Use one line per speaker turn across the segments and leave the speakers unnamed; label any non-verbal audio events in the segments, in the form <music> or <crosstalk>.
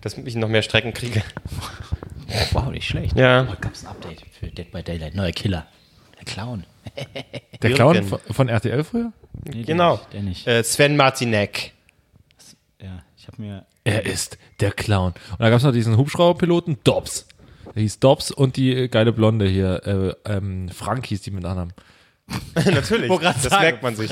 dass ich noch mehr Strecken kriege.
Wow, nicht schlecht.
Ja.
Heute gab es ein Update für Dead by Daylight. Neuer Killer. Der Clown.
Der Clown
Jürgen.
von, von RTL früher?
Nee,
Genau.
Der nicht. Der
Äh,
nicht.
Sven Martinek.
Ja, ich habe mir.
Er ist der Clown. Und da gab es noch diesen Hubschrauberpiloten Dobbs. Der hieß Dobbs und die äh, geile Blonde hier. Äh, ähm, Frank hieß die mit Nachnamen.
<laughs> Natürlich. das
sagen,
merkt man sich.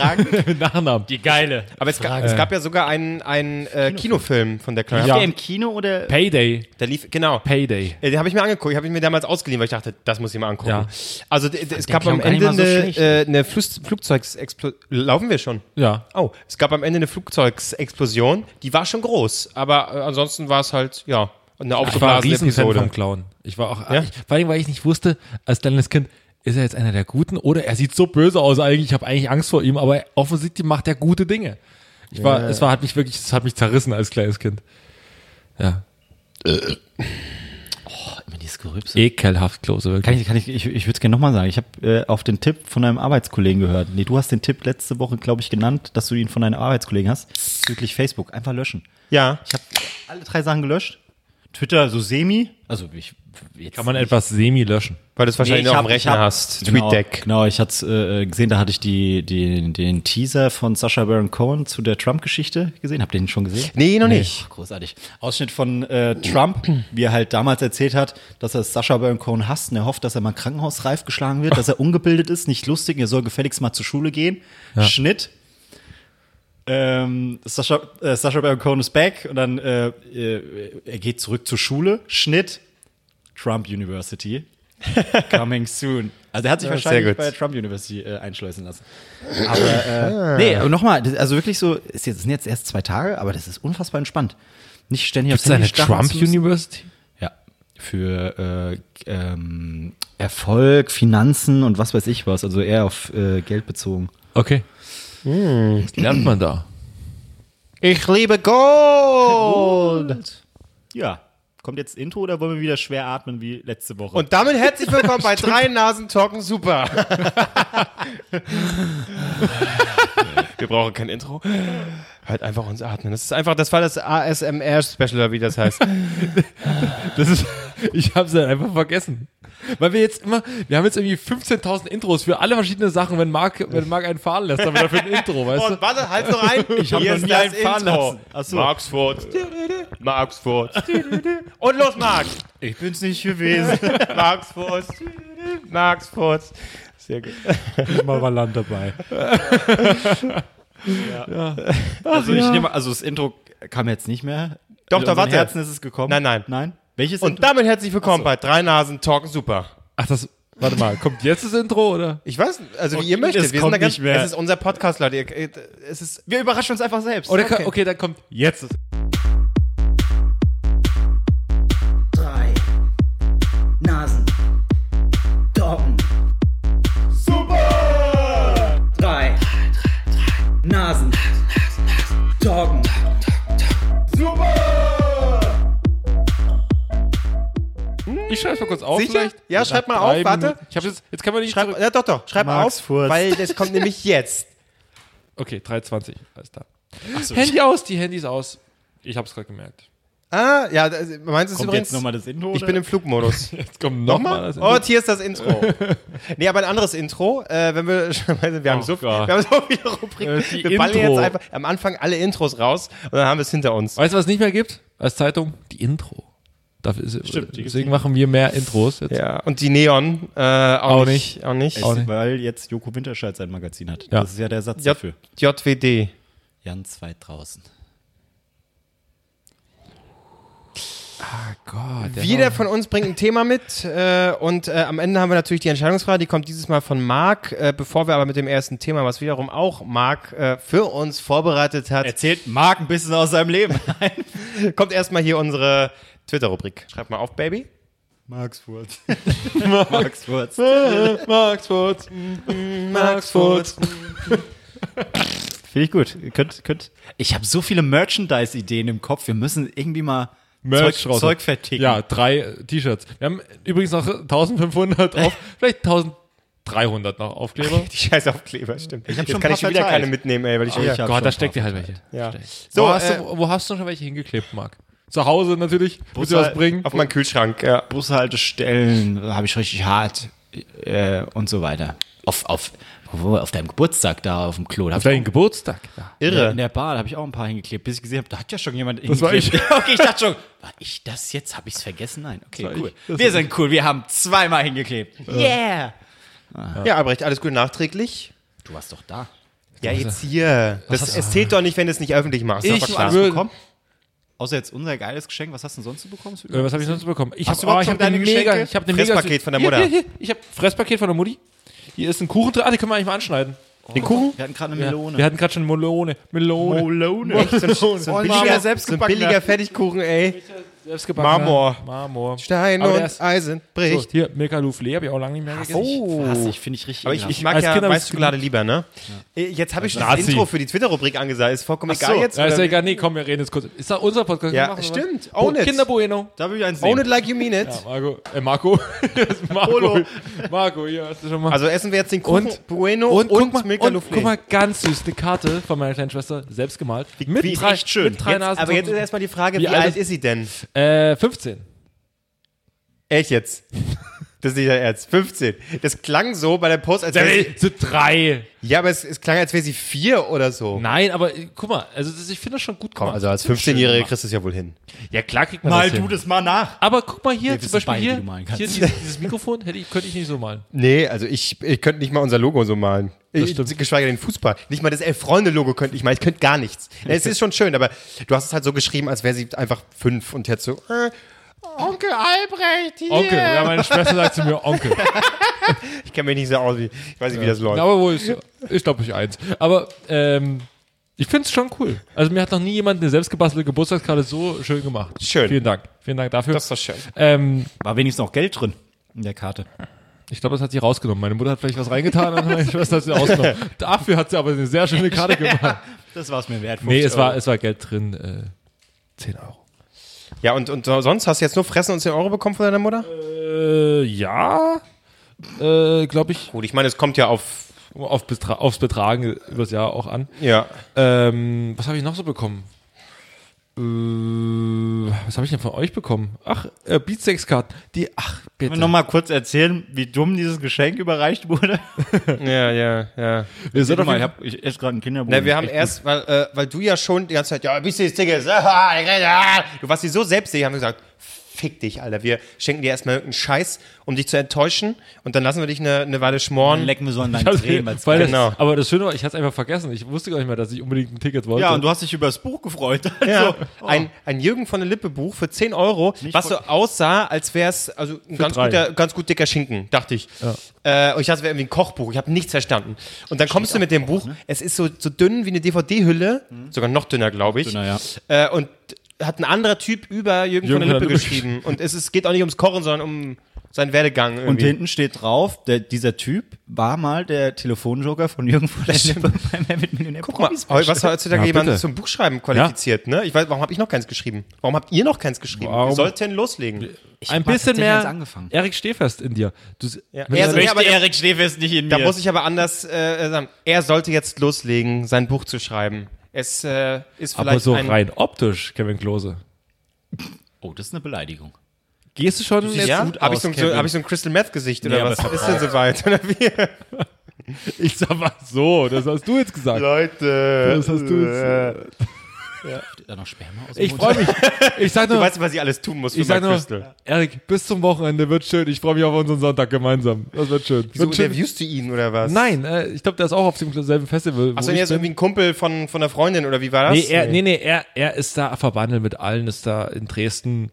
<laughs> mit Nachnamen.
Die geile.
Aber es, ga, es gab ja sogar einen, einen äh, Kinofilm von der Clown.
Ja.
Der im Kino oder.
Payday.
Der lief, genau.
Payday.
Äh, Den habe ich mir angeguckt, habe ich mir damals ausgeliehen, weil ich dachte, das muss ich mal angucken.
Ja.
Also d- d- es gab
Clown
am
gar nicht
Ende
mal so
eine,
schlecht.
äh, eine Flus- Flugzeugexplosion. Laufen wir schon?
Ja.
Oh, es gab am Ende eine Flugzeugexplosion. Die war schon groß, aber äh, ansonsten war es halt, ja, eine
Ich war ein
aufgeblasene
Riesenfan
Episode.
vom Clown. Ich war auch,
Ja?
ich, vor allem, weil ich nicht wusste, als kleines Kind, ist er jetzt einer der Guten oder er sieht so böse aus eigentlich, ich habe eigentlich Angst vor ihm, aber offensichtlich macht er gute Dinge. Ich war, es war, hat mich wirklich, es hat mich zerrissen als kleines Kind. Ja.
Oh, immer dieses Gerübse.
Ekelhaft, Klose, wirklich.
Kann ich, kann ich, ich, ich würde es gerne nochmal sagen. Ich habe äh, auf den Tipp von einem Arbeitskollegen gehört. Nee, du hast den Tipp letzte Woche, glaube ich, genannt, dass du ihn von deinem Arbeitskollegen hast. Wirklich Facebook. Einfach löschen.
Ja.
Ich habe alle drei Sachen gelöscht. Twitter so semi. Also ich jetzt
Kann man etwas semi löschen.
Weil du es wahrscheinlich
Nee, ich
noch am
hab-
Rechner
ich hab-
hast.
Genau,
TweetDeck.
Genau, ich hatte es äh, gesehen, da hatte ich die, die, den Teaser von Sacha Baron Cohen zu der Trump-Geschichte gesehen. Habt ihr den schon gesehen?
Nee, noch nicht.
Ach, großartig. Ausschnitt von äh, Trump, wie er halt damals erzählt hat, dass er Sacha Baron Cohen hasst und er hofft, dass er mal krankenhausreif geschlagen wird, dass er ungebildet ist, nicht lustig, und er soll gefälligst mal zur Schule gehen. Schnitt. Ähm, Sascha, äh, Sascha Baron Cohen ist back und dann äh, äh, er geht zurück zur Schule. Schnitt. Trump University. <laughs> Coming soon. Also er hat sich
Ja, sehr
wahrscheinlich
gut.
bei der Trump University äh, einschleusen lassen. Aber äh, nee, aber nochmal, das- also wirklich so, es jetzt- es sind jetzt erst zwei Tage, aber das ist unfassbar entspannt. Nicht ständig
Gibt es eine
starren
Trump
zu müssen.
University?
Ja. Für äh, ähm, Erfolg, Finanzen und was weiß ich was. Also eher auf äh, Geld bezogen.
Okay. Was lernt man da?
Ich liebe Gold.
Ja. Kommt jetzt Intro oder wollen wir wieder schwer atmen wie letzte Woche?
Und damit herzlich willkommen <laughs> bei drei Nasen Talken Super. Wir brauchen kein Intro. Hört einfach uns atmen. Das ist einfach, das war das ASMR Special, oder wie das heißt.
Das ist, <laughs> ich habe es dann einfach vergessen. Weil wir jetzt immer, wir haben jetzt irgendwie 15.000 Intros für alle verschiedenen Sachen. Wenn Marc, wenn Marc einen fahren lässt, dann wieder für ein Intro, weißt du?
<laughs> Und warte, halt noch ein. Ich
hab noch nie einen fahren lassen. Ach so.
Marxfurt. Marxfurt. Und los, Marx.
ich bin's nicht gewesen.
<laughs> Marxfurt. Marxfurt. Sehr gut.
Immer war Land dabei.
also ich nehme, also das Intro kam jetzt nicht mehr.
Doch,
In
da
unseren
warte.
Herzen ist es gekommen.
Nein, nein.
Nein. Welches
Und damit herzlich willkommen bei drei Nasen Talken Super.
Ach, das, warte mal, kommt jetzt das Intro, oder?
Ich weiß, also wie
Okay,
ihr möchtet.
das
wir
kommt
sind da ganz,
nicht mehr.
Es ist unser Podcast, Leute. Ihr- ihr- Es ist, wir überraschen uns einfach selbst.
Oder okay, okay dann kommt jetzt das.
drei Nasen. Doggen. Super! Drei Nasen. Doggen.
Ich schreibe mal kurz auf.
Sicher?
Vielleicht.
Ja, schreib mal
Nach
auf,
drei
warte.
Minuten. Ich habe jetzt, jetzt kann man nicht
Schreib,
zurück.
ja, doch, doch. Schreib
Max
auf,
Furz.
weil das kommt nämlich jetzt.
Okay, 3,20, alles da. Handy aus, die Handys aus. Ich habe es gerade gemerkt.
Ah, ja, das, meinst du es
Kommt
übrigens?
jetzt nochmal das Intro?
ich bin im Flugmodus.
Jetzt kommt
Nochmal?
Nochmal
Und hier ist das Intro. nee, aber ein anderes Intro. Äh, wenn wir, wir, <laughs> haben
Oh
so, viel-
Gott.
wir haben so viele Rubriken.
Äh, die
wir ballen
Intro.
jetzt einfach am Anfang alle Intros raus und dann haben wir es hinter uns.
Weißt du, was es nicht mehr gibt als Zeitung? Die Intro. Dafür ist,
Stimmt, die
deswegen
gibt's
machen wir mehr Intros jetzt.
Ja, und die Neon äh, auch,
Auch
nicht, Auch nicht.
Auch
Auch
nicht.
Weil jetzt Joko Winterscheid sein Magazin hat.
Ja.
Das ist ja der Satz
J
dafür.
JWD.
Ganz weit draußen.
Gott, der
Jeder von uns bringt ein Thema mit äh, und äh, am Ende haben wir natürlich die Entscheidungsfrage, die kommt dieses Mal von Marc, äh, bevor wir aber mit dem ersten Thema, was wiederum auch Marc äh, für uns vorbereitet hat,
Erzählt Marc ein bisschen aus seinem <laughs> Leben.
kommt erstmal hier unsere Twitter-Rubrik. Schreib mal auf, Baby.
Marx <laughs> Furz. Marx Furz.
<laughs>
Marxfurt. Marxfurt.
Finde ich gut. Ihr Könnt, könnt. Ich habe so viele Merchandise-Ideen im Kopf. Wir müssen irgendwie mal
Merch
Zeug,
raus.
Zeug verticken.
Ja, drei äh, T-Shirts. Wir haben übrigens noch
<laughs>
1500 auf, vielleicht 1300 noch Aufkleber.
Die scheiß Aufkleber, stimmt. Ich
hab
Jetzt
schon
kann
ein
ich schon
paar
wieder
verteilt.
keine mitnehmen, ey, weil ich,
Oh, ich hab-
Gott,
schon
da
ein
steckt
paar
dir halt welche.
ja.
So,
So,
wo, hast
äh,
du, wo hast du schon welche hingeklebt, Marc? Zu Hause natürlich, muss ich was
halt-
bringen.
Auf meinen Kühlschrank, ja.
Bushaltestellen habe ich richtig hart äh, und so weiter. Auf, auf, wo, auf deinem Geburtstag da auf dem Klo. Auf
Geburtstag.
In der Bar da habe ich auch ein paar hingeklebt, bis ich gesehen habe, da hat ja schon jemand
war
hingeklebt. <laughs> Okay, ich dachte schon, war ich das jetzt? Habe ich es vergessen? Nein, okay, cool. Wir sind cool, wir haben zweimal hingeklebt. Yeah!
Ja, Albrecht, alles Gute nachträglich.
Du warst doch da.
Ja, jetzt hier. Das, es zählt doch nicht, wenn du es nicht öffentlich machst.
Ich
aber klar.
Was bekommen? Außer jetzt unser geiles Geschenk, was hast du denn sonst so bekommen?
Äh, was habe ich sonst bekommen? Ich
Hast du überhaupt
habe ich
schon
hab eine
deine
mega,
Geschenke?
ich habe eine mega
Fresspaket von der Mutter.
Hier, hier, hier. Ich habe Fresspaket von der Mutti. Hier ist ein Kuchen drin. Ah, den können wir eigentlich mal anschneiden.
Den Kuchen?
Wir hatten gerade eine
Ja.
Melone.
Wir hatten gerade schon Melone. Melone.
Molone. Echt, so ein, <laughs> so ein
Molone.
billiger, so ein
Selbstgebackener.
billiger Fertigkuchen, ey.
Selbstgebackener.
Marmor.
Marmor.
Stein
Aber der ist-
und Eisen
So,
bricht. Oh.
hier, Milka Lufle habe ich auch lange nicht mehr gegessen.
Hasse ich, finde ich richtig.
Aber ich,
ekelhaft.
ich mag
Als
ja
Kind hab ich's
weiße Schokolade lieber, ne? Äh, Jetzt habe ich schon das
Nazi.
Intro für die Twitter-Rubrik angesagt. Ist vollkommen
Ach
egal
so.
jetzt.
Ja, ist ja
oder?
egal. Nee, komm, wir reden jetzt kurz. Ist das unser Podcast?
Ja,
Machen wir
stimmt.
Was?
Own
Oh,
it.
Kinder Bueno.
da will ich einen sehen.
Own it like you mean it.
Marco. Äh, Marco. <laughs> Das ist Marco.
Polo.
Marco, hier hast du schon mal.
Also essen wir jetzt den Kuchen
Und-
Bueno
und,
und,
guck mal,
Milka
und
Lufle.
guck mal, ganz süß, eine Karte von meiner kleinen Schwester, selbst gemalt. mit
wie-
drei,
echt schön.
Mit drei
Jetzt,
Nasen.
aber jetzt ist erstmal die Frage,
Wie
wie,
alt
alt,
ist-
ist sie denn?
äh, 15.
Echt jetzt? Das ist nicht dein Ernst. 15. Das klang so bei der Post, als wäre sie,
Zu drei.
Ja, aber es, es klang, als wäre sie vier oder so.
Nein, aber äh, guck mal, also das, ich finde das schon gut
Komm,
gemacht.
also als 15-Jährige kriegst du es ja wohl hin.
ja, klar kriegt man
Mal
das hin.
du das mal nach.
Aber guck mal hier,
Wir wissen
zum Beispiel
beide, wie
hier,
du malen
hier
kannst.
dieses, dieses Mikrofon hätte ich, könnte ich nicht so malen.
Nee, also ich, ich könnte nicht mal unser Logo so malen. Ich,
stimmt.
geschweige denn Fußball. Nicht mal das Elf-Freunde-Logo könnte ich malen. Ich könnte gar nichts. Es ist schon schön, aber du hast es halt so geschrieben, als wäre sie einfach fünf und hätte so, äh, Onkel Albrecht hier.
Onkel, ja, meine Schwester sagt zu mir Onkel.
Ich kenne mich nicht so aus, wie, ich weiß nicht, wie das läuft.
Aber wo ist, ich glaube nicht eins. Aber ähm, ich finde es schon cool. Also mir hat noch nie jemand eine selbstgebastelte Geburtstagskarte so schön gemacht.
Schön.
Vielen Dank. Vielen Dank dafür.
Das ist doch schön.
Ähm,
War wenigstens noch Geld drin in der Karte.
ich glaube, das hat sie rausgenommen. Meine Mutter hat vielleicht was reingetan und meine Schwester hat sie rausgenommen. Dafür hat sie aber eine sehr schöne Karte gemacht.
Das war es mir wert.
Nee, es
50
war,
Euro.
es war Geld drin. Äh, 10 Euro.
Ja, und, und sonst hast du jetzt nur Fressen und 10 Euro bekommen von deiner Mutter?
Äh, ja. Äh, glaube ich.
Gut, ich meine, es kommt ja auf,
Auf Bestra aufs Betragen übers Jahr auch an.
ja.
Ähm, was habe ich noch so bekommen? Äh, was habe ich denn von euch bekommen? Ach, äh, Beatsex-Karten. Die, ach, bitte.
Können wir nochmal kurz erzählen, wie dumm dieses Geschenk überreicht wurde?
Ja, ja, ja.
wir sind
Warte
auf
mal,
jeden
ich, hab, ich esse gerade einen Kinderbuch.
Na, wir haben erst, weil, äh, weil du ja schon die ganze Zeit, ja, bist du das Ticket? <laughs> Du warst dir so selbstsicher, haben wir gesagt, fick dich, Alter. Wir schenken dir erstmal irgendeinen Scheiß, um dich zu enttäuschen. Und dann lassen wir dich eine, eine Weile schmoren.
lecken wir so an deinen
<laughs> Also,
Tränen. weil's-
weil
Genau.
das, aber das Schöne war, ich hatte es einfach vergessen. Ich wusste gar nicht mehr, dass ich unbedingt ein Ticket wollte.
Ja, und du hast dich über das Buch gefreut.
Ja. Oh.
Also,
Ein, ein Jürgen von der Lippe Buch für 10 Euro, was so aussah, als wäre es also ein ganz,
drei.
guter, ganz gut dicker Schinken, dachte ich. Äh, und ich dachte, es wäre irgendwie ein Kochbuch. Ich habe nichts verstanden. Und dann kommst du mit dem Buch, es ist so, so dünn wie eine DVD-Hülle, sogar noch dünner, glaube ich.
dünner,
äh, und hat ein anderer Typ über Jürgen, von der Lippe geschrieben. Und es ist, geht auch nicht ums Kochen, sondern um seinen Werdegang.
Und
Irgendwie.
hinten steht drauf, der, dieser Typ war mal der Telefonjoker von Jürgen von der Lippe beim Wer wird Millionär
Guck mal, heu- was hat heutzutage
Ja,
jemand
bitte.
zum Buchschreiben qualifiziert? Ne? Ich weiß, warum habe ich noch keins geschrieben? Warum habt ihr noch keins geschrieben?
Warum?
Wir sollten loslegen.
hab
ein
mal
bisschen
tatsächlich
mehr
erst angefangen.
Erik Stehfest in dir. Du,
Ja.
wenn
Er
du-
so- ja, aber-
Erik Schneefest nicht in
Da muss ich aber anders äh, sagen. Er sollte jetzt loslegen, sein Buch zu schreiben. Es äh, ist vielleicht
aber so
ein
rein optisch, Kevin Klose.
oh, das ist eine Beleidigung.
Gehst du schon jetzt?
ja?
gut
Habe ich,
aus,
so, ein- so,
Kevin.
hab ich so ein Crystal Meth Gesicht oder
Nee, aber
was?
es-
Ist denn soweit? Oder
<laughs>
wie?
Ich sag mal so, das hast du jetzt gesagt.
Leute.
Das hast du jetzt.
Da noch Sperma aus dem
Ich
Mund?
freue mich. Ich sag
Du
nur,
weißt, was ich alles tun muss für
ich sag
mein
nur,
Crystal.
Erik, bis zum Wochenende wird schön. Ich freue mich auf unseren Sonntag gemeinsam. Das wird schön.
Wieso
Wird schön.
interviewst du ihn oder was?
Nein, äh, ich glaube, der ist auch auf dem selben Festival. wo
Achso, er
ich
ist
bin.
irgendwie ein Kumpel von, von der Freundin oder wie war das?
Nee, er, nee, nee, er, er ist da verbandelt mit allen, ist da in Dresden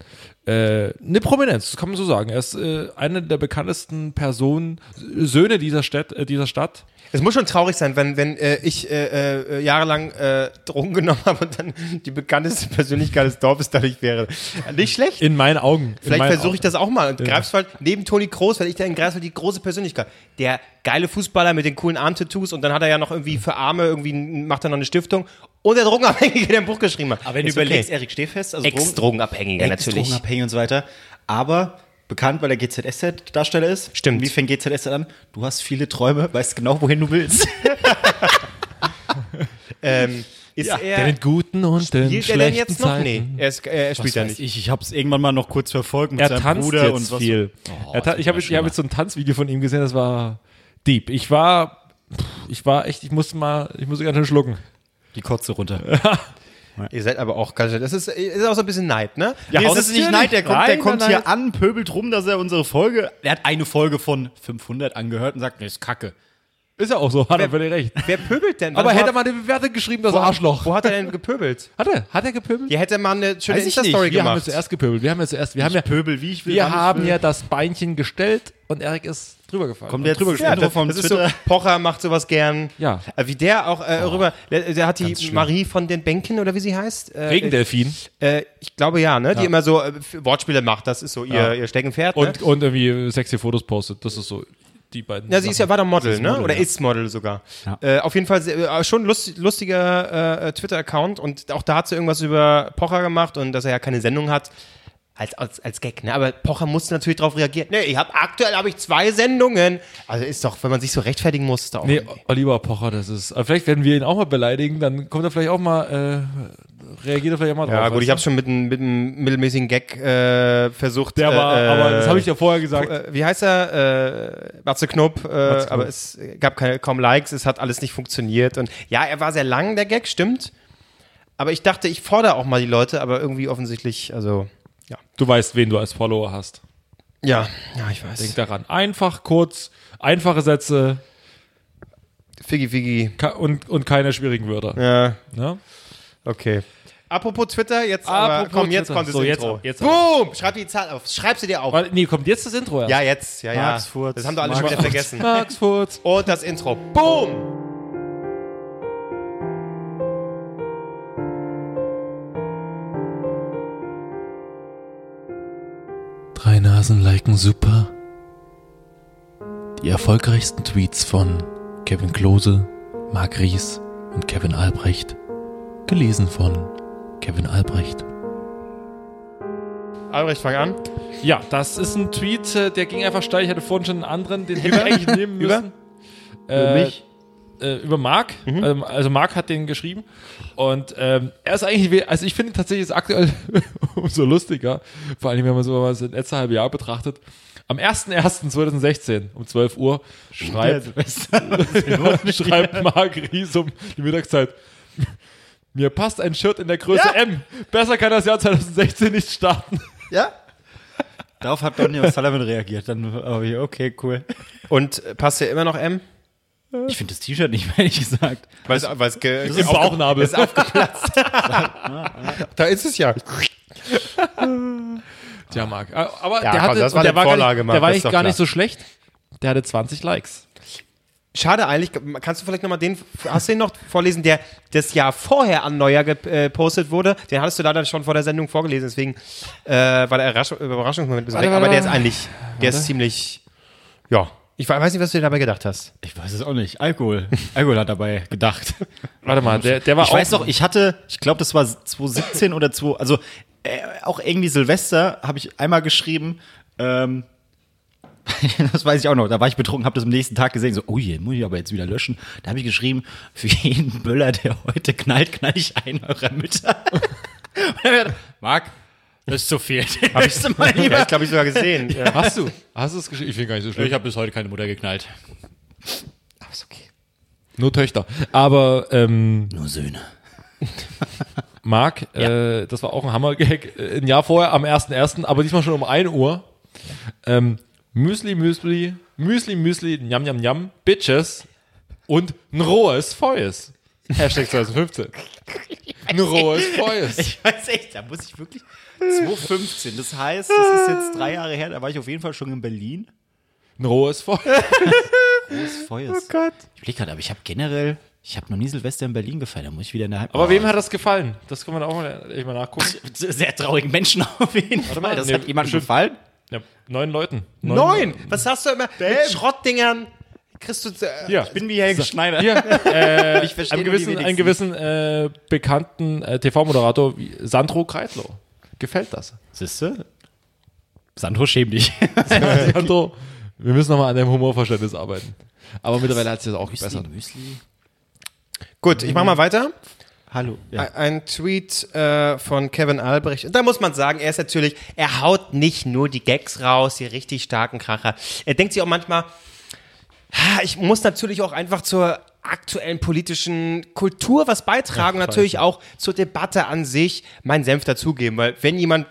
äh, eine Prominenz, das kann man so sagen. Er ist äh, eine der bekanntesten Personen, Söhne dieser Stadt, äh, dieser Stadt.
Es muss schon traurig sein, wenn, wenn äh, ich äh, äh, jahrelang äh, Drogen genommen <laughs> habe und dann die bekannteste Persönlichkeit des Dorfes dadurch wäre. Nicht schlecht.
In meinen Augen.
Vielleicht versuche ich
das.
das auch mal. Und Greifswald, neben Toni Kroos, weil ich da in Greifswald die große Persönlichkeit. Der geile Fußballer mit den coolen Arm-Tattoos und dann hat er ja noch irgendwie für Arme, irgendwie n- macht er noch eine Stiftung. Und der Drogenabhängige, der ein Buch geschrieben hat.
Aber wenn du
Ist
überlegst, Erik Stehfest, also Drogen-
Ex-Drogenabhängiger natürlich.
Drogenabhängig und so weiter. Aber bekannt, weil er GZSZ-Darsteller ist.
Stimmt.
Wie fängt GZSZ an? Du hast viele Träume, weißt genau, wohin du willst.
Ähm, Ist
Ja,
er,
Den in guten und den
spielt er denn
schlechten
jetzt noch?
Zeiten.
Nee, er, ist, äh, er, er spielt ja nicht.
Ich, ich habe es irgendwann mal noch kurz verfolgt mit
Er
seinem
tanzt
Bruder
jetzt
und was. Oh,
viel. er ta ich habe ich hab jetzt so ein Tanzvideo von ihm gesehen, das war deep. Ich war, pff, ich war echt, ich musste mal, ich musste ganz schön schlucken.
Die Kotze runter.
Ihr seid aber auch ganz schön. Das ist, äh, ist auch so ein bisschen Neid, ne?
Ja,
nee,
nee,
es
ist nicht Neid, der kommt, der kommt hier an, pöbelt rum, dass er unsere Folge, er hat eine Folge von 500 angehört und sagt, nee, ist kacke.
Ist ja auch so, hat er völlig recht.
Wer pöbelt denn?
Aber
Wann
hätte
war-
er mal eine Bewertung geschrieben, das
wo-
Arschloch.
Wo hat er denn gepöbelt?
Hat er? Hat er gepöbelt?
Hier hätte man eine schöne
Weiß ich nicht.
Insta-Story
wir haben ja
gemacht.
zuerst gepöbelt. Wir haben ja zuerst, wir haben ja,
Ich pöbel, wie ich will.
wir
wann ich
haben
will.
ja das Beinchen gestellt und Erik ist drüber gefallen.
Kommt
Und
jetzt
drüber
das
gesprungen.
ja,
Intro
das,
vom
das ist so,
Twitter.
Pocher macht sowas gern.
Ja.
Äh, Wie der auch äh, rüber, der, der hat die
ganz schlimm.
Marie von den Bänken oder wie sie heißt. Äh,
Regendelfin.
Äh, ich glaube ja, ne? Die immer so äh, f- Wortspiele macht. Das ist so ihr,
Ja.
ihr Steckenpferd.
Und,
ne?
und irgendwie sexy Fotos postet. Das ist so die beiden.
Ja, sie ist ja war doch Model,
ist
ne?
Model,
Oder
ja.
ist Model sogar. Äh, auf jeden Fall sehr- äh, schon lust, lustiger äh, äh, Twitter-Account und auch da hat sie irgendwas über Pocher gemacht und dass er ja keine Sendung hat. Als, als, als Gag, ne? Aber Pocher musste natürlich darauf reagieren. Ne, ich hab, aktuell habe ich zwei Sendungen. Also ist doch, wenn man sich so rechtfertigen muss, ist doch auch
Nee, Oliver Pocher, das ist. Aber vielleicht werden wir ihn auch mal beleidigen, dann kommt er vielleicht auch mal, äh, reagiert er vielleicht auch mal drauf.
Ja, gut,
weißt
ich
du?
habe schon mit einem, mit einem mittelmäßigen Gag äh, versucht.
Der war,
äh,
aber das habe ich ja vorher gesagt.
äh, wie heißt er? Äh, Matze Knob, äh,
Matze Knob.
aber es gab keine, kaum Likes, es hat alles nicht funktioniert. Und ja, er war sehr lang, der Gag, stimmt. Aber ich dachte, ich fordere auch mal die Leute, aber irgendwie offensichtlich, also.
du weißt, wen du als Follower hast.
Ja, ja, ich
Denk
weiß.
daran. Einfach, kurz, einfache Sätze
Figgi, Figgi.
ke- und, und keine schwierigen Wörter.
Ja,
Ne?
okay. Apropos Twitter, jetzt aber,
Apropos
komm, jetzt
Twitter.
kommt das
So, jetzt
Intro.
ab, jetzt
Boom! Schreib die Zahl auf. Schreib sie dir auf.
Warte, Nee, kommt jetzt das Intro erst?
Ja, jetzt, ja, ja.
Max Furz,
Das haben doch alle
Max
schon wieder
Furz.
vergessen.
Max Furz.
Und das Intro. Boom!
Drei Nasen liken super. Die erfolgreichsten Tweets von Kevin Klose, Marc Ries und Kevin Albrecht. Gelesen von Kevin Albrecht.
Albrecht, fang an.
Ja, das ist ein Tweet, äh, der ging einfach steil. Ich hatte vorhin schon einen anderen, den hätte ich eigentlich nehmen
Über?
müssen. Über mich? Äh, über Marc.
Mhm.
Ähm, Also Marc hat den geschrieben. Und ähm, er ist eigentlich, we- also ich finde tatsächlich ist aktuell <laughs> umso lustiger, vor allem wenn man so das letzte halbe Jahr betrachtet. Am 01.01.2016 um 12 Uhr schreibt,
<laughs>
<laughs> schreibt Marc Ries um die Mittagszeit. Mir passt ein Shirt in der Größe
Ja.
M. Besser kann das Jahr 2016
<laughs>
nicht starten.
Ja?
Darauf hat Donny O'Sullivan reagiert. Dann habe ich, okay, cool.
Und äh, passt hier immer noch M?
Ich finde das T-Shirt nicht <laughs> mehr, ehrlich gesagt.
Weil es- weil es ge-
Im Bauchnabel.
Also, ist aufgeplatzt. da ist es ja.
Ja, Marc. Äh, Aber
Ja,
der,
komm,
hatte,
das war
und der
die
war,
Vorlage,
gar nicht,
Marc,
der
das
war
ist
nicht
doch
gar
klar.
nicht so schlecht. Der hatte 20 Likes.
Schade eigentlich. Kannst du vielleicht nochmal den, hast du den noch vorlesen, der das Jahr vorher an Neujahr gepostet wurde? Den hattest du leider schon vor der Sendung vorgelesen, deswegen äh, war der Errasch- Überraschungsmoment ein bisschen weg.
Warte,
Aber der ist
warte.
eigentlich, der ist ziemlich, ja. Ich weiß nicht, was du dir dabei gedacht hast.
Ich weiß es auch nicht. Alkohol. Alkohol hat dabei gedacht.
Warte mal, der, der war
Ich
auch.
weiß noch, ich hatte, ich glaube, das war 2017 oder 2, also äh, auch irgendwie Silvester habe ich einmal geschrieben, ähm, <laughs> das weiß ich auch noch, da war ich betrunken, habe das am nächsten Tag gesehen, so, oh je, muss ich aber jetzt wieder löschen. Da habe ich geschrieben, für jeden Böller, der heute knallt, knall ich einen eurer Mütter. <laughs> Und dann hab ich gedacht, Marc, das ist zu viel. <laughs> Habe ich mal
<laughs> Ja,
lieber.
ich glaube, ich sogar gesehen. Ja.
hast du? Hast du es geschrieben? Ich finde gar nicht so schlimm.
habe bis heute keine Mutter geknallt.
Nur Töchter. Aber ähm,
Nur Söhne.
Marc, äh, das war auch ein Hammergag. Äh, Ein Jahr vorher am 1.1., aber diesmal schon um 1 Uhr. Ähm, Müsli, Müsli, Müsli, Müsli, Njam, Njam, Njam, Bitches und ein rohes Feues. Hashtag 2015. Ein rohes Feues.
Ich weiß echt, da muss ich wirklich. 2015, das heißt, das ist jetzt drei Jahre her, da war ich auf jeden Fall schon in Berlin.
Ein rohes Feues.
Feuers. Oh Gott. Ich blick gerade, aber ich habe generell, ich habe noch nie Silvester in Berlin gefeiert, da muss ich wieder in der Heimat.
Aber wem hat das gefallen? Das kann man auch mal, ich mal nachgucken.
Sehr traurigen Menschen <laughs> auf jeden Fall.
mal,
das
nee,
hat jemandem
bestimmt.
gefallen.
Ja, neun Leuten.
<laughs> Neun! Was hast du immer mit Schrottdingern? Kriegst du äh,
Ja.
bin wie Helge Schneider.
Hier, <laughs> äh,
Ich verstehe
einen
nur die
gewissen, einen
wenigsten.
gewissen äh, bekannten äh, TV-Moderator wie Sandro Kreitlo. Gefällt das? <laughs>
Siehste? Sandro, schäm <laughs> dich.
Sandro, wir müssen nochmal an deinem Humorverständnis arbeiten. Aber mittlerweile hat sich das auch gebessert.
Müsli.
Gut, ich mach mal weiter.
Hallo. Ja.
Ein, ein Tweet äh, von Kevin Albrecht. Und da muss man sagen, er ist natürlich, er haut nicht nur die Gags raus, die richtig starken Kracher. Er denkt sich auch manchmal, "Ha, ich muss natürlich auch einfach zur aktuellen politischen Kultur was beitragen, und natürlich auch zur Debatte an sich meinen Senf dazugeben, weil wenn jemand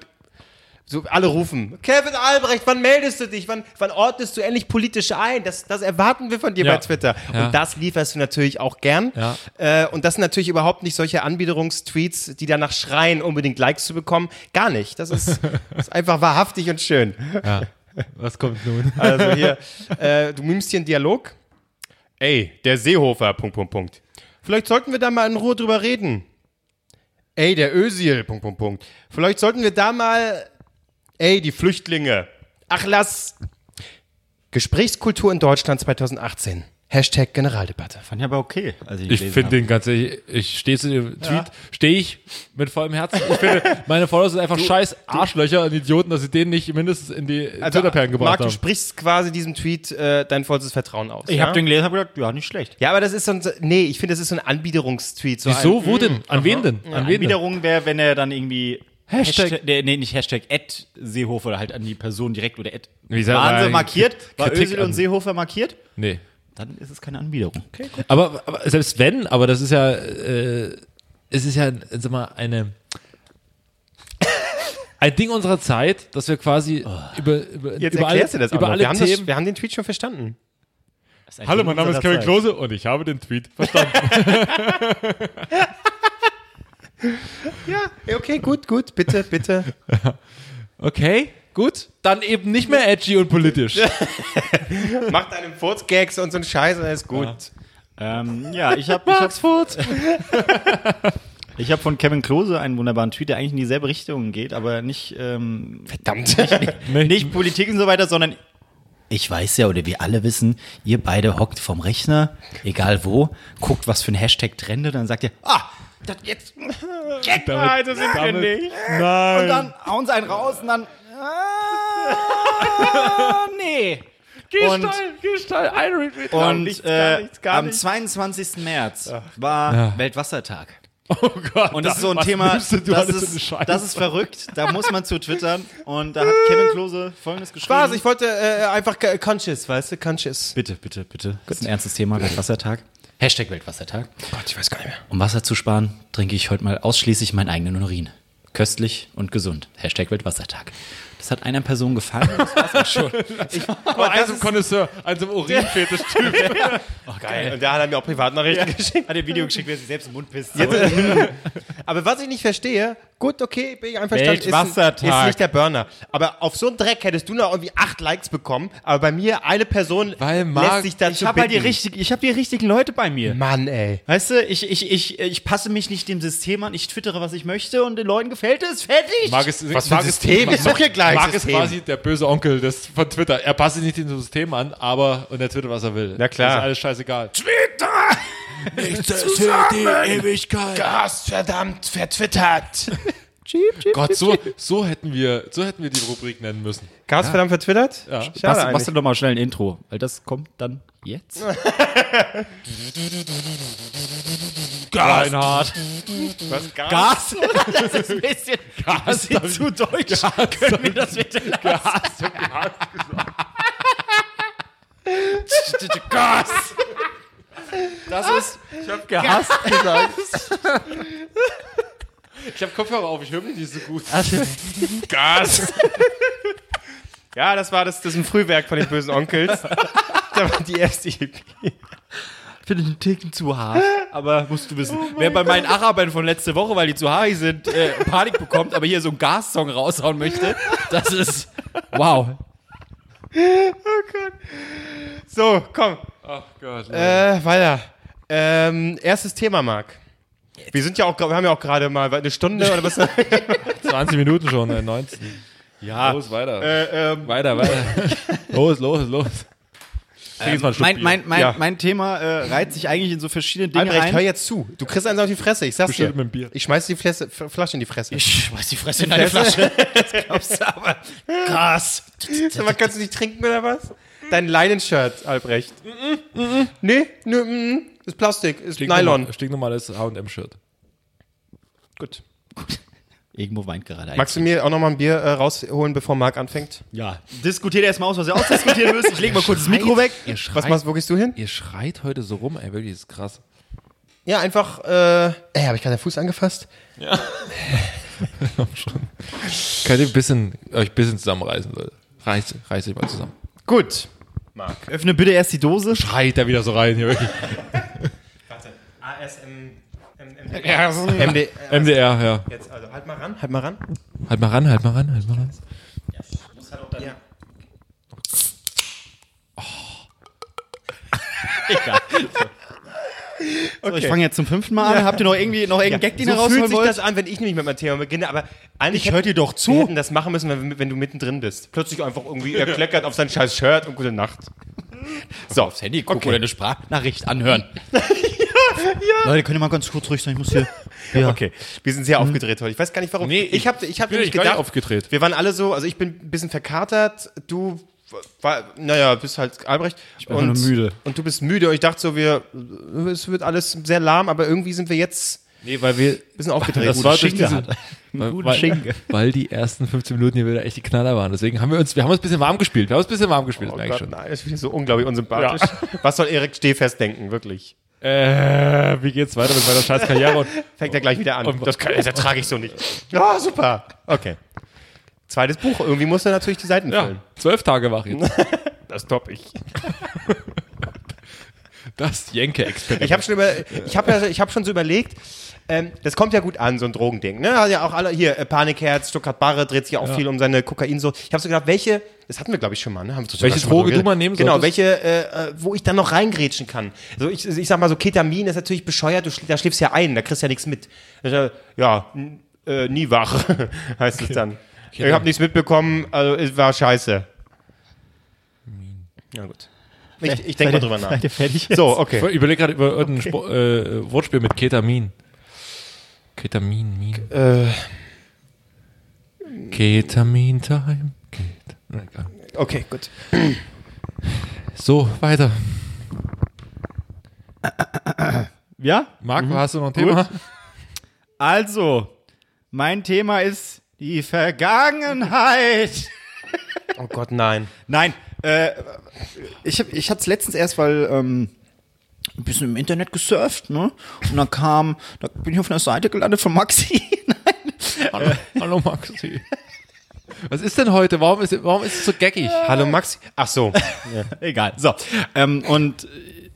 so alle rufen, Kevin Albrecht, wann meldest du dich? Wann, wann ordnest du endlich politisch ein? Das, das erwarten wir von dir
Ja.
bei Twitter.
Ja.
Und das lieferst du natürlich auch gern.
Ja.
Äh, und das sind natürlich überhaupt nicht solche Anbiederungstweets, die danach schreien, unbedingt Likes zu bekommen. Gar nicht. Das
<laughs>
ist, ist einfach wahrhaftig und schön.
Ja. Was kommt nun?
Also hier, äh, du mimst hier einen Dialog. Ey, der Seehofer, Punkt, Punkt, Punkt. Vielleicht sollten wir da mal in Ruhe drüber reden. Ey, der Ösil, Punkt, Punkt, Punkt. Vielleicht sollten wir da mal... Ey, die Flüchtlinge. Ach, lass... Gesprächskultur in Deutschland 2018. Hashtag Generaldebatte.
Fand ich aber okay. Als ich
<laughs> Ich
gelesen
finde
habe.
den ganz ehrlich, ich stehe zu dem Tweet, stehe ich mit vollem Herzen. Ich finde, meine Follower sind einfach scheiß Arschlöcher und Idioten, dass sie den nicht mindestens in die Also, Twitterperlen
Marc,
gebracht
du
haben.
sprichst quasi diesem Tweet äh, dein vollstes Vertrauen aus.
Ich
ja?
habe den gelesen, habe gedacht, ja, nicht schlecht.
ja, aber das ist so ein... Nee, ich finde, das ist so ein Anbiederungstweet. So ein,
Wieso? Wo denn? An wen denn? An wen denn?
Wiederum wäre, wenn er dann irgendwie
Hashtag-
nee, nee, nicht Hashtag, at Seehofer oder halt an die Person direkt oder at.
Wie sagt
Waren
man
sie markiert? War
Kritik
Özil
an-
und Seehofer markiert?
Nee.
Dann ist es keine Anbiederung. Okay, gut.
Aber, aber selbst wenn, aber das ist ja, äh, es ist ja, sag mal, eine, ein Ding unserer Zeit, dass wir quasi über, über,
Oh. Jetzt
über alle,
erklärst du das auch
über
noch.
alle
wir, haben das,
Themen.
wir haben den Tweet schon verstanden.
Hallo, mein Name ist Kevin Klose und ich habe den Tweet verstanden.
Ja, okay, gut, gut, bitte, bitte. <laughs>
Okay, gut. Dann eben nicht mehr edgy und <laughs> politisch.
Mach deine Furzgags und so einen Scheiß, dann ist gut.
Ähm, ja, ich habe ich hab,
Furz.
<laughs> ich hab von Kevin Klose einen wunderbaren Tweet, der eigentlich in dieselbe Richtung geht, aber nicht, ähm,
Verdammt.
nicht Politik und so weiter, sondern ich weiß ja, oder wir alle wissen, ihr beide hockt vom Rechner, egal wo, guckt, was für ein Hashtag trendet, dann sagt ihr, ah, das jetzt,
Damit, also sind
damit-
wir nicht.
Und dann hauen sie einen raus und dann. <laughs> Ah, nee. Und-
geh steil, ein Retweet.
Und
nichts,
äh,
halt. gar nichts, gar
am
nichts.
22. März war Weltwassertag.
Oh Gott.
Und das ist so ein
was
Thema,
nimmst du, du
das
alles für eine
ist,
Scheiße.
das ist verrückt. Da muss man zu twittern. Und da hat Kevin Klose Folgendes geschrieben.
Spaß, ich wollte äh, einfach äh, conscious, weißt du, conscious.
bitte, bitte, bitte. Das ist ein ernstes Thema, Weltwassertag. Hashtag Weltwassertag.
Oh Gott, ich weiß gar nicht mehr.
Um Wasser zu sparen, trinke ich heute mal ausschließlich meinen eigenen Urin. Köstlich und gesund. Hashtag Weltwassertag. Das hat einer Person <laughs> gefallen. Das war's auch schon.
Aber eins im Connoisseur, eins im Urinfetisch-Typ.
Geil. Und der hat mir auch Privatnachrichten geschickt.
Hat ein Video geschickt, wer sich selbst im Mund pisst.
Aber was ich nicht verstehe, gut, okay, bin ich einverstanden, ist, ein-
Weltwassertag.
ist nicht der Burner. Aber auf so einen Dreck hättest du noch irgendwie acht Likes bekommen, aber bei mir eine Person
Weil Marc-
lässt sich dazu
ich habe halt die
bitten.
richtigen, ich habe die richtigen Leute bei mir.
Mann, ey.
Weißt du, ich, ich, ich, ich passe mich nicht dem System an, ich twittere, was ich möchte und den Leuten gefällt es, fertig.
Was für ein System? Ich suche hier gleich
Marc ist
System.
quasi der böse Onkel des, von Twitter. Er passt sich nicht in das System an, aber und er twittert, was er will.
Na klar.
Das ist alles scheißegal.
Gas, verdammt, vertwittert.
Gott, so, so, hätten wir, so hätten wir die Rubrik nennen müssen.
Gas, verdammt, vertwittert?
Ja.
Schade
Bast-
eigentlich.
Bastel doch mal schnell ein Intro, weil das kommt dann <laughs> jetzt.
Reinhard.
Was, Gas?
Gas? <laughs> Das ist ein bisschen,
Gas,
bisschen zu deutsch. Können wir das bitte lassen? <laughs> Gas. Das ist, ich hab gehasst.
Ich habe Kopfhörer auf, ich höre mich nicht so gut.
Gas. ja, das war das, das ist ein Frühwerk von den bösen <laughs> Onkels. da war die erste EP.
finde ich einen Ticken zu hart. Aber musst du wissen, wer bei meinen Arabern von letzte Woche, weil die zu haarig sind, äh, Panik bekommt, aber hier so einen Gas-Song raushauen möchte, das ist wow.
So, komm,
Ach Gott.
äh, weiter. Ähm, erstes Thema, Marc. Wir sind ja auch, gra- wir haben ja auch gerade mal eine Stunde oder <laughs> was.
20 Minuten schon, äh, 19.
ja.
Los, weiter.
Äh, ähm.
weiter, weiter.
<laughs>
los, los, Ähm, los. Trink jetzt mal einen Schluck
Mein, mein, mein,
Ja.
mein Thema äh, reiht sich eigentlich in so verschiedene Dinge
Albrecht, hör
ein.
jetzt zu. Du kriegst eins auf die Fresse, ich sag's
Bestimmt
dir.
mit dem Bier.
Ich schmeiß die Flasche, F- Flasche in die Fresse. <laughs>
Ich weiß die Fresse in deine Flasche. Das glaubst du aber. Gas.
Sag mal, kannst du nicht trinken oder was? Dein Leinenshirt, Albrecht. mm, Nee, nee, mm, ist Plastik, ist Nylon.
Stinknormales H&M-Shirt.
Gut.
Irgendwo weint gerade ein.
Magst du mir auch nochmal ein Bier äh, rausholen, bevor Marc anfängt?
Ja. Diskutiert erstmal aus, was ihr ausdiskutieren müsst. Ich lege mal kurz das Mikro weg.
Ihr schreit,
Was machst, wo gehst du hin?
ihr schreit heute so rum, ey, wirklich, das ist krass.
Ja, einfach, äh, ey, habe ich gerade den Fuß angefasst?
Könnt ihr ein bisschen, euch ein bisschen zusammenreißen, Leute. Reißt, reißt euch mal zusammen.
Gut.
Öffne bitte erst die Dose.
Schreit er wieder so rein hier wirklich.
Warte. ASM. MDR. MD,
MDR, ja.
jetzt, also halt mal ran, halt mal ran.
Halt mal ran, halt mal ran, halt mal ran.
<laughs>
Ja.
So, ich fange jetzt zum fünften Mal an. Habt ihr noch irgendwie noch irgendeinen Gag, den ihr
So fühlt
rausholen
sich das
wollt?
an, wenn ich nämlich mit meinem Thema beginne, aber eigentlich
Ich hör dir doch zu.
wir hätten das machen müssen, wenn, wenn du mittendrin bist. Plötzlich einfach irgendwie, er kleckert auf sein scheiß Shirt und gute Nacht. So, aufs Handy
gucken oder eine
Sprachnachricht
<laughs>
anhören.
Leute, könnt ihr mal ganz kurz ruhig sein? Ich muss hier. Ja.
Okay, wir sind
Hm.
sehr aufgedreht heute. Ich weiß gar nicht warum.
Nee,
ich
ich-
habe ich hab
bin
nämlich
ich gar nicht
gedacht,
aufgedreht.
Wir waren alle so, also ich bin ein bisschen verkatert, du war, naja, bist halt Albrecht. Ich
bin nur müde.
Und du bist müde. Und ich dachte so, wir, es wird alles sehr lahm, aber irgendwie sind wir jetzt
Nee, weil wir.
ein bisschen aufgedreht.
Das war durch
Schinken
diese,
guten
weil,
Schinken.
Weil die ersten 15 Minuten hier wieder echt die Knaller waren. Deswegen haben wir uns, wir haben uns ein bisschen warm gespielt. Wir haben uns ein bisschen warm gespielt,
Oh
eigentlich
Gott,
schon.
nein, das finde ich so unglaublich unsympathisch. Was soll Erik Stehfest denken, wirklich?
Äh, wie geht's weiter mit meiner scheiß
<laughs>
Karriere? Und,
Fängt er gleich wieder an.
Und-
Das, kann, das ertrage ich so nicht. Ah, super. Okay. Zweites Buch. Irgendwie muss er natürlich die Seiten füllen.
ja, zwölf Tage wach
<laughs>
jetzt.
Das top ich.
Das Jenke-Experiment.
Ich habe schon, über, ich hab, ja- ich hab schon so überlegt, ähm, das kommt ja gut an, so ein Drogending. Ne? Also ja auch alle hier, äh, Panikherz, Stuttgart Barre dreht sich auch viel um seine Kokainsucht. Ich habe so gedacht, welche, das hatten wir glaube ich schon mal, ne? Haben wir sogar
Welche
schon mal
Droge
drüber
du mal nehmen
Genau,
solltest?
welche, äh, äh, wo ich dann noch reingrätschen kann. Also ich, ich sag mal so, Ketamin ist natürlich bescheuert, du, schli- da schläfst ja ein, da kriegst ja nichts mit. Äh, Ja, n- äh, nie wach, <laughs> heißt es dann. Ich habe nichts mitbekommen, also es war scheiße.
Hm.
Ja gut. Ich, ich denke mal drüber nach.
<laughs> Seid ihr fertig?
So, okay.
Ich überlege gerade über irgendein Spo- äh, Wortspiel mit Ketamin. Ketamin, Min.
Äh.
Ketamin-Time. Ket- Na, egal.
Okay, gut.
So, weiter.
Ja?
Marco,
Mhm.
hast du noch ein Thema?
<laughs>
Also, mein Thema ist die Vergangenheit.
Oh Gott, nein.
Nein, äh, ich, hab- ich hatte es letztens erst, weil ähm, ein bisschen im Internet gesurft, ne? Und dann kam, da bin ich auf einer Seite gelandet von Maxi.
Hallo, hallo Maxi. Was ist denn heute? Warum ist, warum ist es so geckig?
Äh.
Hallo Max. Ach
<laughs>
so.
<laughs> Egal, so. Ähm, und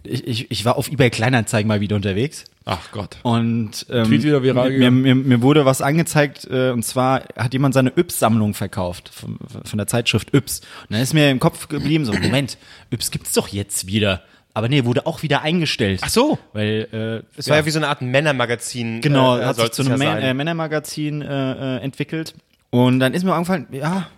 ich, ich, ich war auf eBay Kleinanzeigen mal wieder unterwegs.
Ach Gott.
Und ähm,
Tweet wieder viral
mir,
gegangen.
mir, mir wurde was angezeigt, äh, und zwar hat jemand seine Yps-Sammlung verkauft, von, von der Zeitschrift Yps. Und dann ist mir im Kopf geblieben, so, Moment, Yps gibt's doch jetzt wieder. Aber nee, wurde auch wieder eingestellt. Ach
so.
Weil, äh,
Es war ja wie so eine Art Männermagazin.
<laughs> Genau,
äh,
hat sich
soll's
zu einem
ja
Män-
sein.
äh, Männermagazin äh, äh, entwickelt. Und dann ist mir angefallen, ja,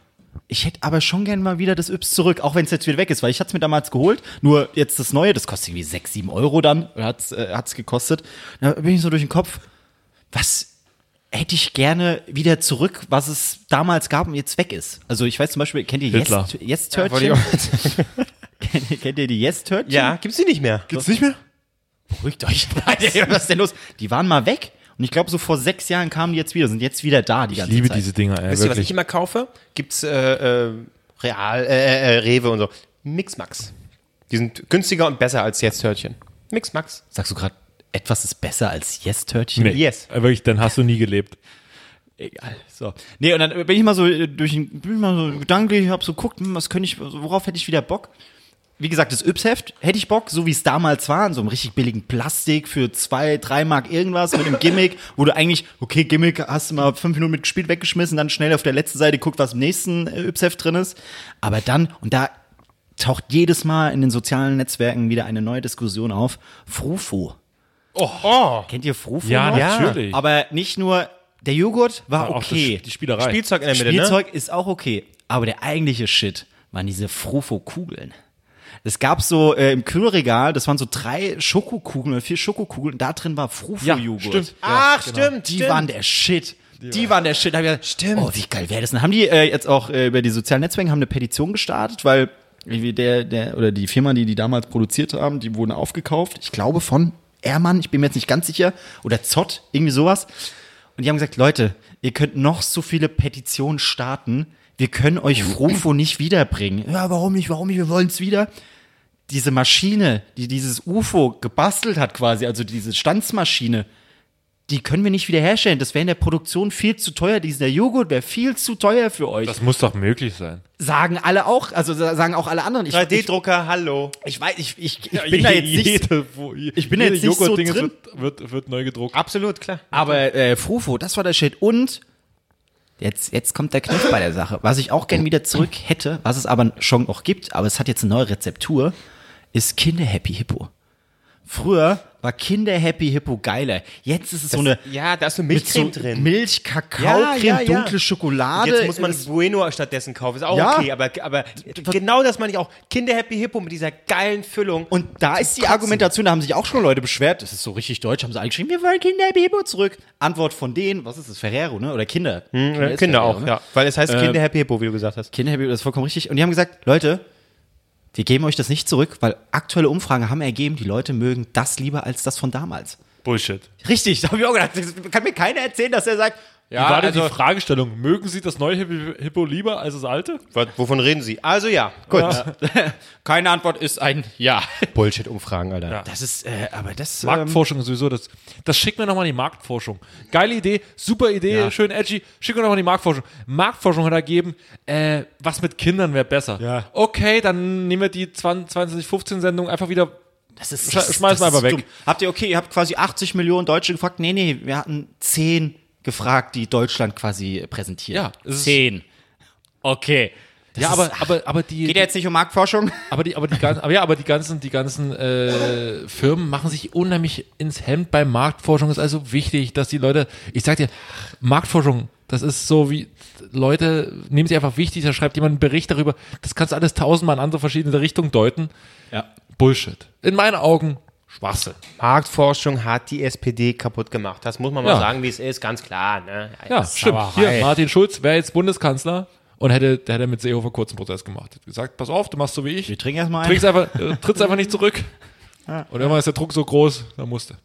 ich hätte aber schon gern mal wieder das Yps zurück, auch wenn es jetzt wieder weg ist, weil ich hatte es mir damals geholt, nur jetzt das Neue, das kostet irgendwie 6, 7 Euro dann, hat es äh, hat's gekostet. Da bin ich so durch den Kopf, was hätte ich gerne wieder zurück, was es damals gab und jetzt weg ist. Also ich weiß zum Beispiel, kennt ihr
Hitler.
Yes, yes Törtchen? <laughs> kennt, kennt ihr die Yes Törtchen?
ja, gibt's die nicht mehr.
Gibt's nicht mehr?
Beruhigt euch. <laughs> Nein, ey, was ist denn los? Die waren mal weg. Und ich glaube, so vor sechs Jahren kamen die jetzt wieder, sind jetzt wieder da, die
Ich
ganze
liebe
Zeit.
diese Dinger, ey,
Wisst ihr, was ich
wirklich.
immer kaufe? Gibt's äh, äh, Real, äh, äh, Rewe und so. Mixmax. Die sind günstiger und besser als jetzt Hörtchen. Mixmax.
Sagst du gerade, etwas ist besser als Yes-Törtchen?
Nee,
Yes.
äh, Wirklich, dann hast du nie gelebt.
Egal. So. Nee, und dann bin ich mal so äh, durch den, bin ich mal so gedanklich, hab so geguckt, hm, was könnte ich, worauf hätte ich wieder Bock? Wie gesagt, das Yps-Heft hätte ich Bock, so wie es damals war, in so einem richtig billigen Plastik für zwei, drei Mark irgendwas
<laughs>
mit einem Gimmick, wo du eigentlich, okay, Gimmick, hast du mal fünf Minuten mitgespielt, weggeschmissen, dann schnell auf der letzten Seite guckt, was im nächsten äh, Yps-Heft drin ist. Aber dann, und da taucht jedes Mal in den sozialen Netzwerken wieder eine neue Diskussion auf, Frufo.
Oh.
Kennt ihr Frufo?
Ja,
noch?
natürlich.
Aber nicht nur der Joghurt war
Auch das
okay.
Sch- Die Spielerei.
Spielzeug in der Mitte,
Spielzeug ist auch okay, aber der eigentliche Shit waren diese Frofo-Kugeln. Es gab so äh, im Kühlregal, das waren so drei Schokokugeln oder vier Schokokugeln, und da drin war Frofo-Joghurt.
stimmt.
ne? Ach, stimmt.
Die
stimmt.
waren der Shit. Die waren der Shit. Da hab ich gedacht, stimmt. Oh, wie geil wäre das denn? Haben die äh, jetzt auch äh, über die sozialen Netzwerke haben eine Petition gestartet, weil irgendwie der, der oder die Firma, die die damals produziert haben, die wurden aufgekauft. Ich glaube von Ehrmann, ich bin mir jetzt nicht ganz sicher. Oder Zott, irgendwie sowas. Und Und die haben gesagt, Leute, ihr könnt noch so viele Petitionen starten. Wir können euch Frofo nicht wiederbringen. Ja, warum nicht? Warum nicht? Wir wollen es wieder. Diese Maschine, die dieses UFO gebastelt hat quasi, also diese Stanzmaschine, die können wir nicht wiederherstellen. Das wäre in der Produktion viel zu teuer. Dieser Joghurt wäre viel zu teuer für euch.
muss doch möglich sein.
sagen alle auch, also sagen auch alle anderen. Ich, ich,
3D-Drucker, hallo.
ich weiß, ich, ich, ich bin da jetzt nicht ich bin da jetzt nicht so drin.
Wird, wird, wird neu gedruckt.
Absolut, klar.
Aber äh, Frufo, das war der Shit. Und jetzt, jetzt kommt der Kniff bei der Sache. Was ich auch
Oh.
gern wieder zurück hätte, was es aber schon noch gibt, aber es hat jetzt eine neue Rezeptur, ist Kinder Happy Hippo. Früher war Kinder Happy Hippo geiler. Jetzt ist es so eine
Ja, da ist eine
mit so
Milchcreme drin.
Milch, Kakao, Creme,
Ja, ja, ja.
dunkle Schokolade. Äh,
Jetzt muss man
Es-
Bueno stattdessen kaufen. Ist auch
Ja.
okay, aber, aber genau das meine ich auch. Kinder Happy Hippo mit dieser geilen Füllung.
Und da ist die Argumentation, da haben sich auch schon Leute beschwert, das ist so richtig deutsch, haben sie eingeschrieben, wir wollen Kinder Happy Hippo zurück. Antwort von denen, was ist das, Ferrero, ne? Oder Kinder. Kinder
Äh,
ist
Kinder
Ferrero,
auch,
ne?
ja. Weil es
Äh,
heißt
Ähm,
Kinder Happy Hippo, wie du gesagt hast.
Kinder Happy Hippo, das ist vollkommen richtig. Und die haben gesagt, Leute, wir geben euch das nicht zurück, weil aktuelle Umfragen haben ergeben, die Leute mögen das lieber als das von damals.
Bullshit.
Richtig, <laughs> da habe ich auch gedacht, das kann mir keiner erzählen, dass er sagt,
Ja, Wie war denn
also-
die Fragestellung? Mögen Sie das neue Hippo, Hippo lieber als das alte?
Was- Wovon reden Sie? Also ja, gut.
<laughs> keine Antwort ist ein Ja.
Bullshit-Umfragen, Alter.
Ja.
Das ist, äh, aber das. Ähm,
Marktforschung ist sowieso das. Das schickt mir nochmal die Marktforschung. Geile Idee, super Idee, schön edgy. Schick mir nochmal die Marktforschung. Marktforschung hat ergeben, äh, was mit Kindern wäre besser.
Ja.
Okay, dann nehmen wir die 2015-Sendung einfach wieder.
das ist,
Sch- schmeiß mal
das
einfach
ist
weg.
dumm. Habt ihr, okay, ihr habt quasi 80 Millionen Deutsche gefragt. Nee, nee, wir hatten 10 gefragt, die Deutschland quasi präsentiert.
Ja, es ist-
10. Okay. Das
ja,
ist-
aber, aber, aber die.
Geht ja jetzt nicht um Marktforschung?
Aber die, aber die ganzen, aber ja, aber die ganzen, die ganzen äh, Firmen machen sich unheimlich ins Hemd bei Marktforschung. Ist also wichtig, dass die Leute, ich sag dir, Marktforschung, das ist so wie Leute nehmen sie einfach wichtig. Da schreibt jemand einen Bericht darüber. Das kannst du alles tausendmal in andere verschiedene Richtungen deuten.
Ja.
Bullshit. In meinen Augen Schwachsinn.
Marktforschung hat die SPD kaputt gemacht. Das muss man mal
Ja.
sagen, wie es ist, ganz klar. Ne?
Ja, stimmt.
Sauerei.
Hier, Martin Schulz wäre jetzt Bundeskanzler und hätte, der hätte mit Seehofer kurzen Prozess gemacht. Hätte gesagt, pass auf, du machst so wie ich.
Wir trinken erstmal einen.
Trinkst einfach, äh, trittst einfach nicht zurück. Und irgendwann ist der Druck so groß, da musste.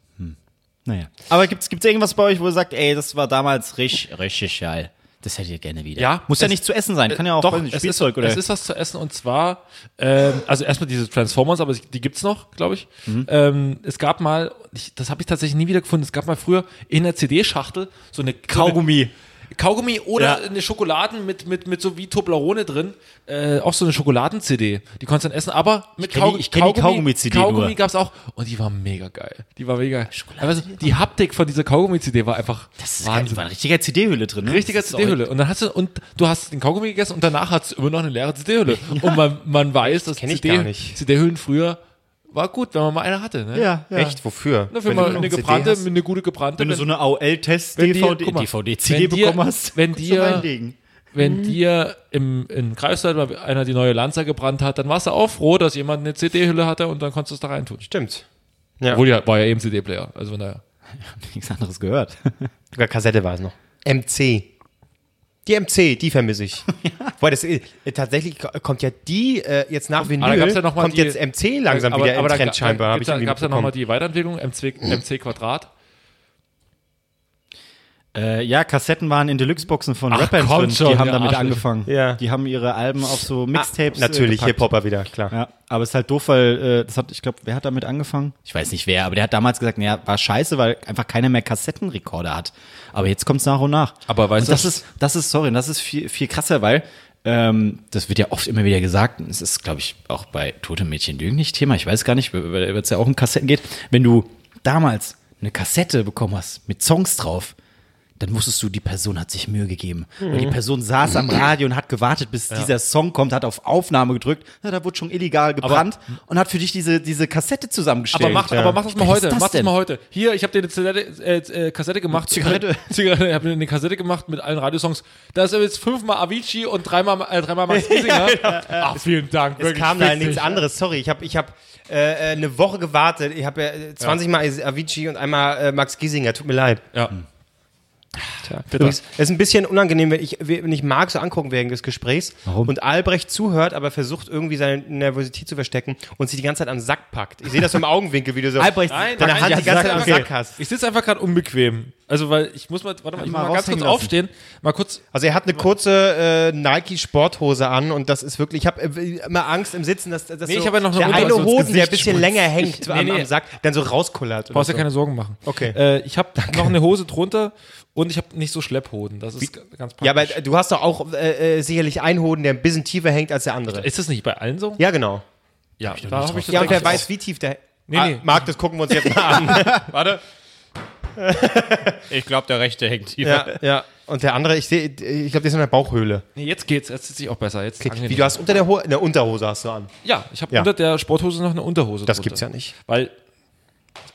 Naja. Aber gibt's, gibt's irgendwas bei euch, wo ihr sagt, ey, das war damals richtig, richtig geil. Das hättet ihr gerne wieder.
Ja,
Muss ja
es-
nicht zu essen sein. Kann ja auch
Doch,
weiß nicht,
es
Spielzeug
ist,
oder.
Es ist was zu essen und zwar, ähm, also erstmal diese Transformers, aber die gibt's noch, glaube ich.
Mhm.
Ähm, es gab mal, ich, das habe ich tatsächlich nie wieder gefunden, es gab mal früher in der CD-Schachtel so eine
Kaugummi.
Kaugummi oder
Ja.
eine Schokoladen mit, mit, mit so wie Toblerone drin. Äh, auch so eine Schokoladen-CD. Die konntest du dann essen, aber mit
kenn die-
Kaug-
ich kenn die Kaugummi-CD nur.
Kaugummi gab's auch. Und die war mega geil. Die war mega geil. Also, die Haptik von dieser Kaugummi-CD war einfach
das ist
Wahnsinn.
Wahnsinn. War ein richtiger CD-Hülle drin. Ne?
Richtiger
Das ist auch-
CD-Hülle. Und dann hast du, und du hast den Kaugummi gegessen und danach hast du immer noch eine leere CD-Hülle. Und man, man weiß, dass
kenn ich
CD
gar nicht.
CD-Hüllen früher war gut, wenn man mal eine hatte. Ne?
Ja, ja.
Echt, wofür?
Na, für mal
du
eine
CD
gebrannte,
hast?
eine gute gebrannte.
Wenn du so eine AOL-Test-DVD,
guck mal,
DVD-CD
wenn dir-
bekommen hast,
wenn
kannst du
dir-
reinlegen.
Mhm.
wenn dir im, in Greifswald mal einer die neue Lanza gebrannt hat, dann warst du auch froh, dass jemand eine CD-Hülle hatte und dann konntest du es da reintun.
Stimmt. Ja.
Obwohl, ja, war ja eben CD-Player. Also von daher.
Nichts anderes gehört.
Sogar Kassette war es noch. MC. Die MC, die vermisse ich.
<laughs>
Weil das äh, tatsächlich ko- kommt ja die äh, jetzt nach Vinyl,
Aber da gab's ja noch mal
kommt
die- Äh,
jetzt MC langsam
aber,
wieder
aber
im
da,
Trend scheinbar. hab
Da, da
irgendwie
gab es ja nochmal
mitbekommen.
die Weiterentwicklung, MC, MC Quadrat.
Äh, ja, Kassetten waren in Deluxe-Boxen von
Ach,
Rappern
kommt
drin.
schon,
die haben
ja,
damit
Arschlöcher.
angefangen.
Ja.
Die haben ihre Alben auf so
Ah,
Mixtapes. äh,
natürlich,
gepackt.
Hip-Hopper wieder, klar.
Ja, aber es ist halt doof, weil äh, das hat, ich glaube, wer hat damit angefangen? Ich weiß nicht wer, aber der hat damals gesagt, naja, war scheiße, weil einfach keiner mehr Kassettenrekorder hat. Aber jetzt kommt's nach und nach.
Aber weißt
und das
du-
ist, das ist, sorry, und das ist viel, viel krasser, weil ähm, das wird ja oft immer wieder gesagt, und es ist, glaube ich, auch bei Tote Mädchen Lügen nicht Thema, ich weiß gar nicht, weil weil es ja auch um Kassetten geht. Wenn du damals eine Kassette bekommen hast mit Songs drauf, dann wusstest du, die Person hat sich Mühe gegeben. Weil
Mhm.
die Person saß am Radio und hat gewartet, bis dieser Song kommt, hat auf Aufnahme gedrückt, na, da wurde schon illegal gebrannt und hat für dich diese, diese Kassette zusammengestellt.
Aber mach,
ja.
aber mach das mal
Was ist
heute.
das
mach das
denn?
mal heute. Hier, ich habe dir eine Zilette- äh, äh, Kassette gemacht.
Zigarette.
<laughs> Zigarette. Ich habe eine Kassette gemacht mit allen Radiosongs. Da ist jetzt fünfmal Avicii und dreimal, äh,
<laughs>
dreimal Max Giesinger. Ach, vielen Dank.
Es kam da nichts anderes, sorry. Ich habe ich hab, äh, äh, eine Woche gewartet. Ich habe äh, 20 Mal Avicii und einmal äh, Max Giesinger, tut mir leid.
Ja.
Ja. Übrigens, Es ist ein bisschen unangenehm, wenn ich, wenn ich Marc so angucken während des Gesprächs
Warum?
und Albrecht zuhört, aber versucht irgendwie seine Nervosität zu verstecken und sie die ganze Zeit am Sack packt. Ich sehe das so im Augenwinkel, wie du so
Albrecht,
deine
nein,
Hand
ja,
die ganze Zeit am
Sack, okay.
Sack hast.
Ich sitze einfach gerade unbequem. Also, weil ich muss mal, warte mal, ich muss
mal
mal ganz kurz
raushängen lassen.
aufstehen. Mal kurz,
Also er hat eine kurze äh, Nike-Sporthose an und das ist wirklich, ich habe äh, immer Angst im Sitzen, dass, dass
Nee,
so
ich habe ja noch eine
der
Unterhose
eine
ins
Hoden, der ein
Gesicht
bisschen
spritzt.
länger hängt
Ich-
am,
nee, nee.
am Sack, dann so rauskullert.
brauchst
oder
dir keine Sorgen machen.
Okay.
Äh, ich habe noch eine Hose drunter und ich habe nicht so Schlepphoden. Das ist g- ganz praktisch.
so. Ja, aber äh, du hast doch auch äh, äh, sicherlich einen Hoden, der ein bisschen tiefer hängt als der andere.
ist das nicht bei allen so?
äh, Ja, genau.
Ja, da habe ich das
Ja, und
eigentlich
wer weiß, wie tief der...
Nee, nee.
Ah, Marc, das gucken wir uns jetzt mal
<laughs>
an.
Warte. Ich glaube, der rechte hängt hier.
Ja, ja. Und der andere, ich sehe, ich glaube, der ist in der Bauchhöhle.
auch. Nee, jetzt geht's, jetzt sitze ich auch besser. Jetzt
Wie du hast unter der Ho eine Unterhose hast du an.
ja, ich habe
Ja.
unter der Sporthose noch eine Unterhose
Das
drunter.
gibt's ja nicht.
Weil, weiß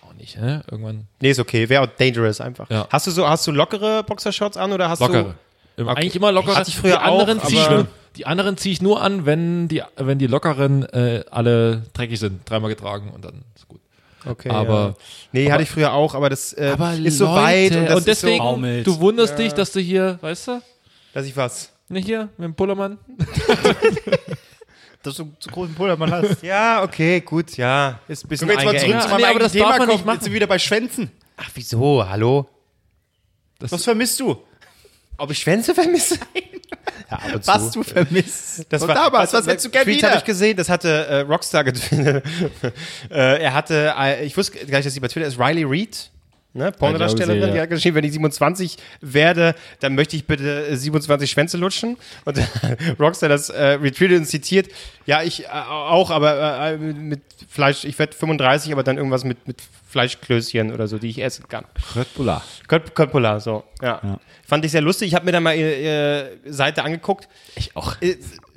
auch nicht, ne? Irgendwann
Nee, ist okay. Wäre auch dangerous einfach.
Ja.
Hast du so, hast du lockere Boxershorts an oder hast
lockere.
du.
Im- Eigentlich immer lockere.
Hatte ich früher
die anderen
auch,
zieh ich
aber-
nur, die anderen ziehe ich nur an, wenn die, wenn die lockeren äh, alle dreckig sind. Dreimal getragen und dann ist gut.
Okay.
Aber-
Ja. Nee, hatte ich früher auch, aber das äh,
Aber
ist so
Leute,
weit und, das
und deswegen,
Ist so,
Baumelst.
du wunderst dich, dass du hier, weißt du,
dass ich was.
ne, hier mit dem Pullermann.
Dass du zu großen <laughs> Pullermann hast.
Ja, okay, gut, ja. Ist ein bisschen eingeengt.
zurück- Ja, nee, aber das darf man nicht machen.
Jetzt sind wir wieder bei Schwänzen.
Ach, wieso? Hallo?
Was vermisst du?
Ob ich Schwänze vermisse? <laughs> Ja, ab und
Was du vermisst.
Das
Und
war,
damals, was hättest du gerne
Tweet
wieder?
habe ich gesehen, das hatte äh, Rockstar getwittert. <laughs> äh, er hatte, äh, ich wusste gleich, dass sie bei Twitter ist, Riley Reed, ne, Pornodarstellerin,
Ja, ich glaube, sie,
die
ja.
hat geschrieben, wenn ich 27 werde, dann möchte ich bitte äh, 27 Schwänze lutschen. Und <laughs> Rockstar das äh, retweetet und zitiert, ja, ich äh, auch, aber äh, mit Fleisch, ich werde 35, aber dann irgendwas mit, mit Fleischklößchen oder so, die ich essen kann.
Red Bulla.
Köp Köppola, so, ja. Fand ich sehr lustig. Ich habe mir da mal ihre äh, Seite angeguckt.
Ich auch.
<laughs>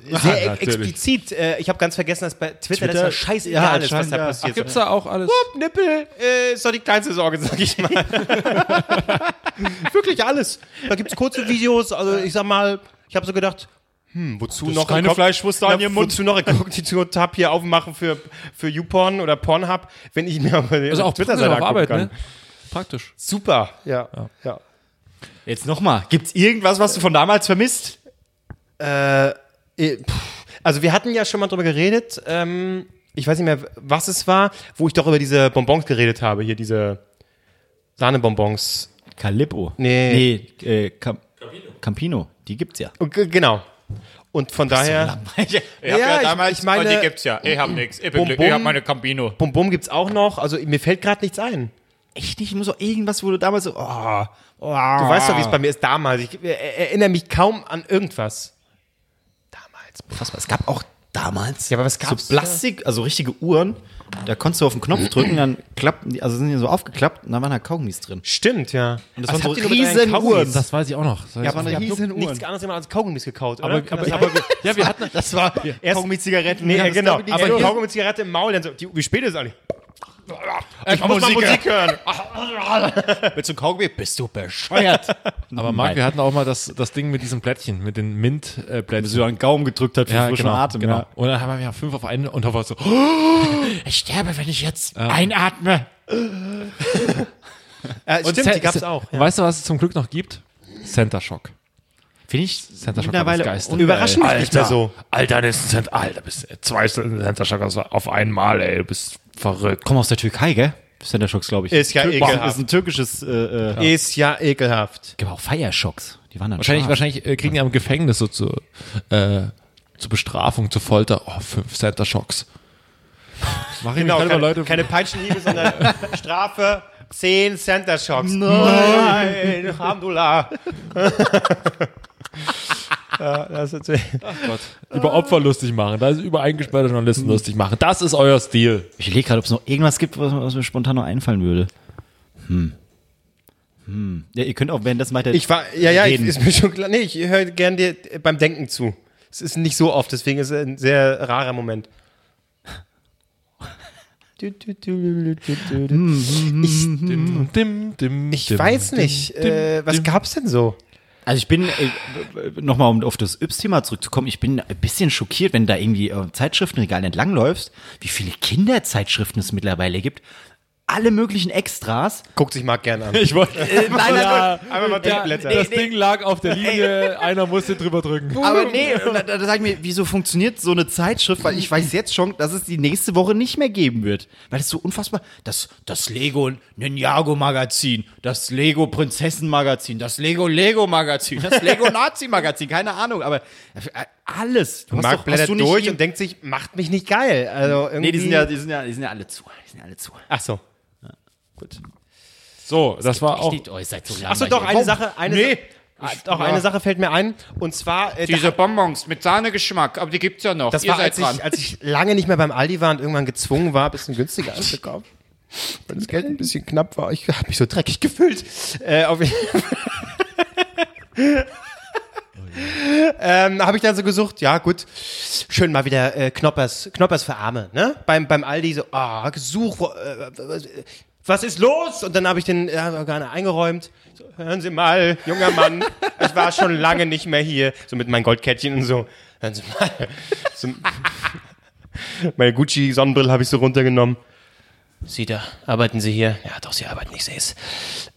Äh, sehr ex-
natürlich.
explizit. Äh, ich habe ganz vergessen, dass bei Twitter, das
Twitter-
ja scheißegal
Ja,
ist, was da
scheinbar.
passiert.
Gibt's da auch alles?
Bob, Nippel äh, ist doch die kleinste Sorge, sag ich <laughs> mal. Wirklich alles. Da gibt's kurze Videos. Also ich sag mal, ich habe so gedacht, hm, wozu noch
keine
Kopf-
Fleischwurst da in
Na,
ihrem Mund?
Wozu noch einen Kognition-Tab hier aufmachen für, für YouPorn oder Pornhub, wenn ich mir aber
Also auch Twitter
Twitter-Seite
auf
angucken
Arbeit,
kann.
ne? Praktisch.
Super, ja. ja.
Jetzt nochmal. Gibt's irgendwas, was du von damals vermisst?
Äh, pff, Also wir hatten ja schon mal drüber geredet, ähm, ich weiß nicht mehr, was es war, wo ich doch über diese Bonbons geredet habe, hier diese Sahnebonbons.
Calippo.
Nee.
Nee, äh, Cam Campino. Campino. Die gibt's ja.
Und g- Genau. Und von
<laughs>
daher,
Ich hab
Ja, ich-
damals,
ich meine-
oh, die gibt's ja. Ich hab nix. Ich, bin
Bum,
Glück, ich hab
bum.
meine Campino.
Bum Bum gibt's auch noch, also mir fällt gerade nichts ein.
Echt nicht? Ich muss auch irgendwas, wo du damals so. Oh, oh.
Du weißt doch, wie es bei mir ist damals. Ich äh, erinnere mich kaum an irgendwas. Damals.
Unfassbar. Es gab auch damals
Ja, aber was
so
gab's
Plastik, also richtige Uhren. Da konntest du auf den Knopf drücken, dann klappten die, also sind die so aufgeklappt und da waren da Kaugummis drin.
Stimmt, ja. Was
Und das waren
habt
so
ihr nur mit euren
riesen
Kaugummis?
Uhren.
Das weiß ich auch noch. Das weiß ich auch noch.
Ihr habt
riesen
nichts anderes gemacht als Kaugummis gekaut, oder?
aber,
Kann das
aber, ne?
sein?
aber ja, wir hatten,
<laughs> Das war
Erst-
Kaugummi-Zigaretten.
Nee, ja,
das
genau.
war die
Aber
Kaugummi-
Kaugummi-Zigarette im Maul, dann so, die, wie spät ist es eigentlich? Ich
muss mal Musik
hören.
Willst du ein Kaugummi? Bist du bescheuert?
aber Marc, wir hatten auch mal das, das Ding mit diesen Plättchen, mit den äh,
Bis
Mint-Plättchen.
du einen Gaumen gedrückt hast für frischen Atem.
genau.
Ja.
Und dann haben wir ja fünf auf einen und da war so,
Ich sterbe, wenn ich jetzt einatme.
Äh,
Und
stimmt,
Cen-
die gab's
Cen-
auch.
Weißt du, was es zum Glück noch gibt? Center Shock.
Finde ich
Center Shock
mittlerweile
Überraschend mich nicht mehr so.
Alter, das ist ein Cent, Alter, bist du zwei Center Shock also auf einmal, ey, du bist verrückt.
Komm aus der Türkei, gell? Center Shocks, glaube ich.
Ist ja
Tür-
ekelhaft.
Ist ein türkisches. Äh, äh,
Ist ja ekelhaft.
Gibt auch Feierschocks. Die waren dann
Wahrscheinlich,
scharf.
wahrscheinlich äh, kriegen die am Gefängnis so zu, äh, zur Bestrafung, zur Folter, oh, fünf Center Shocks. Genau, Mach ich mich gerade über
Genau, keine,
Leute. <laughs>
keine Peitschenhiebe, sondern Strafe 10 Center Shocks. Nein,
<laughs>
Alhamdulillah. ja, das ist natürlich-
über Opfer lustig machen, da ist über eingesperrte Journalisten lustig machen. Das ist euer Stil.
Ich überlege gerade, ob es noch irgendwas gibt, was, was mir spontan noch einfallen würde. Hm. Hm. Ja, ihr könnt auch währenddessen weiter.
ich war, ja, ja, ich,
Reden.
ist mir schon klar. Nee, ich höre gern dir beim Denken zu. Es ist nicht so oft, deswegen ist es ein sehr rarer
<laughs>
Moment.
Dim, dim, dim,
Ich
dim,
weiß
dim,
nicht,
dim,
äh, was
dim.
gab's denn so?
also ich bin, äh, nochmal um auf das Yps-Thema zurückzukommen, ich bin ein bisschen schockiert, wenn du da irgendwie äh, Zeitschriftenregal entlangläufst, wie viele Kinderzeitschriften es mittlerweile gibt. alle möglichen Extras. Äh,
Guckt sich Marc
<laughs>
gerne an.
Ich wollte.
nein, also
Ja,
Einmal mal
ja,
durchblättern.
das Ding lag auf der <laughs> Linie, einer musste drüber drücken.
Aber nee, und da, da sag ich mir, wieso funktioniert so eine Zeitschrift? Weil ich weiß jetzt schon, dass es die nächste Woche nicht mehr geben wird. Weil es so unfassbar. Das, das Lego Ninjago Magazin, das Lego Prinzessin Magazin, das Lego Lego Magazin, das Lego Nazi Magazin, keine Ahnung, aber äh, alles. Du hast
Marc
doch- hast
blättert
du nicht
durch
hier-
und denkt sich, macht mich nicht geil. Also irgendwie.
Nee, die sind, ja, die, sind ja, die sind ja alle zu. Die sind ja alle zu.
Ach so.
Gut.
So, das war
oh.
auch.
Achso, doch, eine Sache. Eine nee. Doch, eine Sache fällt mir ein. Und zwar. Äh, da,
Bonbons mit Sahnegeschmack, aber die gibt's ja noch.
das war, als ich, als ich lange nicht mehr beim Aldi war und irgendwann gezwungen war, ein bisschen günstiger einzukaufen. Weil das Geld ein bisschen knapp war. Ich habe mich so dreckig gefühlt. Äh, auf jeden Fall. ähm, habe ich dann so gesucht, ja gut, schön mal wieder äh, Knoppers, Knoppers für Arme, ne? Beim, beim Aldi so, ah, gesucht, wo, äh, was- was ist los? Und dann habe ich den äh, gerne eingeräumt. So, hören Sie mal, junger Mann, ich war schon lange nicht mehr hier, so mit meinem Goldkettchen und so. Hören Sie mal. So, <laughs> meine Gucci-Sonnenbrille habe ich so runtergenommen. Sie da, arbeiten Sie hier? Ja, doch, Sie arbeiten, ich sehe es.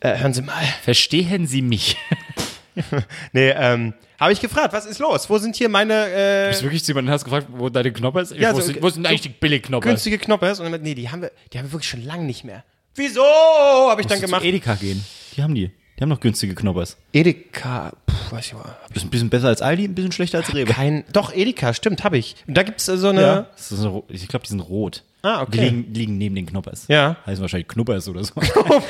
Äh, hören Sie mal.
Verstehen Sie mich?
Nee, ähm, habe ich gefragt, was ist los? Wo sind hier meine äh,
Ist wirklich jemand hast gefragt, wo deine Knoppers?
Ja,
Also
wo,
so-
sind, wo sind eigentlich die Billigknoppers?
günstige Knoppers? Und dann, nee, die haben wir, die haben wir wirklich schon lange nicht mehr. Wieso? Habe ich dann
Zu
gemacht.
Edeka gehen. Die haben die. Die haben noch günstige Knoppers.
Edeka, puh, weiß ich mal.
Ist ein bisschen besser als Aldi, ein bisschen schlechter als Rewe.
Kein, doch, Edeka, stimmt, habe ich. Und da gibt's äh, so eine,
Ja. Das ist so, ich glaube, die sind rot.
Ah, okay.
Die liegen, die liegen neben den Knoppers.
Ja.
Heißen wahrscheinlich
<laughs>
Knoppers oder so.
Oh,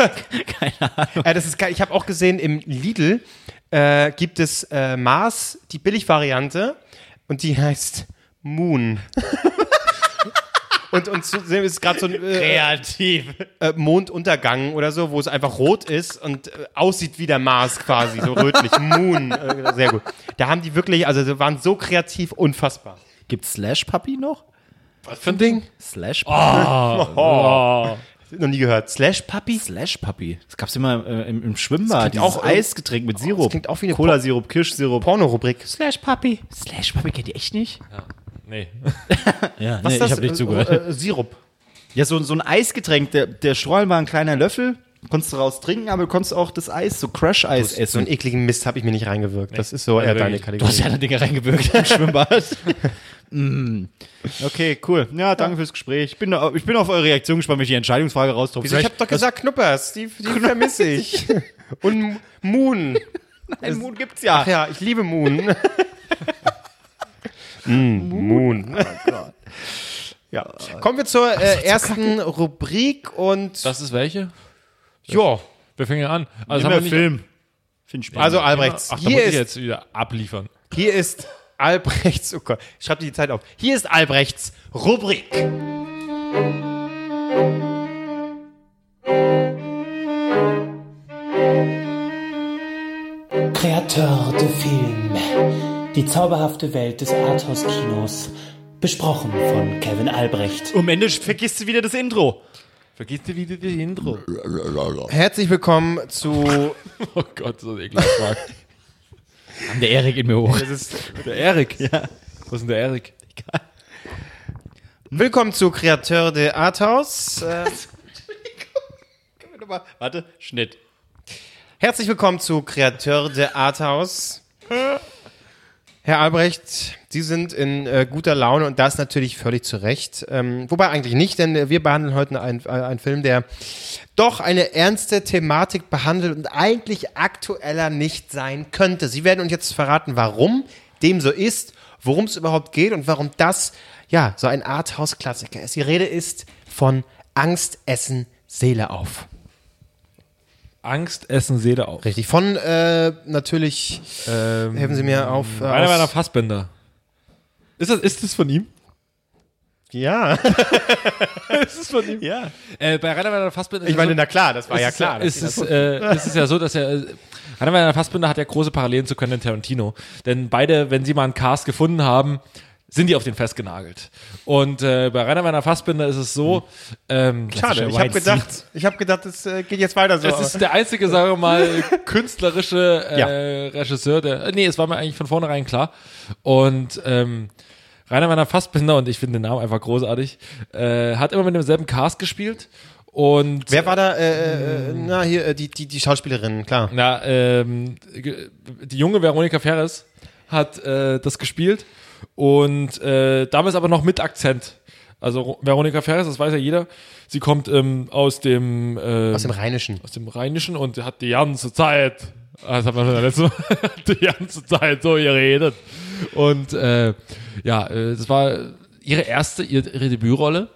<laughs>
Äh, das ist geil. Ich habe auch gesehen, im Lidl äh, gibt es äh, Mars, die Billigvariante, und die heißt
<laughs>
Moon. und und so, ist gerade so ein äh,
Kreativ.
äh, Monduntergang oder so, wo es einfach rot ist und äh, aussieht wie der Mars quasi, so
<laughs>
rötlich. Moon. Äh, sehr gut. Da haben die wirklich, also sie waren so kreativ, unfassbar.
Gibt Slash Puppy noch?
Was für ein Ding?
Slash Puppy?
Oh. Ah.
Noch nie gehört. Oh. Slash Puppy?
Slash Puppy. Das gab's immer äh, im, im Schwimmbad.
klingt
Dieses
auch-
Eisgetränk mit Sirup.
das klingt auch wie eine
Cola-Sirup, Kirschsirup. <laughs>
Porno-Rubrik.
Slash Puppy. Slash Puppy kennt ihr echt nicht?
Nee.
Ja,
Was
nee,
ist das?
ich habe nicht
Äh,
zugehört.
Äh, äh, Sirup.
Ja, so, so ein Eisgetränk. Der, der Strollen war ein kleiner Löffel. Konntest du raus trinken, aber du konntest auch das Eis, so Crush-Eis
So einen
essen.
ekligen Mist habe ich mir nicht reingewirkt. Das ist so eher deine Kategorie.
alle Dinge reingewirkt im Schwimmbad. <laughs> mm. Okay, cool. Ja, danke fürs Gespräch. Ich bin, da- ich bin auf eure Reaktion gespannt, wenn ich die Entscheidungsfrage raustropfe.
Wieso? Ich habe doch gesagt, Knuppers, die, die vermisse ich. Und Moon.
einen Mut gibt's ja.
Ach ja, ich liebe Moon. Mm, Moon. Ja.
Also
Kommen wir zur äh, ersten Rubrik und
Das ist welche?
ja,
Wir fangen ja an.
Nimm
Also, haben
mal
wir nicht-
Film. Finde ich spannend.
also Albrechts.
Ach, da muss
hier,
ich
ist,
jetzt wieder abliefern.
hier ist Albrechts. Oh Gott, schreib dir die Zeit auf. Hier ist Albrechts Rubrik.
Kreateur de Film. Die zauberhafte Welt des Arthouse-Kinos. Besprochen von Kevin Albrecht.
am Ende vergisst du wieder das Intro.
Vergisst du wieder das Intro?
Herzlich willkommen zu.
Oh Gott, so ein ekelhaft, Marc.
Der Erik geht mir hoch.
Das ist
Der Erik. Ja. Was ist denn der Erik?
Willkommen zu Kreateur de Arthouse. Äh,
Warte, Schnitt.
herzlich willkommen zu Kreateur de Arthouse. Herr Albrecht, Sie sind in äh, guter Laune und das natürlich völlig zu Recht. Ähm, wobei eigentlich nicht, denn äh, wir behandeln heute einen, äh, einen Film, der doch eine ernste Thematik behandelt und eigentlich aktueller nicht sein könnte. Sie werden uns jetzt verraten, warum dem so ist, worum es überhaupt geht und warum das ja so ein Arthouse-Klassiker ist. Die Rede ist von Angst, Essen, Seele auf.
Angst, Essen, Seele auf.
Richtig. Von äh, natürlich
Ähm,
helfen Sie mir auf. Äh,
Einer meiner
aus,
Fassbänder. Ist das, ist das von ihm?
ja.
Ist das von ihm?
ja.
Äh, bei Rainer Werner Fassbinder.
Ich meine, na klar, das war Ah, ja klar.
Ist es, äh, ist es ja so, dass er. Äh, Rainer Werner Fassbinder hat ja große Parallelen zu Quentin Tarantino. Denn beide, wenn sie mal einen Cast gefunden haben, sind die auf den festgenagelt. Und äh, bei Rainer Werner Fassbinder ist es so. Ähm,
Hm. Schade, ich habe gedacht, ich habe gedacht, es äh, geht jetzt weiter so.
Es ist der einzige, sagen
<laughs>
wir mal, künstlerische äh, Regisseur, der. äh, Nee, es war mir eigentlich von vornherein klar. Und ähm, Rainer Werner Fassbinder, und ich finde den Namen einfach großartig, äh, hat immer mit demselben Cast gespielt. Und
Wer war da? Äh, äh, na, hier, äh, die, die, die Schauspielerin, klar.
Na, ähm, ge- die junge Veronika Ferres hat äh, das gespielt und äh, damals aber noch mit Akzent. Also Ro- Veronika Ferres, das weiß ja jeder, sie kommt ähm, aus dem äh,
Aus dem Rheinischen.
aus dem Rheinischen und hat die ganze Zeit, ah, das hat man letzte Mal, <laughs> die ganze Zeit so geredet. Und äh, ja, äh, das war ihre erste, ihre, ihre Debütrolle.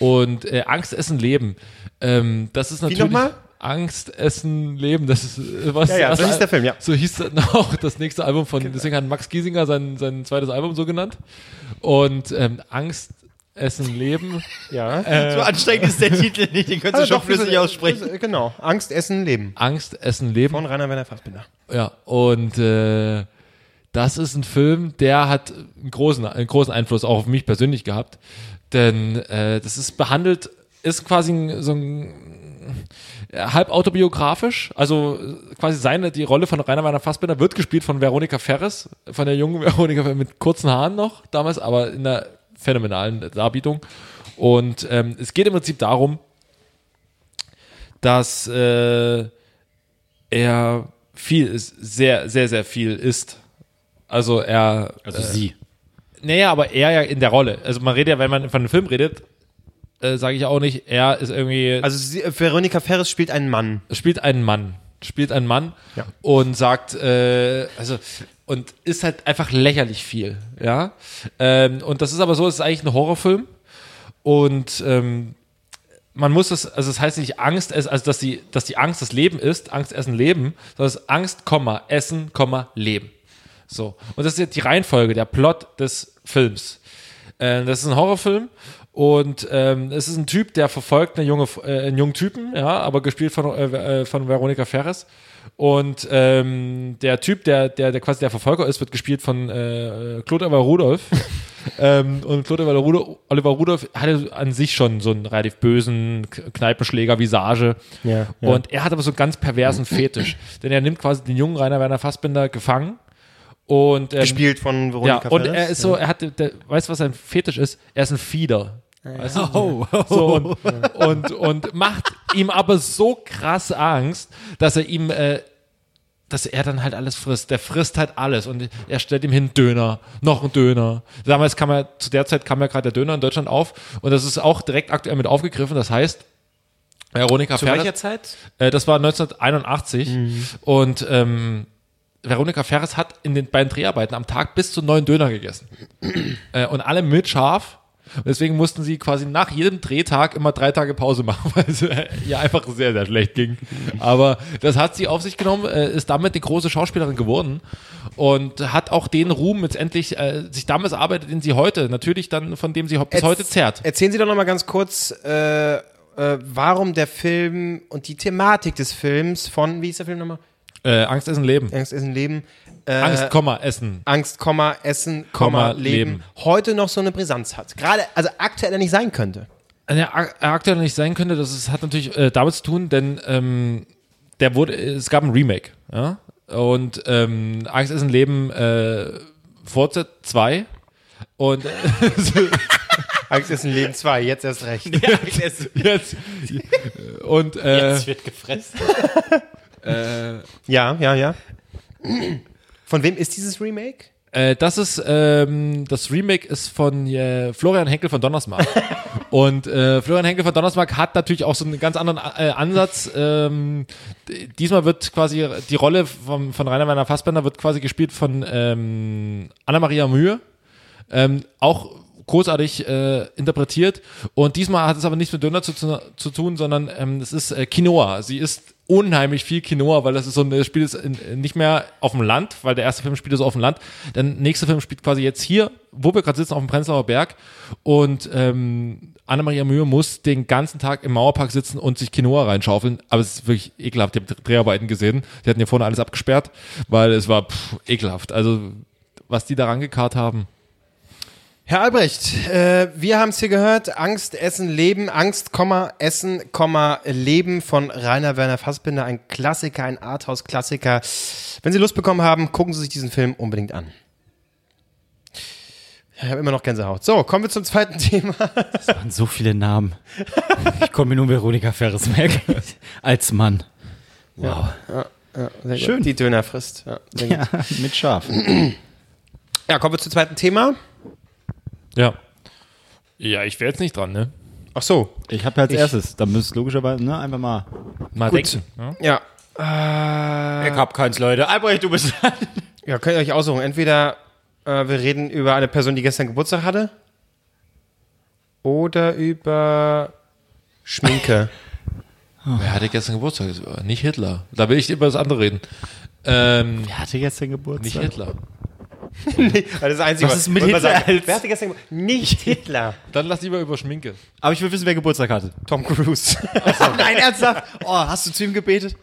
Und äh, Angst, Essen, Leben. Ähm, das ist natürlich.
nochmal?
Angst, Essen, Leben. Das ist äh, was.
Ja, ja,
was,
so hieß der Film, ja. Genau.
So hieß dann <laughs> auch das nächste Album von. Deswegen hat Max Giesinger sein, sein zweites Album so genannt. Und ähm, Angst, Essen, Leben.
Ja.
So ansteigend ist <laughs> der Titel nicht, den könntest
Also
du schon flüssig aussprechen.
Genau. Angst, Essen, Leben.
Angst, Essen, Leben.
Von Rainer Werner Fassbinder.
Ja, und äh, das ist ein Film, der hat einen großen, einen großen Einfluss auch auf mich persönlich gehabt. Denn äh, das ist behandelt, ist quasi ein, so ein äh, halb autobiografisch, also äh, quasi seine, die Rolle von Rainer Werner Fassbinder wird gespielt von Veronika Ferres, von der jungen <laughs> Veronika Ferres mit kurzen Haaren noch damals, aber in einer phänomenalen Darbietung. Und ähm, es geht im Prinzip darum, dass äh, er viel ist, sehr, sehr, sehr viel ist. Also er.
Also sie.
Naja, aber er ja in der Rolle. Also man redet ja, wenn man von einem Film redet, äh, sage ich auch nicht, er ist irgendwie.
Also sie, äh, Veronika Ferres spielt einen Mann.
spielt einen Mann. Spielt einen Mann und sagt, äh, also, und ist halt einfach lächerlich viel, ja. Ähm, und das ist aber so, es ist eigentlich ein Horrorfilm. Und ähm, man muss das, also das heißt nicht Angst, es- also dass die, dass die Angst das Leben ist, Angst, Essen, Leben, sondern es ist Angst, Komma, Essen, Komma, Leben. So. Und das ist jetzt die Reihenfolge, der Plot des Films. Äh, das ist ein Horrorfilm und ähm, es ist ein Typ, der verfolgt eine junge, äh, einen jungen Typen, ja, aber gespielt von, äh, äh, von Veronika Ferres. Und ähm, der Typ, der, der, der quasi der Verfolger ist, wird gespielt von äh, Claude
<laughs>
Oliver Rudolph. ähm, und Claude Oliver Rudolph, Oliver Rudolph hatte an sich schon so einen relativ bösen K- Kneipenschläger-Visage.
Ja, ja.
Und er hat aber so einen ganz
<clears throat>
perversen Fetisch. Denn er nimmt quasi den jungen Rainer Werner Fassbinder gefangen und ähm,
Gespielt von
ja,
Veronika
und
Ferres.
er ist so, er hat, der, weißt du, was sein Fetisch ist? Er ist ein Fieder. Weißt du?
Oh,
So, und, und, und macht ihm aber so krass Angst, dass er ihm, äh, dass er dann halt alles frisst. Der frisst halt alles und er stellt ihm hin Döner, noch ein Döner. Damals kam er, zu der Zeit kam ja gerade der Döner in Deutschland auf und das ist auch direkt aktuell mit aufgegriffen. Das heißt, Veronika
Zu
Ferrer-
welcher Zeit? Mhm.
äh, das war 1981 und ähm, Veronika Ferres hat in den beiden Dreharbeiten am Tag bis zu neun Döner gegessen. <clears throat> äh, und alle mit scharf. Und deswegen mussten sie quasi nach jedem Drehtag immer drei Tage Pause machen, <laughs> weil es äh, ihr einfach sehr, sehr schlecht ging. Aber das hat sie auf sich genommen, äh, ist damit eine große Schauspielerin geworden und hat auch den Ruhm letztendlich äh, sich damals erarbeitet, den sie heute, natürlich dann, von dem sie ho- bis
Jetzt-
heute zerrt.
Erzählen Sie doch noch mal ganz kurz, äh, äh, warum der Film und die Thematik des Films von, wie hieß der Film nochmal?
Äh, Angst ist ein Leben.
Angst ist ein Leben. Äh,
Angst, Komma, Essen.
Angst, Komma, Essen, Komma,
Komma,
Leben,
Leben.
heute noch so eine Brisanz hat. Gerade, also aktuell nicht sein könnte.
Also, Ja, ak- aktuell nicht sein könnte, das ist, hat natürlich äh, damit zu tun, denn ähm, der wurde, es gab ein Remake, ja. Und ähm, Angst ist ein Leben äh, Forza 2 und äh,
Angst ist ein Leben 2, jetzt erst recht.
jetzt und äh,
wird gefressen.
Ja, ja, ja. <clears throat> Von wem ist dieses Remake?
äh, das ist ähm, das Remake ist von äh, Florian Henkel von Donnersmarck. Und äh, Florian Henkel von Donnersmarck hat natürlich auch so einen ganz anderen äh, Ansatz. Ähm, d- diesmal wird quasi die Rolle vom, von Rainer Werner Fassbender wird quasi gespielt von ähm, Anna-Maria Mühe. Ähm, auch großartig äh, interpretiert. Und diesmal hat es aber nichts mit Döner zu, zu, zu tun, sondern ähm, es ist äh, Quinoa. Sie isst unheimlich viel Quinoa, weil das ist so ein das Spiel ist in, in- nicht mehr auf dem Land, weil der erste Film spielt so auf dem Land. Der nächste Film spielt quasi jetzt hier, wo wir gerade sitzen, auf dem Prenzlauer Berg. Und ähm, Annemaria Mühe muss den ganzen Tag im Mauerpark sitzen und sich Quinoa reinschaufeln. Aber es ist wirklich ekelhaft. Ich habe Dreharbeiten gesehen. Die hatten hier vorne alles abgesperrt, weil es war pff, ekelhaft. Also was die da rangekarrt haben.
Herr Albrecht, äh, wir haben es hier gehört, Angst, Essen, Leben, Angst, Komma, Essen, Komma, Leben von Rainer Werner Fassbinder, ein Klassiker, ein Arthouse-Klassiker. Wenn Sie Lust bekommen haben, gucken Sie sich diesen Film unbedingt an. Ich habe immer noch Gänsehaut. So, kommen wir zum zweiten <laughs> Thema.
waren so viele Namen. Ich komme mir nur Veronika Ferres <laughs> merken. Als Mann. Wow. Schön.
Die Dönerfrist. Ja, sehr gut.
Ja, mit Schaf.
ja, kommen wir zum zweiten Thema.
Ja. Ja, ich wäre jetzt nicht dran, ne?
Ach so,
Ich habe als erstes, da müsst logischerweise, ne, einfach mal.
Mal Gut. denken.
ja.
Ich hab keins, Leute. Albrecht, du bist dran.
Ja, könnt ihr euch aussuchen. Entweder äh, wir reden über eine Person, die gestern Geburtstag hatte. Oder über Schminke.
Wer hatte gestern Geburtstag? Das war Nicht Hitler. Da will ich über das andere reden. Ähm,
Wer hatte gestern Geburtstag?
nicht Hitler.
Weil das ist das Einzige,
Was ist mit
wollte mal
Hitler
sagen,
als-
Wer hatte gestern Geburtstag? Nicht Hitler.
Dann lass lieber über Schminke.
Aber ich will wissen, wer Geburtstag hatte.
Tom Cruise.
<laughs> Nein, ernsthaft? Oh, hast du zu ihm gebetet?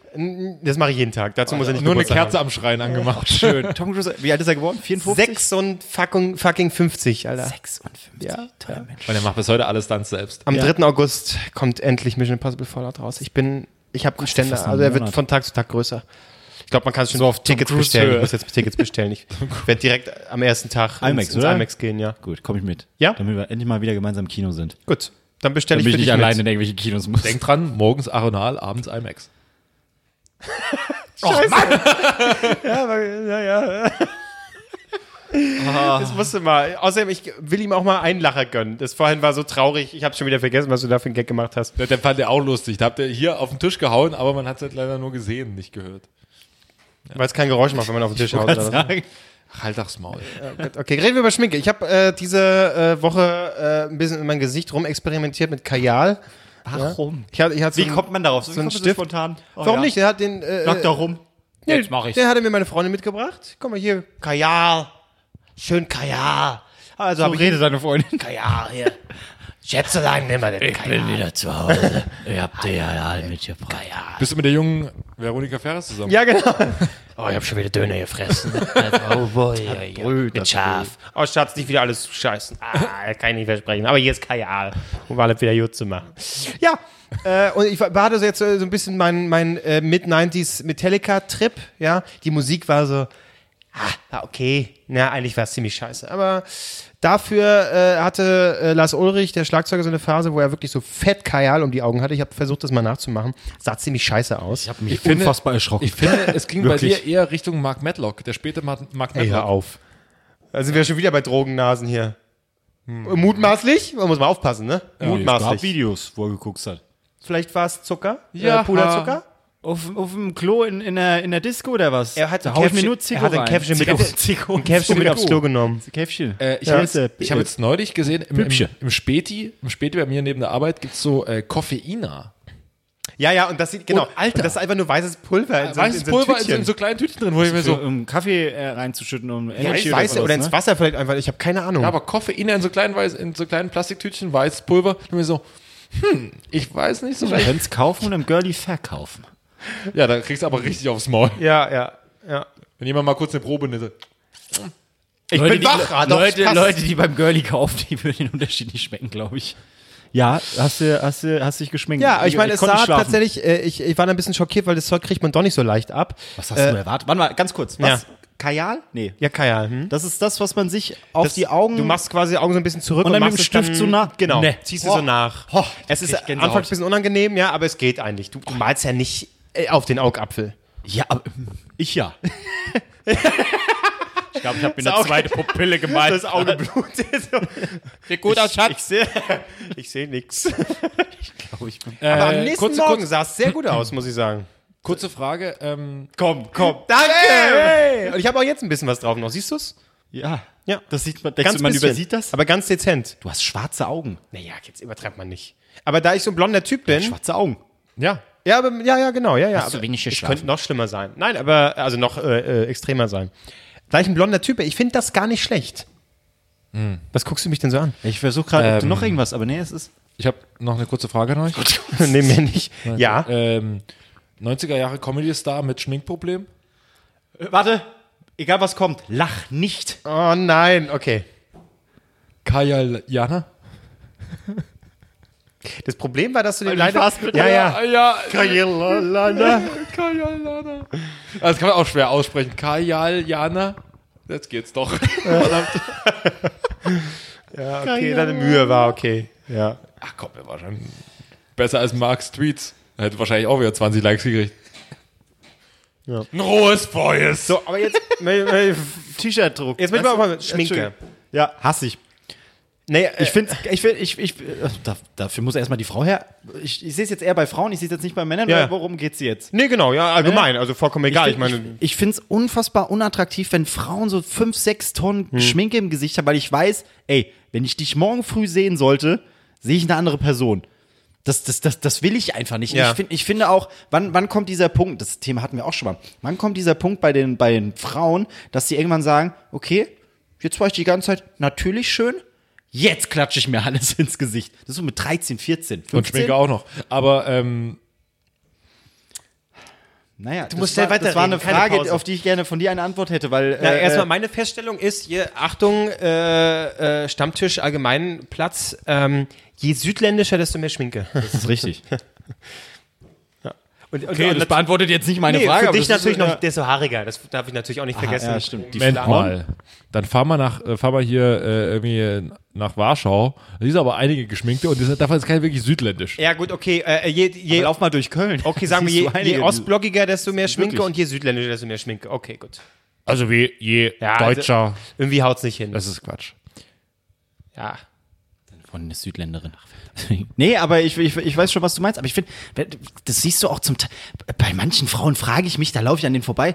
Das mache ich jeden Tag. Dazu muss er nicht
Nur eine
Geburtstag
Kerze am Schrein angemacht.
Schön. Tom Cruise, wie alt ist er geworden?
haben.
54?
Sechs und fucking, fucking 50, Alter.
56. Ja. Toller Mensch.
Und er macht bis heute alles dann selbst.
Am 3. August kommt endlich Mission Impossible Fallout raus. Ich bin, ich habe einen Ständer.
fast einen
Also er wird
Monat.
von Tag zu Tag größer. Ich glaube, man kann es schon so auf Tickets
Cruise
bestellen.
Höhe.
Ich muss jetzt Tickets bestellen.
<laughs>
Ich werde direkt am ersten Tag
IMAX,
ins, ins
oder?
IMAX gehen, ja.
Gut, komm ich mit.
Ja?
Damit wir endlich mal wieder gemeinsam im Kino sind.
Gut, dann bestelle ich
Damit
für dich
ich nicht alleine
mit.
in irgendwelche Kinos muss.
Denk dran, morgens Arenal, abends IMAX.
<laughs> Das musste mal. Außerdem, ich will ihm auch mal einen Lacher gönnen. Das vorhin war so traurig. Ich habe schon wieder vergessen, was du da für einen Gag gemacht hast.
Der, der fand er auch lustig. Da habt ihr hier auf den Tisch gehauen, aber man hat es halt leider nur gesehen, nicht gehört.
Weil es kein Geräusch macht, wenn man auf den Tisch haut. Oder was.
Halt aufs Maul.
Okay, reden wir über Schminke. Ich habe äh, diese äh, Woche äh, ein bisschen in mein Gesicht rumexperimentiert mit Kajal.
Warum?
Ich hatte, ich hatte so
Wie
ein-
kommt man darauf? So,
so ein
kommt man so
Stift?
spontan. Oh,
Warum
ja.
nicht? Der hat den. Äh,
Sag doch rum.
Jetzt mach ich's.
Den hatte mir meine Freundin mitgebracht. Guck mal hier. Kajal. Schön Kajal. Also
So
habe ich
rede deine Freundin.
Kajal hier. Schätzelein, nimm mal den Kajal.
wieder zu Hause. Ihr habt ihr ja alle mitgebracht.
Bist du mit der jungen Veronika Ferres zusammen?
Ja, genau.
Oh, ich hab schon wieder Döner gefressen. oh boy,
Brüder.
mit Schaf.
Oh, Schatz, nicht wieder alles scheißen. Ah, kann ich nicht versprechen. Aber hier ist Kajal, um alles wieder gut zu machen. Ja, äh, und ich war- hatte so jetzt äh, so ein bisschen meinen mein, äh, Mid-90s Metallica-Trip. Ja, die Musik war so, ah, war okay. Na, eigentlich war es ziemlich scheiße. Aber dafür äh, hatte äh, Lars Ulrich, der Schlagzeuger, so eine Phase, wo er wirklich so fett Kajal um die Augen hatte. Ich habe versucht, das mal nachzumachen. Sah ziemlich scheiße aus. Ich habe
Mich unfassbar erschrocken.
Ich finde, es ging bei
Wirklich.
dir eher Richtung Mark Matlock, der späte Mar- Mark Matlock.
auf. Da sind wir schon wieder bei Drogennasen hier. Mutmaßlich, da muss man aufpassen, ne? Mutmaßlich.
Videos, wo er geguckt hat.
Vielleicht war es Zucker,
Ja.
äh, Puderzucker.
Auf, auf dem Klo in, in, der, in der Disco oder was?
ein
da hau ich mir
Käffchen-
nur Zico
er hat ein
rein.
Käffchen mit,
Zico-
aufs-
Zico-
ein Käffchen mit aufs Klo genommen.
Käffchen.
Äh, ich
Ja.
habe jetzt,
Äh,
ich hab jetzt neulich gesehen, im, im,
Püppchen.
im Späti, im Späti bei mir neben der Arbeit gibt es so äh, Koffeina.
Ja, ja, und das sieht, genau.
Und Alter.
Und das ist einfach nur weißes Pulver. In so,
Weißes
in so
Pulver in so,
Tütchen.
in so kleinen Tütchen drin, wo ich mir so,
um Kaffee äh, reinzuschütten, um Energy
Weiß,
sowas,
oder ins
ne?
Wasser vielleicht einfach. Ich habe keine Ahnung.
Ja, aber Koffein in so kleinen, Weiß, in so kleinen Plastiktütchen, weißes Pulver. Ich bin mir so, hm, ich weiß nicht so
Du
recht.
könntest kaufen und im Girlie verkaufen.
Ja, da kriegst du aber richtig aufs Maul.
ja, ja. ja.
Wenn jemand mal kurz eine Probe nimmt.
Ich
bin wach, ah, doch,
Leute,
passt.
Leute, die beim Girlie kaufen, die würden den Unterschied nicht schmecken, glaube ich. Ja, hast du, hast du, hast dich geschminkt.
Ja, ich meine, es
konnte nicht
sah
schlafen.
tatsächlich, äh, ich, ich war da ein bisschen schockiert, weil das Zeug kriegt man doch nicht so leicht ab. Äh,
Was hast du erwartet? Warte mal, ganz kurz. Was?
ja.
Kajal? Nee.
Ja, Kajal. Hm?
Das ist das, was man sich auf
Das-
die Augen.
Du machst quasi die Augen so ein bisschen zurück
Und
und,
dann mit
machst
dem
es
Stift
dann,
so nach-
Genau.
Nee.
Ziehst du so nach. es ist anfangs ein bisschen unangenehm, ja, aber es geht eigentlich. Du, du malst ja nicht äh, auf den Augapfel.
ja, aber- hm, ich <laughs> ja.
Ich glaube, ich habe mir
Ist
eine
auch-
zweite
<laughs>
Pupille gemalt.
Das Auge <laughs> blutet.
Sieht gut aus, Schatz.
Ich sehe ich seh nichts.
Oh,
Äh,
Aber am nächsten
kurze,
Morgen
kurze,
sah es sehr gut aus, muss ich sagen.
kurze Frage. Ähm,
Komm,
Oh,
komm. Danke! Und ich habe auch jetzt ein bisschen was drauf noch. Siehst du's?
Ja.
Ja.
Das sieht man, denkst du, man
bisschen.
übersieht das?
Aber ganz dezent.
du hast schwarze Augen.
Naja, jetzt übertreibt man nicht. Aber da ich so ein blonder Typ bin.
Schwarze Augen.
Ja. Ja, aber, ja, ja, genau. Ja, ja,
Hast du
aber
wenig
es
geschlafen?
könnte noch schlimmer sein. Nein, aber, also noch äh, äh, extremer sein. Da ich ein blonder Typ bin, ich finde das gar nicht schlecht. Was guckst du mich denn so <laughs> an?
Ich versuche gerade, ob du noch irgendwas, aber nee, es ist.
ich habe noch eine kurze Frage an euch.
nee, mir nicht. Ja.
Ähm, 90er Jahre Comedy-Star mit Schminkproblem.
Warte, egal was kommt, lach nicht.
Oh nein, okay.
Kajal Jana.
Das Problem war, dass du den
Weil die
leider.
fast mit-
Ja, ja. <laughs>
Ah, ja,
Kajelalala.
Kajal Jana. Ah, Das <laughs> kann man auch schwer aussprechen. Kajal Jana. Jetzt geht's doch. Verdammt.
Ja, okay, deine Mühe war okay. Ja.
Ach komm, der war schon besser als Marks Tweets. Er hätte wahrscheinlich auch wieder 20 Likes gekriegt. Ein rohes Feuers.
So, aber jetzt, mö- mö-
T-Shirt-Druck.
jetzt müssen wir mal Schminke.
Entschuldigung. Ja, hasse ich.
Nee, äh,
Ich finde, ich find, ich, ich, äh, da- dafür muss erstmal die Frau her. Ich, ich sehe es jetzt eher bei Frauen, ich sehe es jetzt nicht bei Männern,
Ja.
weil worum geht's jetzt?
nee, genau, ja, allgemein, also vollkommen egal. Ich, meine,
ich finde es unfassbar unattraktiv, wenn Frauen so fünf, sechs Tonnen
Hm.
Schminke im Gesicht haben, weil ich weiß, ey, wenn ich dich morgen früh sehen sollte, sehe ich eine andere Person. Das, das, das, das will ich einfach nicht. Und
Ja.
Ich, find, ich finde auch, wann, wann kommt dieser Punkt, das Thema hatten wir auch schon mal, wann kommt dieser Punkt bei den, bei den Frauen, dass sie irgendwann sagen, okay, jetzt war ich die ganze Zeit natürlich schön, jetzt klatsche ich mir alles <laughs> ins Gesicht. Das ist so mit 13, 14, 15.
Und Schminke auch noch. Aber ähm,
Naja, du
musst
das,
ja
war, das war
weiterreden,
eine
keine
Frage,
Pause.
auf die ich gerne von dir eine Antwort hätte, weil
na,
äh,
erstmal meine Feststellung ist, hier, Achtung, äh, äh, Stammtisch, allgemein Platz, ähm, je südländischer, desto mehr Schminke.
das ist richtig.
Und, und,
Okay,
und
das beantwortet jetzt nicht meine
nee,
Frage.
für
aber
dich
das ist,
natürlich
äh,
noch, desto haariger, das darf ich natürlich auch nicht vergessen.
ja, stimmt. Die
Moment
Frauen-
mal. Dann fahren wir nach, äh, fahren wir hier äh, irgendwie nach Warschau. Da sind aber einige geschminkte und das- davon ist kein wirklich südländisch.
Ja, gut, okay, äh, je, je,
Lauf mal durch Köln. <laughs>
okay, sagen wir,
Siehst du
je, je
einige-
ostblockiger, desto mehr Schminke
wirklich.
und je südländischer, desto mehr Schminke. Okay, gut.
Also wie je
Ja,
deutscher.
Irgendwie haut's nicht hin.
das ist Quatsch.
ja.
Von einer Südländerin. nee, aber ich, ich, ich weiß schon, was du meinst. Aber ich finde, das siehst du auch zum Teil. Bei manchen Frauen frage ich mich, da laufe ich an denen vorbei.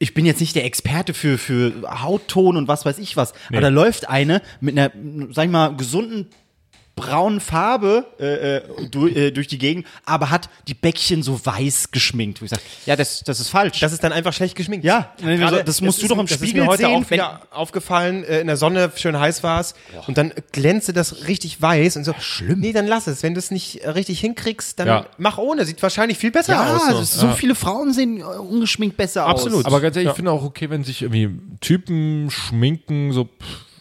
Ich bin jetzt nicht der Experte für, für Hautton und was weiß ich was. Aber da läuft eine mit einer, sag ich mal, gesunden braunen Farbe äh, äh, durch, äh, durch die Gegend, aber hat die Bäckchen so weiß geschminkt. Wo ich sage, ja, das, das ist falsch.
Das ist dann einfach schlecht geschminkt.
Ja, das
Gerade-
musst du
ist-
doch im
das
Spiegel
ist mir heute
sehen,
auch wieder aufgefallen, äh, in der Sonne schön heiß war es und dann glänzte das richtig weiß und so. Schlimm. Nee, dann lass es. Wenn du es nicht äh, richtig hinkriegst, dann
Ja.
mach ohne. Sieht wahrscheinlich viel besser
ja,
aus.
das ist- so viele Frauen sehen äh, ungeschminkt besser aus.
Absolut.
Aber ganz ehrlich, ich finde auch okay, wenn sich irgendwie Typen schminken, so pff,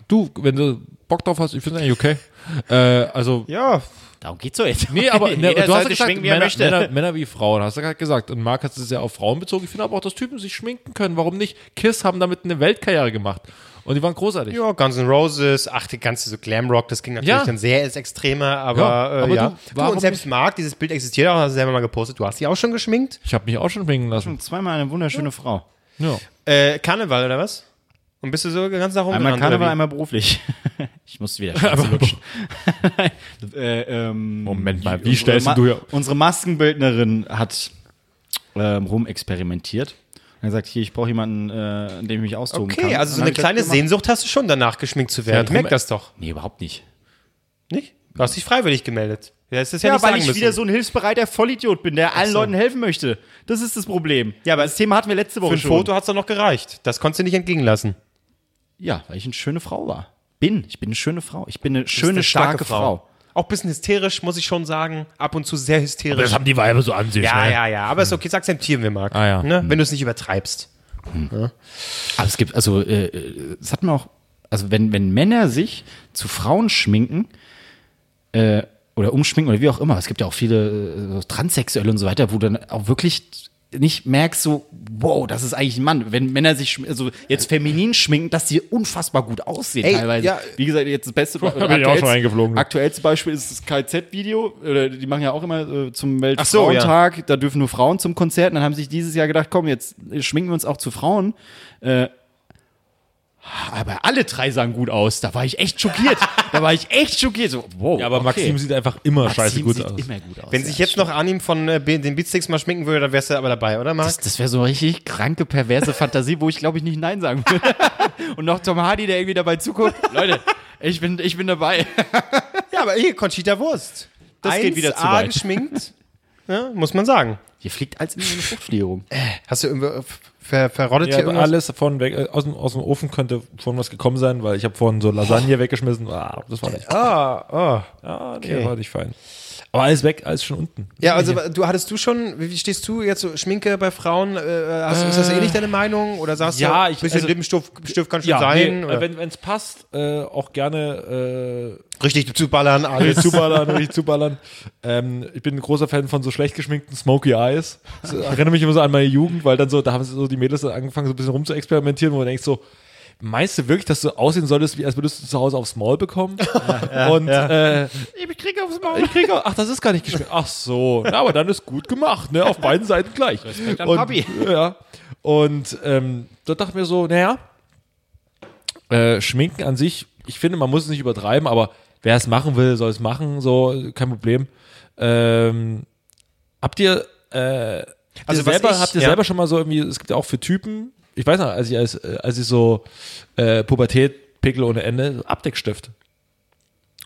du, wenn du Bock drauf hast, ich finde es eigentlich okay. <laughs> Äh, also
Ja,
Darum geht's doch jetzt. <laughs>
Nee, aber ne,
Jeder
du hast
sollte
ja gesagt,
schminken, wie er
Männer,
möchte. <laughs>
Männer, Männer wie Frauen, hast du gerade gesagt. Und Marc hat es ja auf Frauen bezogen. Ich finde aber auch, dass Typen sich schminken können. Warum nicht? Kiss haben damit eine Weltkarriere gemacht. Und die waren großartig.
ja, Guns N' Roses, ach, die ganze so Glamrock, das ging natürlich
Ja.
dann sehr ins Extreme, aber
Ja,
ja. Äh,
aber
ja.
du,
Du,
warum
und selbst Marc, dieses Bild existiert auch, hast du selber mal gepostet, du hast dich auch schon geschminkt.
Ich habe mich auch schon schminken lassen.
Zweimal eine wunderschöne Frau.
Ja.
Äh, Karneval oder was? Und bist du so ganz nach oben
Einmal
gerannt, oder
Karneval,
wie?
einmal beruflich. Ich muss wieder Scheiße lutschen. <laughs> äh, ähm,
Moment mal,
unsere
wie stellst
Ma-
du hier?
Unsere Maskenbildnerin hat ähm, rumexperimentiert. Und hat gesagt, hier, ich brauche jemanden, äh, an dem ich mich austoben kann.
Okay, also
Und
so
dann
eine
hab ich das
kleine
gemacht.
Sehnsucht hast du schon danach, geschminkt zu werden. Ich merk das doch.
Nee, überhaupt nicht.
Nicht? Du hast dich freiwillig gemeldet. Ja, das ist ja,
Ja,
nicht
weil
sagen
ich
müssen.
wieder so ein hilfsbereiter Vollidiot bin, der allen Leuten helfen möchte. Das ist das Problem. Ja, aber das Thema hatten wir letzte
Für
Woche
ein
schon.
Foto hat es doch noch gereicht. Das konntest du nicht entgehen lassen.
Ja, weil ich eine schöne Frau war. Bin. Ich bin eine schöne Frau. Ich bin eine schöne,
eine
starke, Frau.
Auch ein bisschen hysterisch, muss ich schon sagen. Ab und zu sehr hysterisch.
haben die Weiber so an sich.
Ja,
ne?
ja, ja. Aber ist okay, das akzeptieren wir, Marc.
Ah, ja.
ne? Wenn du es nicht übertreibst.
Aber es gibt, also, äh, äh, es hat man auch, also, wenn, wenn Männer sich zu Frauen schminken, äh, oder umschminken oder wie auch immer, es gibt ja auch viele äh, so Transsexuelle und so weiter, wo dann auch wirklich nicht merkst, so, wow, das ist eigentlich ein Mann. Wenn Männer sich schm- also jetzt feminin schminken, dass sie unfassbar gut aussehen
Ey,
teilweise.
ja.
Wie gesagt, jetzt das
<laughs>
beste oder
bin ich auch schon
aktuellste-
eingeflogen.
Aktuellstes Beispiel ist das KZ-Video. oder Die machen ja auch immer äh, zum
Ach so, ja.
Weltfrauentag. Da dürfen nur Frauen zum Konzert. Und dann haben sich dieses Jahr gedacht, komm, jetzt schminken wir uns auch zu Frauen. Äh, aber alle drei sahen gut aus. Da war ich echt schockiert. da war ich echt schockiert. So, wow.
Ja, aber
okay.
Maxim sieht einfach immer
Maxim
scheiße gut
sieht
aus.
immer gut aus.
Wenn
ja.
sich jetzt noch Arnim von äh, B- den Beatsticks mal schminken würde, dann wärst du aber dabei, oder, Marc?
Das, das wäre so eine richtig kranke, perverse Fantasie, wo ich, glaube ich, nicht Nein sagen würde. Und noch Tom Hardy, der irgendwie dabei zuguckt. Leute, ich bin, ich bin dabei.
Ja, aber hier, Conchita Wurst. Das
geht wieder zu weit.
geschminkt, <laughs> ne? muss man sagen.
Hier fliegt als in eine Fruchtfliege rum.
Hast du irgendwie ver verrottet
Ja,
hier
aber
irgendwas?
alles von weg, äh, aus, dem, aus dem Ofen könnte von was gekommen sein, weil ich habe vorhin so Lasagne weggeschmissen. Ah, das war nicht. Ah, ah, nee, war nicht fein. Aber alles weg, alles schon unten.
Ja, also du hattest du schon, wie wie stehst du jetzt so Schminke bei Frauen? Äh, hast, ist das ähnlich deine Meinung? Oder sagst
ja,
du,
ich-
bisschen
also-
Lippenstift Stift kann schon sein?
nee, äh,
oder?
wenn es passt, äh, auch gerne äh,
richtig zuballern, alles.
<laughs> Nicht zuballern, nicht zuballern. Ähm, ich bin ein großer Fan von so schlecht geschminkten Smoky Eyes. Das erinnere mich immer so an meine Jugend, weil dann so, da haben so die Mädels dann angefangen, so ein bisschen rumzuexperimentieren, wo man denkt so, meinst du wirklich, dass du aussehen solltest, wie als würdest du zu Hause aufs Maul bekommen? und Äh, ich krieg aufs Maul. Ich krieg, au- ach, das ist gar nicht geschmiert. Ach so, na, aber dann ist gut gemacht, ne? Auf beiden Seiten gleich. Respekt
an
und,
Papi.
Ja. Und ähm, da dachte ich mir so, naja, äh, Schminken an sich, ich finde, man muss es nicht übertreiben, aber wer es machen will, soll es machen, so, kein Problem. Ähm, habt ihr, äh, habt
Also
ihr
was
selber,
ich-
habt ihr
ja.
selber schon mal so irgendwie, es gibt ja auch für Typen, ich weiß noch, als ich, als, äh, als ich so äh, Pubertät, Pickel ohne Ende, Abdeckstift.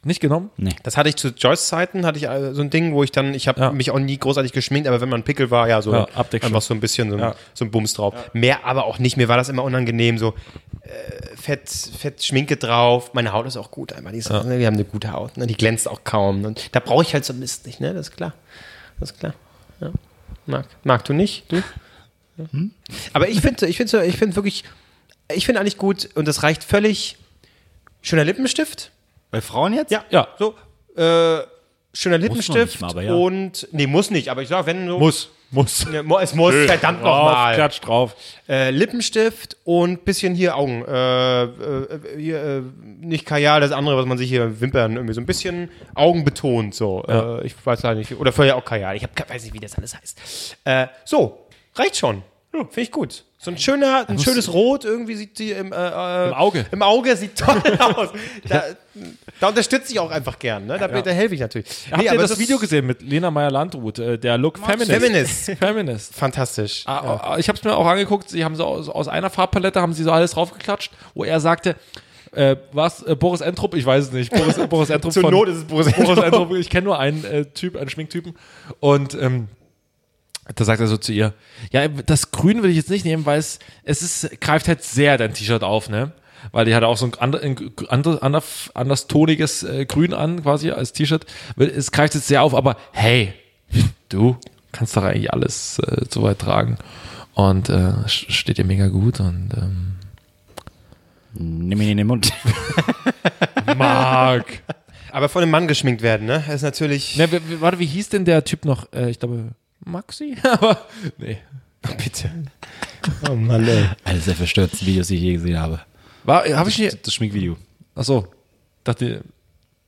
Nicht genommen?
Das hatte ich zu Joyce Zeiten, hatte ich äh, so ein Ding, wo ich dann, ich habe
Ja.
mich auch nie großartig geschminkt, aber wenn man Pickel war, ja, so
Ja, Abdeckschutz.
einfach so ein bisschen so, ein-
Ja.
so ein Bums drauf. Mehr aber auch nicht, mir war das immer unangenehm, so äh, fett, fett Schminke drauf. Meine Haut ist auch gut einmal, die ist, ne, wir haben eine gute Haut, ne, die glänzt auch kaum. Und da brauche ich halt so Mist nicht, ne, das ist klar. Das ist klar. Ja. Marc, Marc, du nicht? Du? Ja. Aber ich finde ich finde, ich finde wirklich, ich finde eigentlich gut und das reicht völlig. Schöner Lippenstift.
Bei Frauen jetzt?
Ja,
Ja.
So, äh, schöner Lippenstift
nicht mal, aber ja.
und nee, muss nicht, aber ich sag, wenn so
Muss. Muss.
Ne, mu- es muss verdammt nochmal.
Klatsch drauf.
Äh, Lippenstift und bisschen hier Augen. Äh, äh, hier, äh, nicht Kajal, das andere, was man sich hier Wimpern irgendwie so ein bisschen Augen betont. So, äh, ich weiß leider nicht. Oder vorher auch Kajal. Ich hab, ke- weiß nicht, wie das alles heißt. Äh, so, reicht schon. Finde ich gut. So ein schöner, ein schönes Rot irgendwie sieht die im, äh, äh,
Im Auge.
Im Auge sieht
<laughs>
toll aus. Da, da unterstütze ich auch einfach gern. Ne? Da, da helfe ich natürlich.
Habt
Nee,
ihr
aber
das
es ist
Video gesehen mit Lena Meyer-Landrut, äh, der Look Feminist? <laughs>
Feminist.
Feminist.
Fantastisch.
Ah, ah, Ich habe es mir auch angeguckt, sie haben so aus, aus einer Farbpalette haben sie so alles draufgeklatscht, wo er sagte, äh, was, äh, Boris Entrup, ich weiß es nicht, Boris, äh, Boris
<laughs>
Entrup
Zur
von,
Not ist es Boris
Boris
Entrup.
Entrup, ich kenne nur einen äh, Typ, einen Schminktypen und ähm, da sagt er so zu ihr, ja, das Grün würde ich jetzt nicht nehmen, weil es, es ist, greift halt sehr dein T-Shirt auf, ne? Weil die hat auch so ein ander, ein ander, ander, anders toniges äh, Grün an, quasi als T-Shirt. Es greift jetzt sehr auf, aber hey, <laughs> du kannst doch eigentlich alles äh, so weit tragen. Und äh, sch- steht dir mega gut und ähm,
Nimm ihn in den Mund.
Mark.
Aber von einem Mann geschminkt werden, ne? Das ist natürlich.
ne, w- w- warte, wie hieß denn der Typ noch? Äh, ich glaube, Maxi? <laughs> Aber
<laughs>
nee.
Bitte. Oh Mann, ey.
Eines der verstörendsten Videos, die ich je gesehen habe.
War, hab ich hier.
Das Schminkvideo.
Achso. Dachte,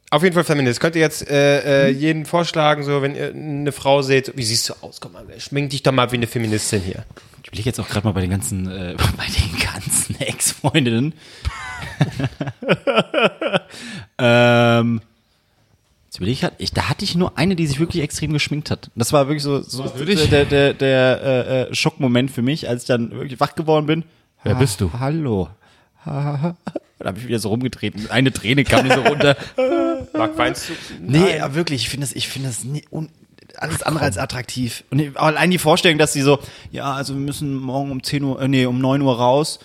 Auf jeden Fall Feminist. Könnt ihr jetzt äh, äh,
Mhm.
jeden vorschlagen, so wenn ihr eine Frau seht, wie siehst du aus? Komm mal, schmink dich doch mal wie eine Feministin hier.
Ich will jetzt auch gerade mal bei den ganzen, äh, <laughs> bei den ganzen Ex-Freundinnen. ähm, jetzt überlege ich halt, ich, da hatte ich nur eine, die sich wirklich extrem geschminkt hat. Das war wirklich so, so der, der, der äh, äh, Schockmoment für mich, als ich dann wirklich wach geworden bin. Wer
bist du?
Hallo. Da habe ich wieder so rumgetreten. Eine Träne kam mir so runter.
Marc, weinst du?
Nee, aber wirklich, ich finde das, ich finde das nie, un, alles andere als attraktiv. Und ich- allein die Vorstellung, dass sie so, ja, also wir müssen morgen um 10 Uhr, äh, nee, um 9 Uhr raus,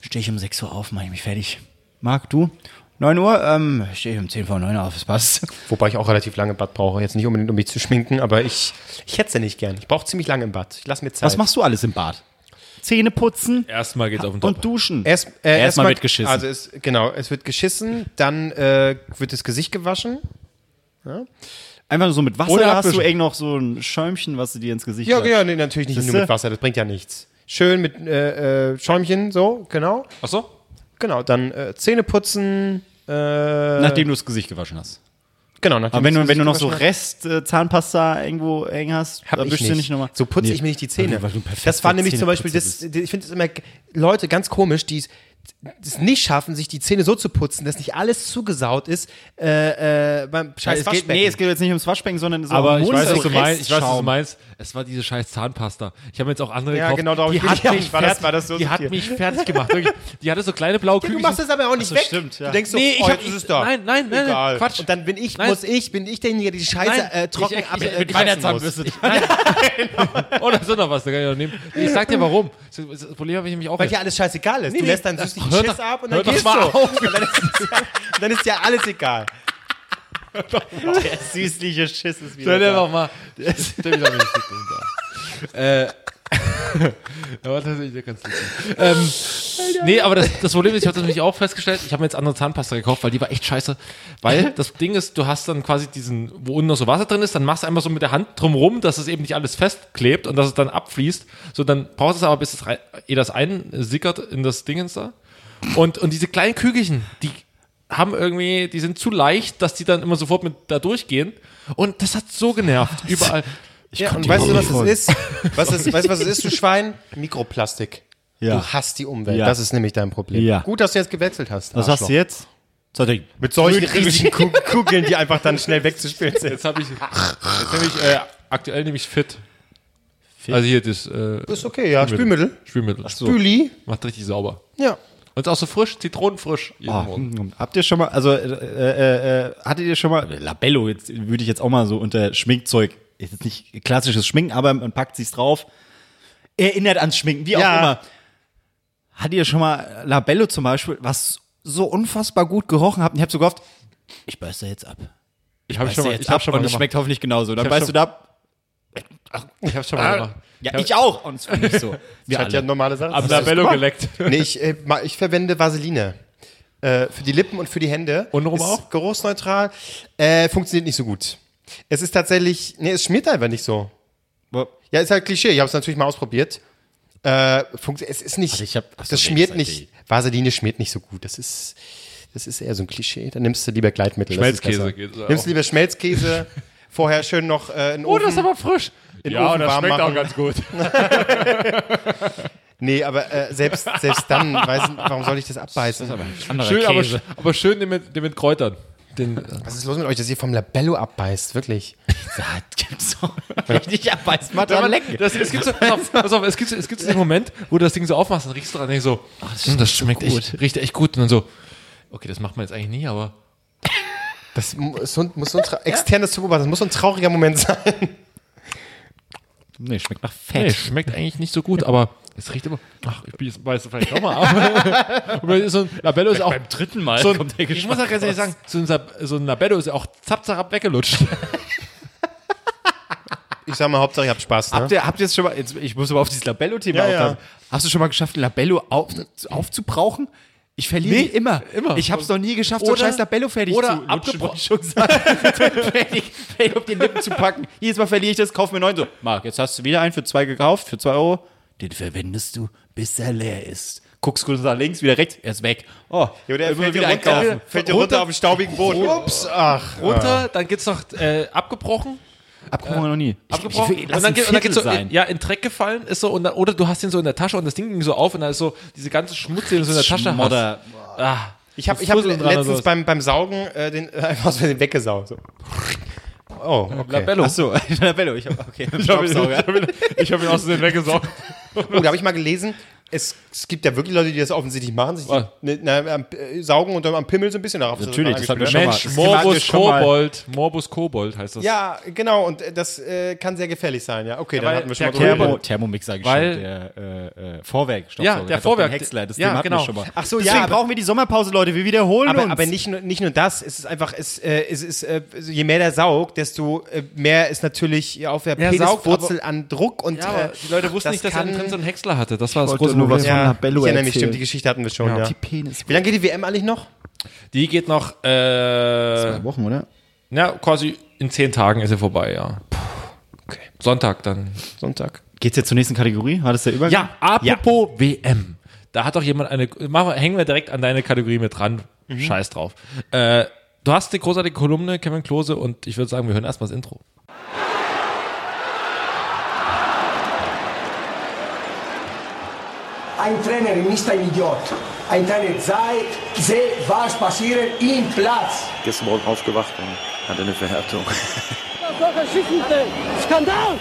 stehe ich um 6 Uhr auf, mache ich mich fertig. Marc, du? 9 Uhr? Ähm, stehe ich um 10 vor 9 Uhr auf, das passt.
Wobei ich auch relativ lange im Bad brauche. Jetzt nicht unbedingt, um mich zu schminken, aber ich, ich hätte es ja nicht gern. Ich brauche ziemlich lange im Bad. Ich lass mir Zeit.
Was machst du alles im Bad? Zähne putzen
erstmal geht's auf den Top.
und duschen.
Erst, äh,
Erstmal
erstmal-
wird geschissen.
Also es, genau, es wird geschissen, dann äh, wird das Gesicht gewaschen.
Einfach nur so mit Wasser
Oder
hast du
abwischen.
irgend noch so ein Schäumchen, was du dir ins Gesicht
Ja,
klatscht.
ja, nee, natürlich nicht nur
Siehste?
mit Wasser, das bringt ja nichts. Schön mit äh, äh, Schäumchen, so, genau.
Achso?
Genau, dann äh, Zähne putzen. Äh,
Nachdem du das Gesicht gewaschen hast.
genau, nachdem
Aber wenn
das
du, wenn du noch so
gewaschen hast.
Rest äh, Zahnpasta irgendwo eng hast,
Hab
dann
ich
wischst du
nicht.
nicht nochmal.
So putze
Nee.
ich mir nicht die Zähne.
Weil du ein perfekter
Das war nämlich zum Beispiel, das,
Zähneputzer
ich finde es immer, Leute, ganz komisch, die es das nicht schaffen, sich die Zähne so zu putzen, dass nicht alles zugesaut ist äh, äh, beim scheiß
es geht,
Waschbecken.
nee, es geht jetzt nicht ums Waschbecken, sondern so
Aber
um
ich weiß, was
Mund-
du meinst. Ich weiß, was du
Restschaum.
meinst. Es war diese scheiß Zahnpasta. Ich habe mir jetzt auch andere
Ja,
gekauft.
genau, darum
die
bin
hat,
ich auch.
mich
War das-
fertig,
war das so
die hat
sortiert?
mich fertig gemacht. Wirklich. Die hatte so kleine blaue
du
Kügelchen.
machst das aber auch nicht
Ach so,
weg.
stimmt, ja.
Du denkst so,
Nee, ich
oh,
hab-
jetzt ist es da.
nein, nein, nein,
Egal.
Quatsch.
Und dann bin ich,
Nein.
muss ich, bin ich derjenige, der die Scheiße
Nein,
äh, trocken
ich- ich-
ab,
ich-
äh,
mit
kratzen
meiner
muss.
<laughs> Zahnbürste. Oh, da ist doch noch was, da kann ich noch nehmen. Nee, Ich sag dir warum. Das das Problem habe ich nämlich auch.
Weil
jetzt.
dir alles scheißegal ist.
Nee,
du
nee.
lässt deinen süßlichen
Hör doch-
Schiss ab und
hör
dann
doch
gehst du.
mal
<laughs> Und dann ist, ja, dann ist ja alles egal.
Der süßliche Schiss ist wieder
Stell dir
da.
doch <laughs> mal. Stell dir doch mal die Sitzung da. Äh. <laughs> Aber tatsächlich ganz lustig. Ähm, nee, aber das, das Problem ist, ich habe das nämlich auch festgestellt, ich habe mir jetzt andere Zahnpasta gekauft, weil die war echt scheiße. Weil das Ding ist, du hast dann quasi diesen, wo unten noch so Wasser drin ist, dann machst du einfach so mit der Hand drumrum, dass es eben nicht alles festklebt und dass es dann abfließt. So, dann brauchst du es aber, bis es rein, eh das einsickert in das Dingens da. Und, und diese kleinen Kügelchen, die haben irgendwie, die sind zu leicht, dass die dann immer sofort mit da durchgehen. Und das hat so <laughs> genervt. Überall.
Ja, und weißt du, was es ist? Was ist weißt du, was es
<laughs>
ist, du Schwein? Mikroplastik.
Ja.
Du hast die Umwelt.
Ja.
Das ist nämlich dein Problem.
Ja.
Gut, dass du jetzt gewechselt hast.
Was hast du jetzt?
Mit solchen riesigen Ku- Kugeln, die einfach dann schnell wegzuspielen
<laughs>
sind.
Jetzt habe ich, jetzt hab ich äh, aktuell nämlich fit. Also hier das äh,
Ist okay, ja. Spülmittel.
Spülmittel. So.
Spüli.
Macht richtig sauber.
Ja.
Und ist auch so frisch, zitronenfrisch. Jeden
Ah,
Morgen.
hm, habt ihr schon mal, also äh, äh, äh, hattet ihr schon mal, Labello jetzt würde ich jetzt auch mal so unter Schminkzeug, ist jetzt nicht klassisches Schminken, aber man packt sich's drauf, erinnert ans Schminken, wie auch
Ja.
immer. Hattet ihr schon mal Labello zum Beispiel, was so unfassbar gut gerochen habt und ich hab so gehofft, ich beiß da jetzt ab.
Ich habe
Beiß
schon
da
mal,
jetzt
ich hab
ab
schon mal
und es
gemacht.
schmeckt hoffentlich genauso. Dann
hab
beißt
schon-
du da ab.
Ich habe schon mal gemacht.
Ja,
hab-
ich auch. Und es war nicht so. Ah, Wir
Hat ja
alle.
normale Sachen.
Am Labello geleckt.
Nee, ich, äh, ma- ich verwende Vaseline. Äh, für die Lippen und für die Hände.
Untenrum
ist
auch?
Geruchsneutral. Äh, funktioniert nicht so gut. Es ist tatsächlich, nee, es schmiert einfach nicht so. Ja, ist halt Klischee. Ich habe es natürlich mal ausprobiert. Äh, funkt- es ist nicht,
ich hab- ach so,
das
nee,
schmiert
das ist
nicht, Vaseline schmiert nicht so gut. Das ist, das ist eher so ein Klischee. Dann nimmst du lieber Gleitmittel. das ist
Schmelzkäse
besser.
geht so
Nimmst
auch.
du lieber Schmelzkäse, vorher schön noch äh, in den
<laughs> Oh,
Ofen.
das ist aber frisch.
den Ofen warm machen.
ganz gut.
nee, aber äh, selbst, selbst dann, weiß, nicht, warum soll ich das abbeißen?
Anderer schön, aber, sch- aber schön den mit, den mit Kräutern. Den,
Was ist los mit euch, dass ihr vom Labello abbeißt? <laughs> Wirklich.
Richtig abbeißt, mal dran lecken.
das, es gibt so, pass auf, pass auf, es gibt, so- es gibt so den Moment, wo du das Ding so aufmachst, dann riechst du dran und denkst so, ach, das, das schmeckt echt, riecht echt gut. Und dann so, okay, das macht man jetzt eigentlich nie, aber
Das mu- ist so ein, muss so ein tra- externes Beobachten, das muss so ein trauriger Moment sein.
Nee, schmeckt nach
nee,
Fett.
schmeckt eigentlich nicht so gut, aber es riecht immer, ach, ich bin jetzt- beiß vielleicht auch mal ab. <laughs> Aber es ist so ein Labello ist auch,
dritten Mal
so ein, ich muss auch ganz ehrlich sagen, so ein, Sab- so ein Labello ist ja auch zapp, zapp weggelutscht.
Ich sag mal, Hauptsache, ich hab Spaß. Ne?
<laughs> Habt ihr, habt ihr jetzt schon mal, jetzt, ich muss aber auf dieses Labello-Thema
Ja, ja.
aufhören. Hast du schon mal geschafft, ein Labello auf, aufzubrauchen? Ich verliere die immer.
immer.
Ich habe es noch nie geschafft,
Oder-
so ein scheiß Labello fertig
oder
zu lutschen,
abgebrochen.
wollte ich schon sagen. fertig, fertig auf die Lippen zu packen. Jedes Mal verliere ich das, kauf mir neun. So, Marc, jetzt hast du wieder einen für zwei gekauft, für zwei Euro. Den verwendest du, bis er leer ist. Guckst kurz nach links, wieder rechts, er ist weg. Oh,
Jo, der
immer
fällt dir runter, fällt dir runter auf den staubigen Boden.
Äh,
Ups, ach.
Runter, dann geht's noch äh, abgebrochen.
Abgebrochen noch nie.
abgebrochen
Ich, ich,
und dann, geht- und dann geht's so
so
in, ja in den Dreck gefallen ist so und dann, oder du hast den so in der Tasche und das Ding ging so auf und da ist so diese ganze Schmutz den du so in der Tasche
Modder.
hast ah,
Ich habe ich hab
Fusseln dran oder
letztens
sowas.
beim, beim Saugen äh, den, <laughs> äh, einfach aus Versehen weggesaugt. So. Oh, okay.
Labello
Achso, Labello, ich hab, okay. Staubsauger.
<laughs>
ich habe ihn aus
<laughs>
dem weggesaugt
Oh, da habe ich mal gelesen, es, es gibt ja wirklich Leute, die das offensichtlich machen, sich
Was?
ne, na, am, äh, saugen und dann am Pimmel so ein bisschen darauf.
Natürlich, das hat mir schon mal-
Mensch
das mag ich
Morbus
schon mal.
Kobold Morbus Kobold heißt das
Ja, genau, und äh, das äh, kann sehr gefährlich sein, ja. Okay, dann
weil
hatten wir schon mal
der
drüber
Kerl-
geredet.
Thermo, Thermomix, sage ich
Weil-
schon. Der äh, äh, Vorwerk.
Ja, der Vorwerk.
Häcksler, das
Ja,
Thema
genau.
hatten wir schon mal.
Ach so, ja,
Deswegen
aber-
brauchen wir die Sommerpause, Leute. Wir wiederholen
Aber,
uns.
aber nicht, nur, nicht nur das, es ist einfach, es, äh, es ist, äh, also je mehr der saugt, desto äh, mehr ist natürlich ja, auf der
Ja, saugt,
Peniswurzel an Druck und
Ja, aber
äh,
die Leute wussten
das
nicht dass
kann-
er drin so einen Häcksler hatte das war das
wollte
große
nur was
Problem
von
ja, ich
Labello
erinnere mich,
erzählt.
stimmt, die Geschichte hatten wir schon, ja.
Die Penis.
Wie lange geht die WM eigentlich noch?
die geht noch äh,
Wochen, oder?
ja quasi in zehn Tagen ist er vorbei ja Sonntag dann
Sonntag.
Geht's jetzt zur nächsten Kategorie? War das der Übergang?
Ja, apropos WM. Da hat doch jemand eine. Mach, mal- hängen wir direkt an deine Kategorie mit dran. Scheiß drauf. Äh, du hast die großartige Kolumne, Kevin Klose, und ich würde sagen, wir hören erstmal das Intro.
Ein Trainer ist ein Idiot. Ein Trainer zeigt, seht, was passiert im Platz.
gestern Morgen aufgewacht und hatte eine Verhärtung.
Skandal!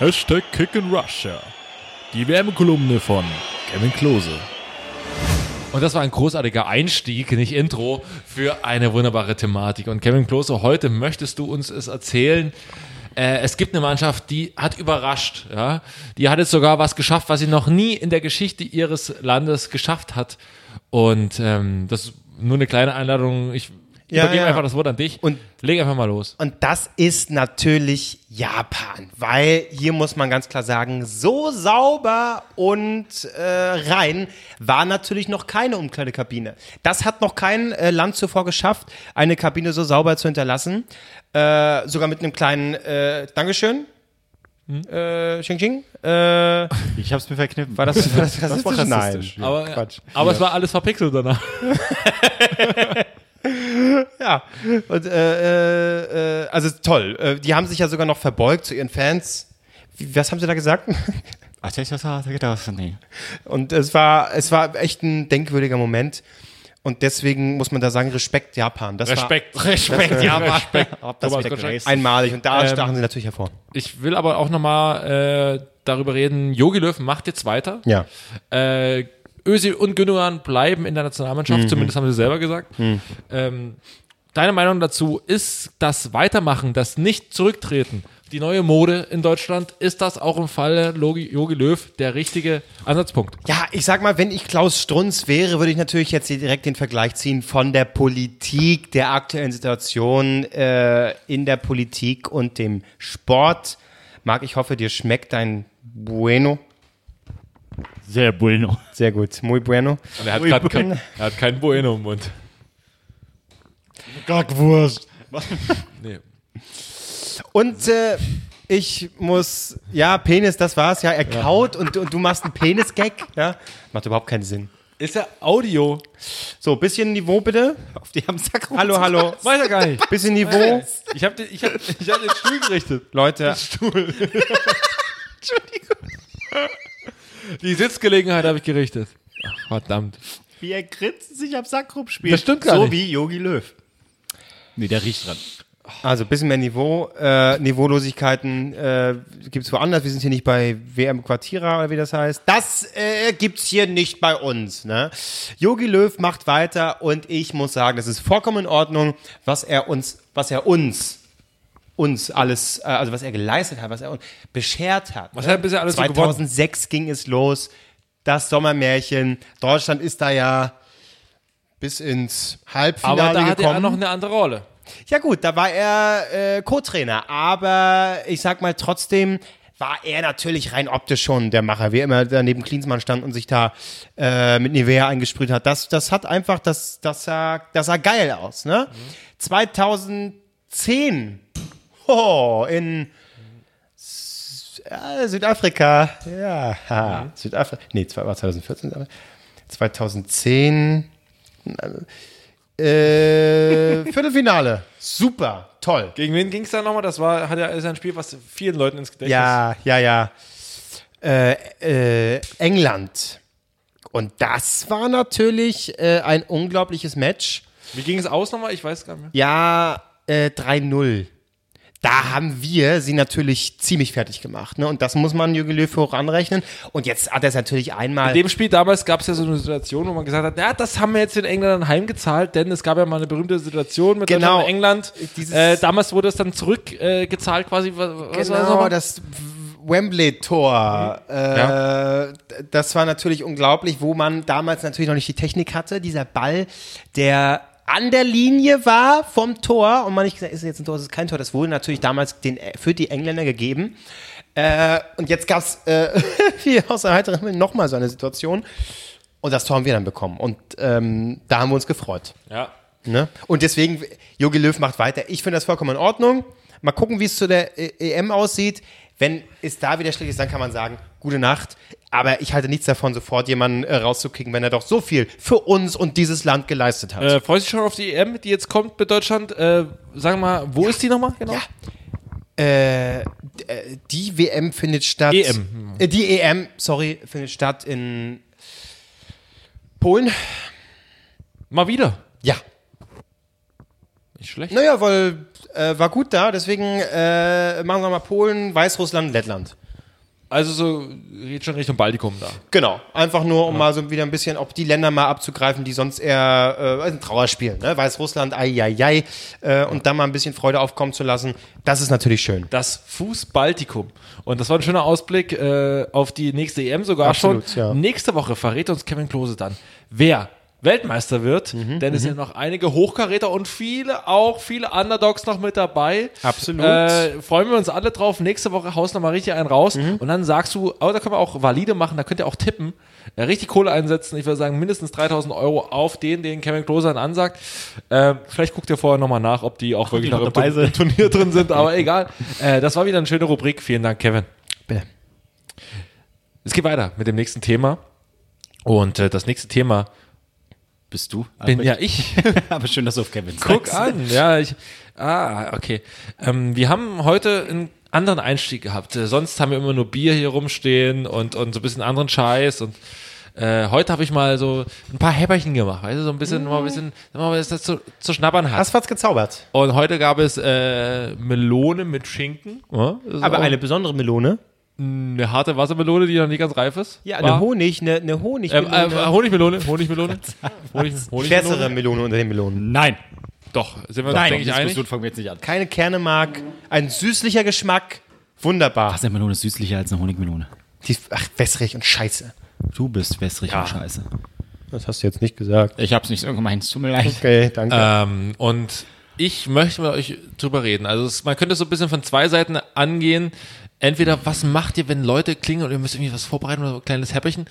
Hashtag Kick in Russia. Die WM-Kolumne von Kevin Klose. Und das war ein großartiger Einstieg, nicht Intro, für eine wunderbare Thematik. Und Kevin Klose, heute möchtest du uns es erzählen. Äh, es gibt eine Mannschaft, die hat überrascht. Ja? Die hat jetzt sogar was geschafft, was sie noch nie in der Geschichte ihres Landes geschafft hat. Und ähm, das ist nur eine kleine Einladung. Ich
Ja,
Übergeben
ja.
einfach das Wort an dich
Und-
leg einfach mal los.
Und das ist natürlich Japan, weil hier muss man ganz klar sagen, so sauber und äh, rein war natürlich noch keine Umkleidekabine. Das hat noch kein äh, Land zuvor geschafft, eine Kabine so sauber zu hinterlassen. Äh, sogar mit einem kleinen äh, Dankeschön. Äh, Xing Xing. Äh, war
Ich hab's mir verkniffen.
das, war das rassistisch?
rassistisch.
Nein.
Aber, aber es war alles verpixelt danach.
Ja. Und, äh, äh, äh, also toll. Äh, die haben sich ja sogar noch verbeugt zu ihren Fans. Wie, was haben sie da gesagt?
Ach, Ah, das ist ja das. Nee.
Und es war, es war echt ein denkwürdiger Moment. Und deswegen muss man da sagen, Respekt Japan. Das
<laughs> Respekt, ja, Respekt.
Das
Thomas
ist
Gottschalk.
war einmalig. Und da stachen sie natürlich hervor.
Ich will aber auch nochmal äh, darüber reden, Jogi Löw macht jetzt weiter.
Ja.
Äh, Özil und Gündogan bleiben in der Nationalmannschaft, zumindest haben sie selber gesagt. Ähm, deine Meinung dazu, ist das Weitermachen, das Nicht-Zurücktreten, die neue Mode in Deutschland, ist das auch im Falle Logi- Jogi Löw der richtige Ansatzpunkt?
Ja, ich sag mal, wenn ich Klaus Strunz wäre, würde ich natürlich jetzt hier direkt den Vergleich ziehen von der Politik, der aktuellen Situation äh, in der Politik und dem Sport. Marc, ich hoffe, dir schmeckt dein Bueno.
Sehr bueno.
Sehr gut, muy bueno.
Und er hat gerade kein, er hat keinen Bueno im Mund.
Gackwurst.
Nee.
Und äh, ich muss, ja, Penis, das war's, ja, er kaut und, und du machst einen Penis-Gag, ja. Macht überhaupt keinen Sinn.
Ist ja Audio.
So, bisschen Niveau bitte.
Auf die haben Sack
Hallo, <laughs> hallo.
Weiß er gar nicht.
Bisschen Niveau.
Ich habe den, ich hab, ich hab den Stuhl gerichtet.
Leute,
Die Sitzgelegenheit habe ich gerichtet. Ach, verdammt.
Wie er grinst sich am Sack rumspielt.
Das stimmt gar
so
nicht.
wie Yogi Löw. Nee, der riecht dran.
also bisschen mehr Niveau. Äh, Niveaulosigkeiten äh, gibt's woanders. Wir sind hier nicht bei WM Quartierer oder wie das heißt. Das äh, gibt's hier nicht bei uns, ne? Jogi Löw macht weiter und ich muss sagen, das ist vollkommen in Ordnung, was er uns, was er uns uns alles, äh, also was er geleistet hat, was er uns beschert hat.
Was hat er bisher alles so gewonnen?
2006 ging es los, das Sommermärchen. Deutschland ist da ja bis ins Halbfinale
Aber da hatte
gekommen.
er noch eine andere Rolle.
Ja gut, da war er äh, Co-Trainer, aber ich sag mal trotzdem war er natürlich rein optisch schon der Macher, wie er immer daneben Klinsmann stand und sich da äh, mit Nivea eingesprüht hat. Das, das hat einfach, das, das, sah, das sah geil aus. Ne? 2010 oh, in S- äh, Südafrika, ja, ha, Südafrika, nee, zwei- war 2014, aber 2010 äh, <laughs> Viertelfinale. Super, toll.
Gegen wen ging es da nochmal? Das war, hat ja, ist ja ein Spiel, was vielen Leuten ins Gedächtnis
Ja, ja, ja. Äh, äh, England. Und das war natürlich äh, ein unglaubliches Match.
Wie ging es aus nochmal? Ich weiß gar nicht mehr.
Ja, äh, 3-0. Da haben wir sie natürlich ziemlich fertig gemacht. Ne? Und das muss man Jürgen Löw hoch anrechnen. Und jetzt hat er es natürlich einmal.
In dem Spiel damals gab es ja so eine Situation, wo man gesagt hat, ja, das haben wir jetzt den Engländern heimgezahlt, denn es gab ja mal eine berühmte Situation mit
Genau.
Deutschland und England.
Dieses-
Äh, damals wurde es dann zurückgezahlt äh, gezahlt quasi. Was was war das
Genau,
nochmal?
das Wembley-Tor. Äh, d- Das war natürlich unglaublich, wo man damals natürlich noch nicht die Technik hatte. Dieser Ball, der an der Linie war vom Tor und man nicht gesagt, ist es jetzt ein Tor, ist es kein Tor. Das wurde natürlich damals den, für die Engländer gegeben. Äh, und jetzt gab es äh, <laughs> wie aus der heiteren Himmel nochmal so eine Situation. Und das Tor haben wir dann bekommen. Und ähm, da haben wir uns gefreut.
ja.
Ne? Und deswegen, Jogi Löw macht weiter. Ich finde das vollkommen in Ordnung. Mal gucken, wie es zu der äh, EM aussieht. Wenn es da wieder schlecht ist, dann kann man sagen, gute Nacht. Aber ich halte nichts davon, sofort jemanden äh, rauszukicken, wenn er doch so viel für uns und dieses Land geleistet hat.
Äh, freust du dich schon auf die EM, die jetzt kommt mit Deutschland? Äh, sag mal, wo ist die nochmal? Genau.
Ja. Äh, d- äh, die WM findet statt.
EM.
Äh, die EM, sorry, findet statt in Polen.
Mal wieder.
Ja.
Nicht schlecht.
Naja, weil äh, war gut da, deswegen äh, machen wir mal Polen, Weißrussland, Lettland.
Also so geht schon Richtung Baltikum da.
Genau, einfach nur, um mal so wieder ein bisschen, ob die Länder mal abzugreifen, die sonst eher äh, also ein Trauerspiel, ne? Weißrussland, ai, ai, ai, äh, und dann mal ein bisschen Freude aufkommen zu lassen, das ist natürlich schön.
das Fußbaltikum. Und das war ein schöner Ausblick äh, auf die nächste EM sogar
Absolut,
schon.
ja.
Nächste Woche verrät uns Kevin Klose dann, wer Weltmeister wird, denn es sind noch einige Hochkaräter und viele auch, viele Underdogs noch mit dabei.
Absolut.
Äh, freuen wir uns alle drauf. Nächste Woche haust nochmal richtig einen raus und dann sagst du, oh, da können wir auch valide machen, da könnt ihr auch tippen, äh, richtig Kohle einsetzen. Ich würde sagen, mindestens 3000 Euro auf den, den Kevin Klose dann ansagt. Äh, vielleicht guckt ihr vorher nochmal nach, ob die auch wirklich
noch
noch im
dabei
Turn-
sind.
Turnier drin sind, aber egal. Äh, das war wieder eine schöne Rubrik. Vielen Dank, Kevin.
Bitte.
Es geht weiter mit dem nächsten Thema. Und äh, das nächste Thema
Bist du?
bin ja ich.
Ah, <laughs> Aber schön, dass du auf Kevin
Guck
sagst.
an, ja. Ich, ah, okay. Ähm, wir haben heute einen anderen Einstieg gehabt. Äh, sonst haben wir immer nur Bier hier rumstehen und, und so ein bisschen anderen Scheiß und äh, heute habe ich mal so ein paar Häpperchen gemacht, weißt du, so ein bisschen, mal ein bisschen, mal was das zu, zu schnabbern hat.
Das war's gezaubert.
Und heute gab es äh, Melone mit Schinken. Ja, das ist
Aber
auch
eine besondere Melone.
eine harte Wassermelone, die noch nicht ganz reif ist.
Ja,
War-
eine Honig, eine, eine
ähm,
Honigmelone.
äh, Honigmelone, Honigmelone, Honig,
Schwärzere
Honigmelone.
Melone unter den Melonen.
Nein.
Doch, sind wir uns, denke ich, einig.
fangen wir jetzt nicht an.
Keine Kerne mag, ein süßlicher Geschmack. Wunderbar.
Ach, eine Melone ist süßlicher als eine Honigmelone.
Die, ach, wässrig und scheiße.
Du bist wässrig und scheiße.
Das hast du jetzt nicht gesagt. Äh.
Ich hab's nicht so gemeint, es tut mir leid.
Okay, danke.
Ähm, und ich möchte mit euch drüber reden. Also es, man könnte es so ein bisschen von zwei Seiten angehen. Entweder, was macht ihr, wenn Leute klingen und ihr müsst irgendwie was vorbereiten oder so ein kleines Häppchen?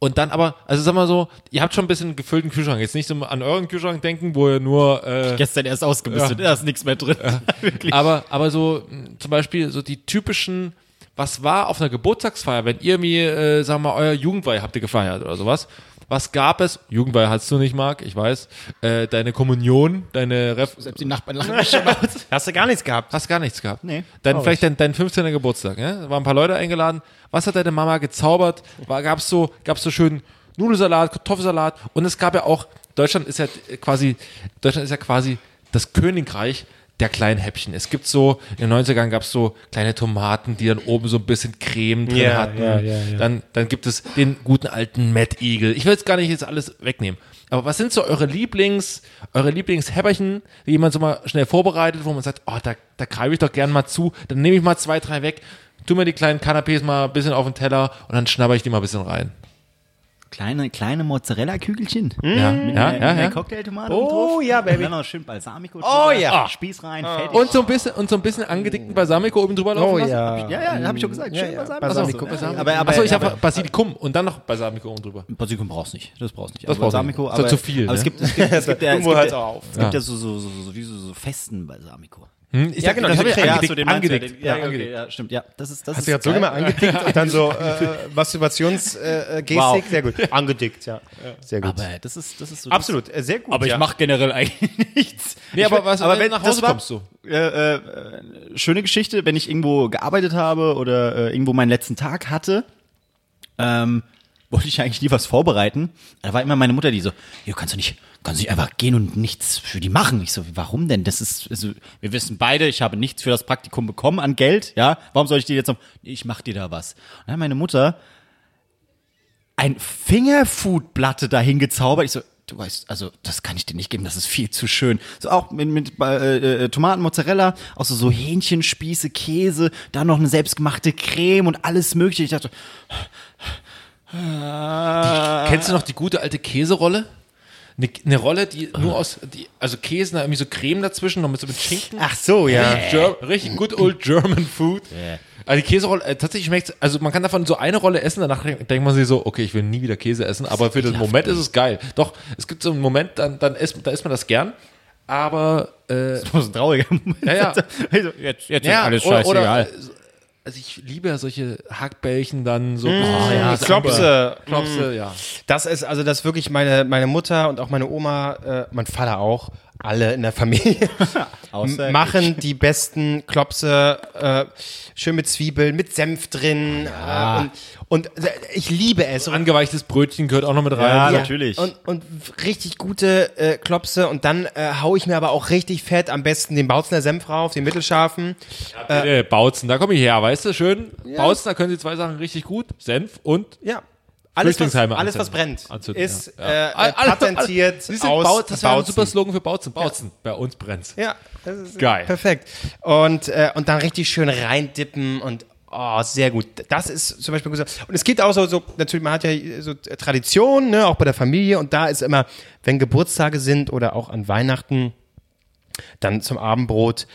Und dann aber, also sag mal so, ihr habt schon ein bisschen gefüllten Kühlschrank. Jetzt nicht so an euren Kühlschrank denken, wo ihr nur äh,
Gestern erst ausgemistet, da ist nichts mehr drin. Wirklich.
aber, aber so mh, zum Beispiel so die typischen, was war auf einer Geburtstagsfeier, wenn ihr mir, äh, sagen wir mal, euer Jugendweihe habt ihr gefeiert oder sowas? Was gab es? Jugendweihe hattest du nicht, Marc, ich weiß. Äh, deine Kommunion, deine Ref
Selbst die Nachbarn lachen mich schon mal.
<laughs> hast du gar nichts gehabt.
Hast gar nichts gehabt?
Nee.
Dein, vielleicht dein, dein 15. Geburtstag, ne? Da waren ein paar Leute eingeladen. Was hat deine Mama gezaubert? War, gab's so, gab's so schön Nudelsalat, Kartoffelsalat und es gab ja auch, Deutschland ist ja quasi, Deutschland ist ja quasi das Königreich der kleinen Häppchen. Es gibt so, in den 90ern gab's so kleine Tomaten, die dann oben so ein bisschen Creme drin
Ja,
hatten.
ja, ja, ja.
Dann, dann gibt es den guten alten Mad Eagle. Ich will jetzt gar nicht jetzt alles wegnehmen. Aber was sind so eure Lieblings, eure Lieblingshäpperchen, die jemand so mal schnell vorbereitet, wo man sagt, oh, da, da greife ich doch gern mal zu, dann nehme ich mal zwei, drei weg, tu mir die kleinen Canapés mal ein bisschen auf den Teller und dann schnabber ich die mal ein bisschen rein.
Kleine, kleine Mozzarella-Kügelchen.
Ja, ja,
Mm, Mit
ja,
einer
ja.
Cocktailtomate
Oh,
oben drauf.
ja, Baby.
Und dann noch schön Balsamico.
Oh,
drüber,
ja.
Spieß rein, fertig.
Und so ein bisschen, und so ein bisschen angedickten Balsamico oben drüber
Oh,
laufen lassen.
Oh Ja, ja, hab ich schon gesagt.
Ja,
Schön
ja,
Balsamico.
Balsamico,
Ja,
Balsamico.
Aber, aber,
Achso, ich
aber,
habe Basilikum und dann noch Balsamico oben drüber.
Basilikum brauchst nicht. Das brauchst nicht.
Das
Aber
brauchst
Balsamico,
nicht. Ist
aber,
doch zu viel,
Aber es
ne?
gibt, es
<laughs>
gibt, es gibt, ja, es
Irgendwo
gibt,
hört's
ja,
auf.
es gibt ja so, so, so, so, wie so, so festen Balsamico.
Hm? Ich
Ja, genau,
ich hab
diese Creme.
ja angedickt,
den meinst du ja,
angedickt.
den- ja, okay, ja, stimmt. Ja, das ist, das
Hast
ist
du gerade so
geil.
gemacht, angedickt und dann
<laughs>
so äh, Masturbationsgestik? Äh, Gestik?
Wow.
Sehr gut. Angedickt, ja. Sehr gut.
Aber das ist, das ist so.
Absolut, äh, sehr gut.
Aber ich
ja.
mache generell eigentlich <laughs> nichts.
Nee, aber was,
aber
wenn
wenn-
du nach
das
Hause
war-
kommst du?
Äh, äh, äh, schöne Geschichte, wenn ich irgendwo gearbeitet habe oder äh, irgendwo meinen letzten Tag hatte, ähm, wollte ich eigentlich nie was vorbereiten. Da war immer meine Mutter, die so, ja, kannst du nicht, kannst du nicht einfach gehen und nichts für die machen. Ich so, warum denn? Das ist, also, wir wissen beide, ich habe nichts für das Praktikum bekommen an Geld, ja. Warum soll ich dir jetzt noch, nee, ich mach dir da was. Und dann hat meine Mutter ein Fingerfood-Platte dahin gezaubert. Ich so, du weißt, also das kann ich dir nicht geben, das ist viel zu schön. So auch mit, mit äh, äh, Tomaten, Mozzarella, auch so, so Hähnchenspieße, Käse, dann noch eine selbstgemachte Creme und alles mögliche. Ich dachte,
Kennst du noch die gute alte Käserolle? Eine, eine Rolle, die nur aus, die, also Käse, da irgendwie so Creme dazwischen, noch mit so mit Schinken.
Ach so, ja.
Richtig Ger- richtig good old German food. Also die Käserolle, äh, tatsächlich schmeckt also man kann davon so eine Rolle essen, danach denkt man sich so, okay, ich will nie wieder Käse essen, aber für den Moment ist es geil. Doch, es gibt so einen Moment, dann, dann isst, da isst man das gern, aber äh,
das war so ein trauriger Moment.
Ja,
<laughs>
ja.
Also, jetzt, jetzt
ja,
alles
oder, oder,
scheißegal.
äh, so- also ich liebe ja solche Hackbällchen dann so.
ja Klopse.
Klopse, ja.
Das ist also, dass wirklich meine, meine Mutter und auch meine Oma, äh, mein Vater auch, alle in der Familie
<laughs> Außer
machen die besten Klopse, äh, schön mit Zwiebeln, mit Senf drin. Äh, und, und äh, ich liebe es.
So angeweichtes Brötchen gehört auch noch mit rein.
Ja, natürlich.
Und, und richtig gute äh, Klopse und dann äh, hau ich mir aber auch richtig fett am besten den Bautzner Senf rauf, den mittelscharfen.
Äh, Bautzen, da komme ich her, weißt du, schön. Bautzen, da können sie zwei Sachen richtig gut. Senf und
Ja. Alles, was,
Flüchtlingsheime
alles, was
anzünden.
brennt,
Anzünden,
ist
ja.
äh,
All-
äh,
alle-
patentiert
<laughs> Siehst du,
aus
Bau- Das war ein
Bautzen.
super Slogan für Bautzen. Bautzen, bei uns brennt's.
Ja, das ist
Geil.
perfekt. Und, äh, und dann richtig schön reindippen und Oh, sehr gut. Das ist zum Beispiel gesagt. Und es gibt auch so, so, natürlich, man hat ja so Traditionen, ne, auch bei der Familie. Und da ist immer, wenn Geburtstage sind oder auch an Weihnachten, dann zum Abendbrot.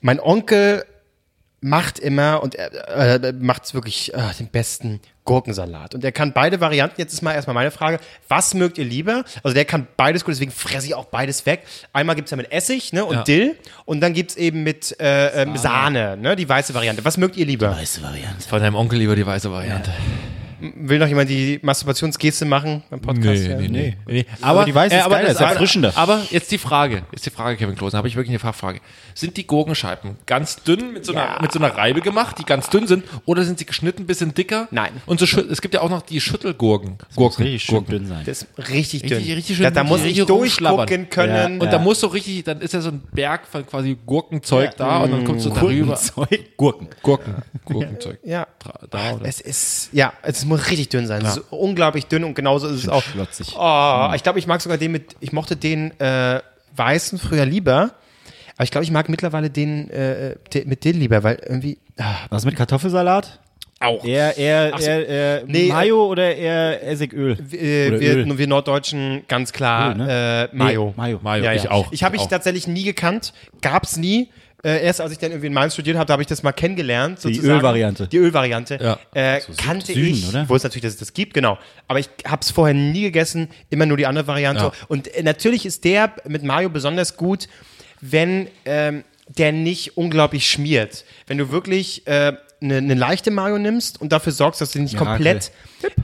Mein Onkel macht immer und er äh, macht wirklich äh, den besten Gurkensalat. Und er kann beide Varianten, jetzt ist mal erstmal meine Frage, was mögt ihr lieber? Also der kann beides gut, deswegen fresse ich auch beides weg. Einmal gibt's ja mit Essig ne, und Dill und dann gibt's eben mit äh, ähm, Sahne, ne, die weiße Variante. Was mögt ihr lieber?
Weiße Variante.
Von deinem Onkel lieber die weiße Variante.
Will noch jemand die Masturbationsgeste machen beim Podcast?
Nee,
Ja.
nee, nee.
Nee. Aber, die weiße
äh,
ist
aber
geiler,
das-
ist erfrischender.
Aber jetzt die Frage, ist die Frage, Kevin Klose, habe ich wirklich eine Fachfrage. Sind die Gurkenscheiben ganz dünn mit so, einer, mit so einer Reibe gemacht, die ganz dünn sind, oder sind sie geschnitten, bisschen dicker?
Nein.
Und so schü- es gibt ja auch noch die Schüttelgurken. Gurken.
Richtig schön dünn sein.
Das ist richtig dünn.
Richtig- richtig schön
da, da
mit
muss
die
ich
Regierung
durchgucken
schlabbern.
können.
Und da muss so richtig, dann ist ja so ein Berg von quasi Gurkenzeug da und dann kommst du darüber.
Zeug. Gurken.
Gurken. Gurkenzeug.
Ja.
Dra- Da oder?
Es ist, ja, es muss richtig dünn sein. Es ist unglaublich dünn und genauso ist es auch.
schlotzig. Hm.
Oh, ich glaube, ich mag sogar den mit, ich mochte den äh, weißen früher lieber. Aber ich glaube, ich mag mittlerweile den äh, de- mit Dill lieber, weil irgendwie. ah,
Was mit Kartoffelsalat?
Auch.
Eher, eher, eher, eher
Nee,
Mayo oder eher Essigöl?
Äh,
Oder
wir,
Öl.
wir Norddeutschen ganz klar
Öl, ne?
äh, Mayo.
Mayo.
Mayo,
Ja,
ich
ja.
auch.
Ich habe ich tatsächlich nie gekannt, gab es nie. Äh, erst als ich dann irgendwie in Mainz studiert habe, da habe ich das mal kennengelernt.
Die
Sozusagen.
Ölvariante.
Die Ölvariante. Äh, kannte
Süden,
ich,
oder?
wo es natürlich, dass es das gibt, genau. Aber ich habe es vorher nie gegessen, immer nur die andere Variante. Und äh, natürlich ist der mit Mayo besonders gut, wenn ähm, der nicht unglaublich schmiert. Wenn du wirklich eine äh, ne- ne leichte Mayo nimmst und dafür sorgst, dass du die nicht
Mirakel.
komplett,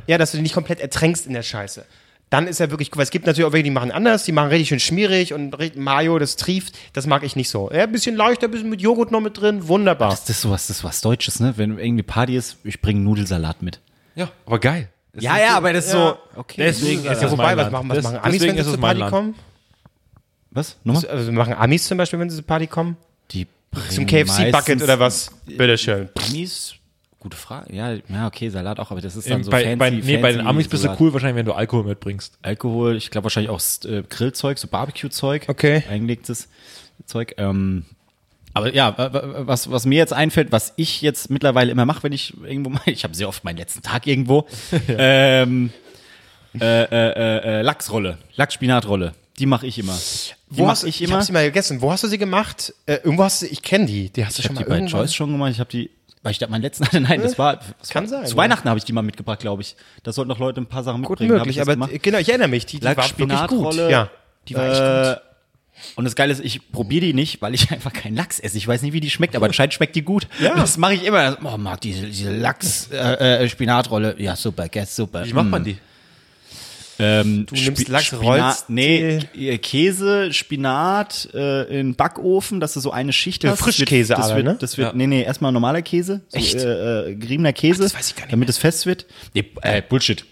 ja, dass du die nicht komplett ertränkst in der Scheiße. Dann ist er wirklich cool. Es gibt natürlich auch welche, die machen anders, die machen richtig schön schmierig und richtig- Mayo, das trieft, das mag ich nicht so. Ja, ein bisschen leichter, ein bisschen mit Joghurt noch mit drin, wunderbar.
Das ist sowas, das ist was Deutsches, ne? Wenn irgendwie Party ist, ich bringe Nudelsalat mit.
Ja, aber geil.
Ja, ja, aber das ist so. Okay.
Deswegen ist
Ja, wobei, was
Land.
machen, was
Das-
machen Amis,
deswegen
wenn sie
ist es
zur
mein
Party
Land.
kommen?
Was? Nochmal?
Also machen Amis zum Beispiel, wenn sie zur Party kommen?
Die
Zum KFC-Bucket oder was? Bitteschön.
Amis? Gute Frage. Ja, ja, okay, Salat auch, aber das ist dann
Eben Ähm,
so
bei,
fancy,
bei, nee,
fancy
bei den Amis bist du
Salat.
cool wahrscheinlich, wenn du Alkohol mitbringst.
Alkohol, ich glaube wahrscheinlich auch äh, Grillzeug, so Barbecue-Zeug.
Okay.
Eingelegtes Zeug. Ähm, aber ja, wa- wa- was, was mir jetzt einfällt, was ich jetzt mittlerweile immer mache, wenn ich irgendwo mal, <laughs> ich habe sehr oft meinen letzten
<laughs>
Tag irgendwo, ähm, äh, äh, äh, äh, Lachsrolle, Lachsspinatrolle, die mache ich immer. Die
Wo
mach
hast, ich ich habe sie mal gegessen. Wo hast du sie gemacht? Äh, irgendwo hast du, ich kenne die. Die hast du
Ich
schon
habe
mal
die bei
irgendwann.
Joyce schon gemacht. Ich habe die, weil ich da meinen letzten hatte. <laughs> Nein, das war. Das
Äh, Kann
war,
sein, ja.
Zu Weihnachten habe ich die mal mitgebracht, glaube ich. Da sollten noch Leute ein paar Sachen
Gut
mitbringen. Da hab
möglich,
ich das
aber
gemacht.
genau, ich erinnere mich. Die, die war wirklich gut.
Lachsspinatrolle,
Ja.
Die war echt gut. Äh, Und das Geile ist, ich probiere die nicht, weil ich <laughs> einfach keinen Lachs esse. Ich weiß nicht, wie die schmeckt, aber anscheinend schmeckt die gut. Ja. Das mache ich immer. Oh, Marc, diese, diese Lachs-Spinatrolle. ja, super, gell, super. Hm.
Wie macht man die?
Ähm,
Du nimmst
Spi-
Lachs, rollst
Nee, K- Käse, Spinat äh, in Backofen, dass du so eine Schicht hast. Das wird-
Frischkäse
das
aber,
wird,
ne?
Das wird, nee, nee, erstmal normaler Käse. So, Echt? Äh, äh, geriebener Käse.
das weiß ich gar nicht
Damit es fest wird. Nee, äh, Bullshit.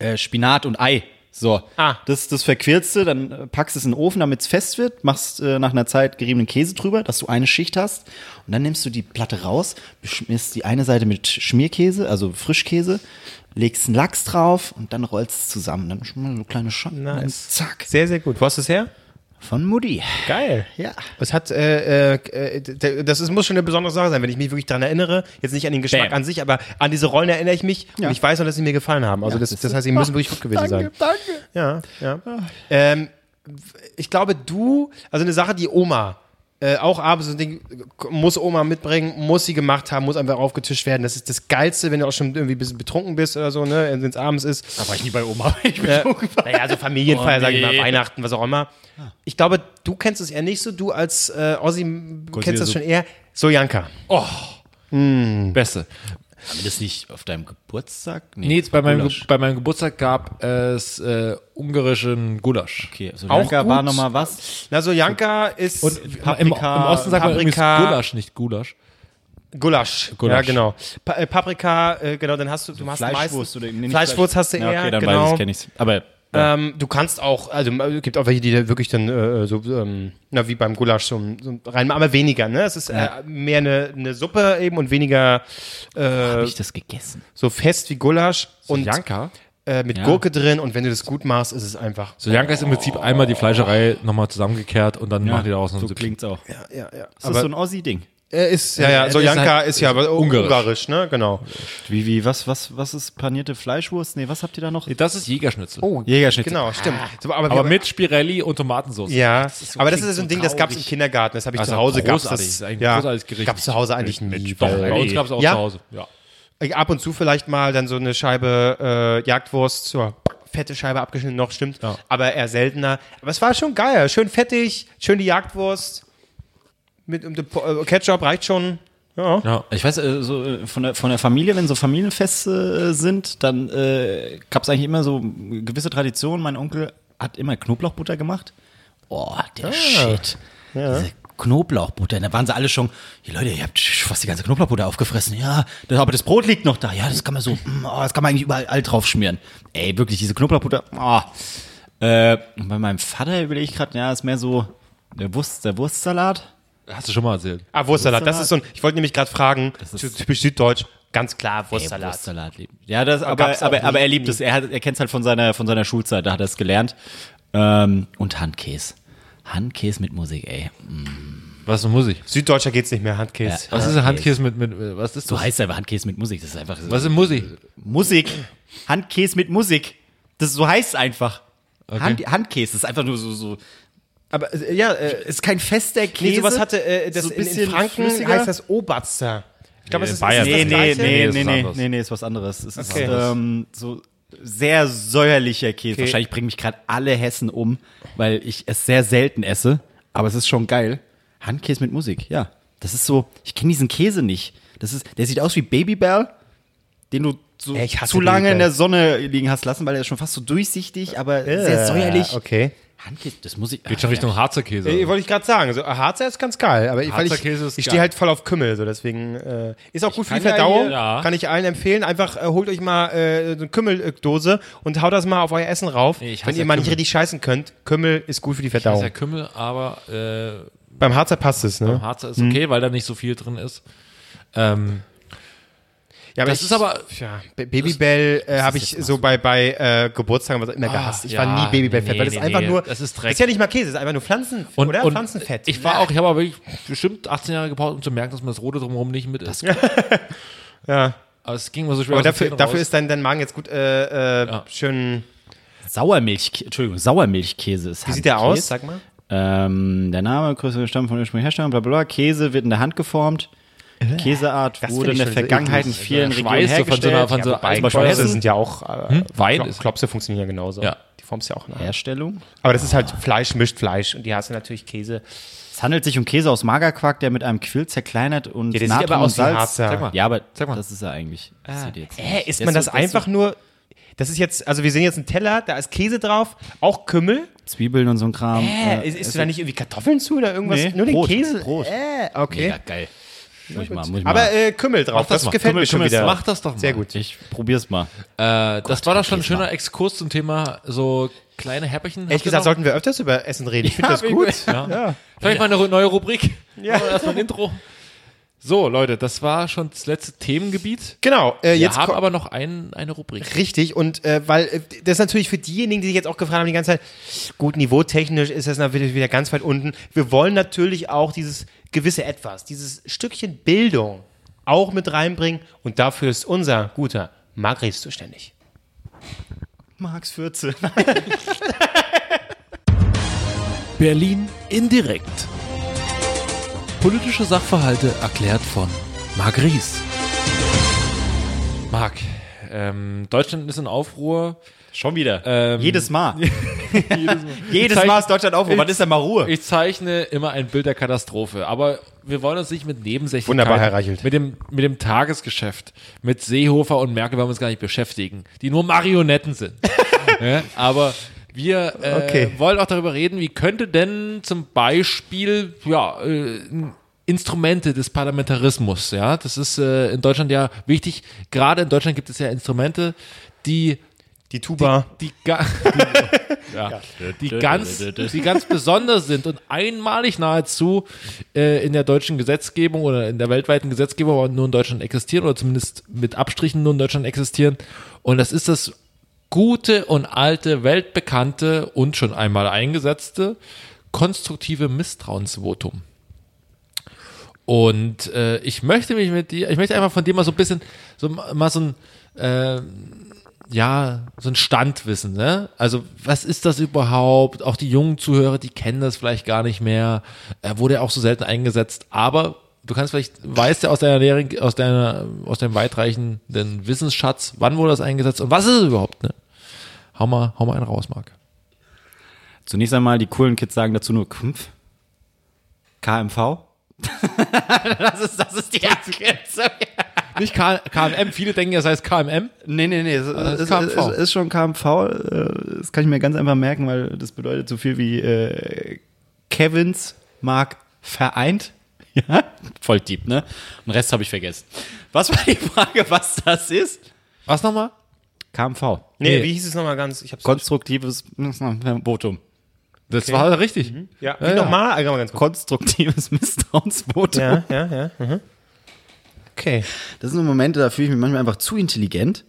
Äh, Spinat und Ei. So.
Ah.
Das, das verquirlst du, dann äh, packst es in den Ofen, damit es fest wird, machst äh, nach einer Zeit geriebenen Käse drüber, dass du eine Schicht hast. Und dann nimmst du die Platte raus, beschmierst die eine Seite mit Schmierkäse, also Frischkäse, legst einen Lachs drauf und dann rollst es zusammen. Dann schon mal so kleine Schotten.
Nice.
Zack.
Sehr, sehr gut. Wo hast du es her?
Von Mutti.
Geil.
Ja.
Es hat, äh, äh, äh, d- das ist, muss schon eine besondere Sache sein, wenn ich mich wirklich daran erinnere. Jetzt nicht an den Geschmack an sich, aber an diese Rollen erinnere ich mich und ich weiß noch, dass sie mir gefallen haben. Also das, das heißt, sie müssen wirklich gut gewesen sein. Ja, ja. Ähm, ich glaube, du, also eine Sache, die Oma, äh, auch abends so ein Ding, muss Oma mitbringen, muss sie gemacht haben, muss einfach aufgetischt werden. Das ist das Geilste, wenn du auch schon irgendwie ein bisschen betrunken bist oder so, ne, wenn es abends ist.
War ich nie bei Oma. <laughs> Ich Oh, bin
Äh, naja, also Familienfeier, sag ich mal, Weihnachten, was auch immer.
Ah.
Ich glaube, du kennst es eher nicht so. Du als äh, Ossi m- kennst das schon eher. Sojanka.
Beste.
das nicht auf deinem Geburtstag?
Nee, jetzt bei, meinem, Ge- bei meinem Geburtstag gab es äh, ungarischen Gulasch.
Okay, so
Auch
auch war
gut.
nochmal was.
Na, Sojanka ist
Und im, im Osten sagt man übrigens
Paprika-
Gulasch, nicht Gulasch.
Gulasch.
Gulasch.
Ja, genau. Pa äh, Paprika, äh, genau, dann hast du, du hast meistens.
Fleischwurst oder nee, nicht
Fleischwurst hast du
Ja,
eher,
Okay, dann
genau.
weiß ich, kenn ich's. Aber
Ähm, du kannst auch, also äh, es gibt auch welche, die da wirklich dann äh, so, ähm, na, wie beim Gulasch, so, ein- so ein rein, aber weniger, ne? Es ist äh, mehr eine, eine Suppe eben und weniger äh,
ich das gegessen?
so fest wie Gulasch. und
Janka?
äh, mit Gurke drin und wenn du das gut machst, ist es einfach.
So Janka ist im Prinzip einmal die Fleischerei nochmal zusammengekehrt und dann macht ihr daraus noch
so
ein Süppchen.
klingt's auch.
Ja, ja.
Das ist so ein Aussie-Ding.
Er ist, ja, ja,
er
Soljanka
halt-
ist ja aber ungarisch.
ungarisch.
ne? Genau.
Wie, wie, was, was, was ist panierte Fleischwurst? Nee, was habt ihr da noch?
Das ist Jägerschnitzel.
Jägerschnitzel. Ah.
Genau, stimmt. So, aber,
Aber mit Spirelli und Tomatensauce.
Ja, aber das ist so ein
so
Ding, das gab es im
traurig.
Kindergarten. Das habe ich
Also
zu Hause gab's
großartig,
das.
ist eigentlich ein großartiges Gericht.
Gab's zu Hause eigentlich nie.
Doch,
weil-
bei uns gab es auch
Ja.
zu Hause. Ja.
Ab und zu vielleicht mal dann so eine Scheibe äh, Jagdwurst zur fette Scheibe abgeschnitten, noch stimmt, aber eher seltener. Aber es war schon geil, schön fettig, schön die Jagdwurst mit um, äh, Ketchup reicht schon. Ja.
Ich weiß, äh, so äh, von der, von der Familie, wenn so Familienfeste äh, sind, dann äh, gab es eigentlich immer so gewisse Traditionen. Mein Onkel hat immer Knoblauchbutter gemacht. Oh, der Shit. Diese Knoblauchbutter. ne, Da waren sie alle schon, "Hey, Leute, ihr habt sch- fast die ganze Knoblauchbutter aufgefressen. Ja, das, aber das Brot liegt noch da. Ja, das kann man so, mm, oh, das kann man eigentlich überall all drauf schmieren. Ey, wirklich, diese Knoblauchbutter. Oh. Äh, und bei meinem Vater überlege ich gerade, ja, ist mehr so der, Wurst, der Wurstsalat.
Hast du schon mal erzählt.
Ah, Wurstsalat, das ist so ein, ich wollte nämlich gerade fragen,
ist-
ty- typisch süddeutsch, ganz klar
Ey,
Wurstsalat.
Wurstsalat liebt. Ja, das, aber,
gab's auch
aber, aber er
nie,
liebt es. Er, hat- er kennt es halt von seiner, von seiner Schulzeit, da hat er es gelernt. Ähm, und Handkäse. Handkäse mit Musik, ey.
Was muss ich?
Süddeutscher geht's nicht mehr, Handkäse.
Was ist ein Handkäse mit, mit, mit was ist
So
das?
heißt es einfach Handkäse mit Musik. Das ist einfach
Was ist Musik?
Musik. Handkäse mit Musik. Das so heißt es einfach. Hand, Handkäse, das ist einfach nur so, so.
Aber äh, ja, äh,
Ist kein fester Käse.
Nee, sowas hatte äh, das
so ein
in, in
bisschen
Franken
flüssiger.
heißt das Oberster. Ich glaube,
Nee,
es ist,
in Bayern
ist
Nee,
das
nee,
Gleiche?
Nee,
nee,
ist was
nee,
anderes.
nee, nee, nee, ist was anderes. Es ist
Okay.
ähm, so sehr säuerlicher Käse.
Okay.
Wahrscheinlich bringen mich gerade alle Hessen um, weil ich es sehr selten esse, aber es ist schon geil. Handkäse mit Musik, ja. Das ist so, ich kenne diesen Käse nicht. Das ist, der sieht aus wie Babybell, den du so
Ey, ich hasse
zu lange
Babybel.
in der Sonne liegen hast lassen, weil er ist schon fast so durchsichtig, aber sehr säuerlich.
Okay.
Handkäse, das muss ich.
Geht schon Richtung Harzer Käse.
Äh, wollte ich gerade sagen, so äh, Harzer ist ganz geil, aber ich- weil
Harzer
ich,
Käse ist
ich
geil.
stehe halt voll auf Kümmel, so deswegen äh, ist auch gut für die
kann ja
Verdauung,
hier- ja.
kann ich allen empfehlen, einfach äh, holt euch mal äh, so eine Kümmeldose und haut das mal auf euer Essen rauf,
Nee, ich hasse
wenn ihr mal nicht
Kümmel.
richtig scheißen könnt. Kümmel ist gut für die
Das ist
Verdauung.
ja Kümmel, aber äh,
Beim Harzer passt es, ne?
Harzer ist okay, weil da nicht so viel drin ist. Ähm,
Ja,
Das ist aber-
ja, B- Babybell äh, habe ich so bei, bei äh, Geburtstagen was immer gehasst. Ich
Ah, ja,
war nie Babybell-Fett,
nee,
weil das
nee,
ist einfach
nee,
nur.
das ist Dreck.
das ist ja nicht mal Käse, das ist einfach nur Pflanzen
und,
oder
und
Pflanzenfett.
Ich war auch, ich habe aber wirklich bestimmt 18 Jahre gebraucht, um zu merken, dass man das Rote drumherum nicht mit isst.
<laughs> Ja.
Aber es ging mir so
Aber
schwer. aus den
dafür,
Zähnen
dafür
raus.
ist dein, dein Magen jetzt gut äh, äh,
Ja.
schön.
Sauermilch, Entschuldigung, Sauermilchkäse ist
Wie sieht der aus?
Handkäse.
Sag mal.
Ähm, der Name, größere Stamm von ursprünglich Herstellung, bla bla bla. Käse wird in der Hand geformt. Käseart
Das
wurde in
find ich
der
schon so
Vergangenheit in
eklig.
vielen
Also der
Regionen
Schweiß so von so
hergestellt.
einer- von so
ja, wobei
einer-
zum Beispiel
Klopse
Hessen.
sind ja auch. Äh,
Wein
Klo-
ist-
Klopse funktionieren ja genauso.
Hm? Ja.
Die formst du ja auch nach.
Herstellung.
Aber das ist halt Fleisch mischt Fleisch und die hast du natürlich Käse.
Es handelt sich um Käse aus Magerquark, der mit einem Quill zerkleinert und
Ja, der sieht
Natrium
aber aus
und
wie
Salz.
Harzer. Sag mal. Ah.
Ja, aber
Sag mal.
das ist ja eigentlich. Das sieht jetzt
Hä,
nicht.
isst
Der
man
ist
das
so- der ist so
einfach nur. Das ist jetzt, also wir sehen jetzt einen Teller, da ist Käse drauf, auch Kümmel.
Zwiebeln und so ein Kram.
Hä,
Äh,
ist, ist du da nicht irgendwie Kartoffeln zu oder irgendwas?
Nee,
Nur den
Brot,
Käse?
Brot.
Äh, okay.
Mega geil. Muss ich mal, muss ich mal.
Aber äh, Kümmel drauf, das, gefällt mir schon
Kümmel ist
wieder.
drauf. Mach das doch mal.
Sehr gut.
ich probier's mal.
Äh, das war doch schon ein schöner Exkurs zum Thema äh, so kleine Häpperchen. Habt
Ehrlich
ihr
gesagt,
noch?
sollten wir öfters über Essen reden. <laughs> Ich finde das
wegen-
gut.
Vielleicht mal eine neue Rubrik. <laughs> Ja. Erstmal ein Intro. So, Leute, das war schon das letzte Themengebiet.
Genau, äh,
Wir
jetzt
haben
ko-
aber noch ein, eine Rubrik.
Richtig, und äh, weil äh, das ist natürlich für diejenigen, die sich jetzt auch gefragt haben, die ganze Zeit, gut, niveautechnisch ist das natürlich wieder ganz weit unten. Wir wollen natürlich auch dieses gewisse Etwas, dieses Stückchen Bildung auch mit reinbringen und dafür ist unser guter Magris zuständig.
Max 14.
Berlin indirekt. Politische Sachverhalte erklärt von Marc Ries.
Marc, ähm, Deutschland ist in Aufruhr.
Schon wieder.
Ähm,
Jedes Mal. Jedes Mal ist Deutschland auf. Wann ist denn mal Ruhe?
Ich zeichne immer ein Bild der Katastrophe, aber wir wollen uns nicht mit Nebensächlichkeiten,
Wunderbar, Herr Reichelt.
mit dem, mit dem Tagesgeschäft, mit Seehofer und Merkel wollen wir uns gar nicht beschäftigen, die nur
<laughs>
Marionetten sind. ja, aber wir äh,
Okay.
wollen auch darüber reden, wie könnte denn zum Beispiel, ja, äh, Instrumente des Parlamentarismus, ja, das ist äh, in Deutschland ja wichtig. Gerade in Deutschland gibt es ja Instrumente, die
Die Tuba.
die, ga <laughs> ja. die, ganz, die ganz besonders sind und einmalig nahezu äh, in der deutschen Gesetzgebung oder in der weltweiten Gesetzgebung, aber nur in Deutschland existieren oder zumindest mit Abstrichen nur in Deutschland existieren. Und das ist das gute und alte, weltbekannte und schon einmal eingesetzte konstruktive Misstrauensvotum. Und äh, ich möchte mich mit dir, ich möchte einfach von dir mal so ein bisschen, so mal so ein, äh, ja, so ein Stand wissen, ne? Also, was ist das überhaupt? Auch die jungen Zuhörer, die kennen das vielleicht gar nicht mehr. Er wurde ja auch so selten eingesetzt, aber du kannst vielleicht, weißt ja aus deiner Lehre, aus deiner, aus deinem weitreichenden Wissensschatz, wann wurde das eingesetzt und was ist es überhaupt, ne? Hau mal, hau mal einen raus, Marc.
Zunächst einmal, die coolen Kids sagen dazu nur Kumpf. KMV.
<laughs> Das ist, das ist die Abgrenzung.
Nicht K KMM, viele denken, es heißt KMM.
Nee, nee, nee. Es,
das
ist,
KMV.
ist, ist, ist schon KMV. äh, Das kann ich mir ganz einfach merken, weil das bedeutet so viel wie äh, Kevins Mark vereint. <laughs> Ja, voll deep, ne?
Den Rest habe ich vergessen. Was war die Frage, was das ist?
Was nochmal?
KMV.
Nee,
Nee.
wie hieß es nochmal ganz? Ich hab's
Konstruktives Votum.
Das war richtig.
Mhm.
ja,
ja.
ja, nochmal, ja. ganz kurz.
Konstruktives Misstrauensvotum.
Ja, ja, ja. Mhm. Okay.
Das sind so Momente, da fühle ich mich manchmal einfach zu intelligent.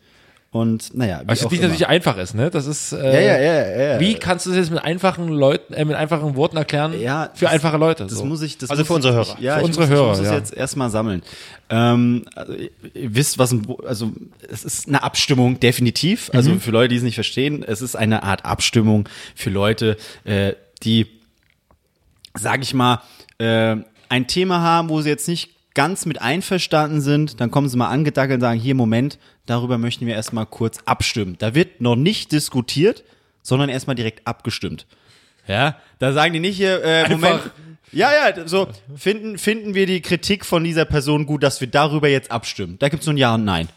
Und naja, wie
Was
auch
für Also dich
immer.
natürlich einfach ist, ne? Das ist. Äh,
Ja, ja, ja, ja, ja.
Wie kannst du das jetzt mit einfachen Leuten, äh, mit einfachen Worten erklären?
Ja,
für
das-
einfache Leute.
Das
so.
muss ich, das
Also
muss
für unsere Hörer.
Ich, ja,
Für
ich
unsere
muss,
Hörer,
Ich muss das
ja.
jetzt erstmal sammeln. Ähm, also, ihr, ihr wisst, was ein, Wo- also es ist eine Abstimmung, definitiv. Also
Mhm.
für Leute, die es nicht verstehen, es ist eine Art Abstimmung für Leute, äh, die, sag ich mal, äh, ein Thema haben, wo sie jetzt nicht ganz mit einverstanden sind, dann kommen sie mal angedackelt und sagen, hier, Moment, darüber möchten wir erstmal kurz abstimmen. Da wird noch nicht diskutiert, sondern erstmal direkt abgestimmt. Ja, da sagen die nicht hier, äh, Moment. Ja, ja, so finden, finden wir die Kritik von dieser Person gut, dass wir darüber jetzt abstimmen. Da gibt's nur ein Ja und Nein.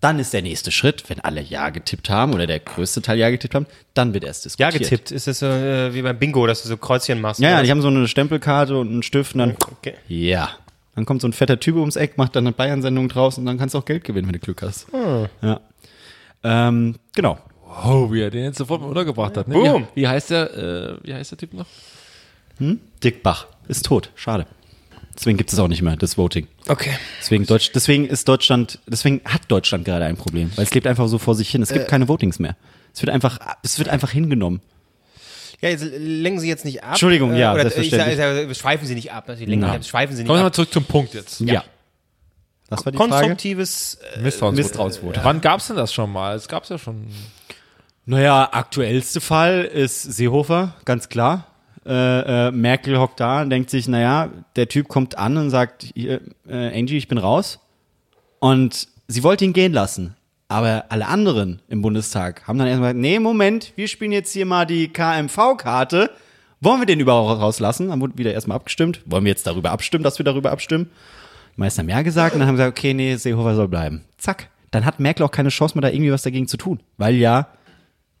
Dann ist der nächste Schritt, wenn alle Ja getippt haben oder der größte Teil Ja getippt haben, dann wird erst
Ja,
diskutiert.
getippt. Ist das so äh, wie beim Bingo, dass du so Kreuzchen machst?
Ja, ja, die haben so eine Stempelkarte und einen Stift und dann,
Okay.
ja. Dann kommt so ein fetter Typ ums Eck, macht dann eine Bayern-Sendung draus und dann kannst du auch Geld gewinnen, wenn du Glück hast. Ja. Ähm, genau.
Oh, wie er den jetzt sofort mal untergebracht hat. Ne?
Boom.
Wie, wie heißt der? Äh, wie heißt der Typ noch?
Dick Bach ist tot. Schade. Deswegen gibt's es auch nicht mehr, das Voting.
Okay.
Deswegen, Deutsch, deswegen ist Deutschland, deswegen hat Deutschland gerade ein Problem, weil es lebt einfach so vor sich hin. Es gibt keine Votings mehr. Es wird einfach, es wird einfach hingenommen.
Ja, jetzt lenken Sie jetzt nicht ab. äh,
Entschuldigung, ja,
oder, ich sag,
selbstverständlich.
ich sag, schweifen Sie nicht ab. Also, die lenken nicht ab, schweifen Sie nicht
Kommen wir mal
ab.
zurück zum Punkt jetzt.
Ja. Das war die Frage.
Konstruktives. Äh,
Misstrauensvotum.
Wann gab's denn das schon mal? Es gab's ja schon.
Naja, aktuellste Fall ist Seehofer, ganz klar. Äh, äh, Merkel hockt da und denkt sich, naja, der Typ kommt an und sagt, hier, äh, Angie, ich bin raus. Und sie wollte ihn gehen lassen. Aber alle anderen im Bundestag haben dann erstmal gesagt, nee, Moment, wir spielen jetzt hier mal die KMV-Karte. Wollen wir den überhaupt rauslassen? Dann wurde wieder erstmal abgestimmt. Wollen wir jetzt darüber abstimmen, dass wir darüber abstimmen? Die meisten haben ja gesagt und dann haben gesagt, okay, nee, Seehofer soll bleiben. Zack. Dann hat Merkel auch keine Chance mehr, da irgendwie was dagegen zu tun. Weil ja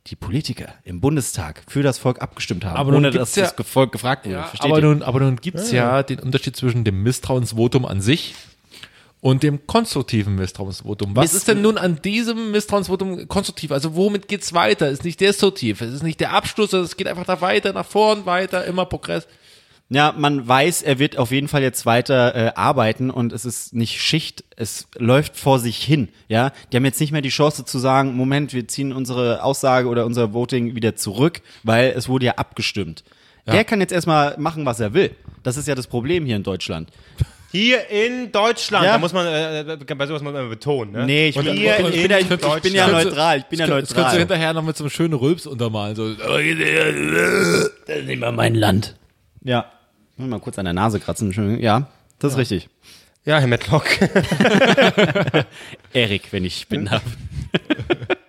die Politiker im Bundestag für das Volk abgestimmt haben,
Aber nun
ohne
gibt's
dass
ja-
das Volk gefragt wurde. Versteht
aber,
ihr?
nun, aber nun gibt's ja. den Unterschied zwischen dem Misstrauensvotum an sich und dem konstruktiven Misstrauensvotum. Was
Miss-
ist denn nun an diesem Misstrauensvotum konstruktiv? Also womit geht's weiter? Ist nicht destruktiv, es ist nicht der Abschluss, sondern es geht einfach da weiter, nach vorn, weiter, immer Progress.
Ja, man weiß, er wird auf jeden Fall jetzt weiter äh, arbeiten und es ist nicht Schicht, es läuft vor sich hin. Ja, die haben jetzt nicht mehr die Chance zu sagen, Moment, wir ziehen unsere Aussage oder unser Voting wieder zurück, weil es wurde ja abgestimmt. Der kann jetzt erstmal machen, was er will. Das ist ja das Problem hier in Deutschland.
Hier in Deutschland.
Ja.
Da muss man, äh, bei sowas muss man immer betonen. Ne?
Nee, ich
Und
bin-
hier
ich bin
in
ja- ich bin
Deutschland.
ja neu- neutral, ich bin ja
das könnt- Das
neutral.
könntest du hinterher noch mit so einem schönen Rülps untermalen. So.
Dann nehmen wir mein Land.
Ja. Muss Mal kurz an der Nase kratzen. Entschuldigung. Ja, das ist richtig.
Ja, Herr
<laughs>
Medlock.
Erik, wenn ich bin darf. <laughs>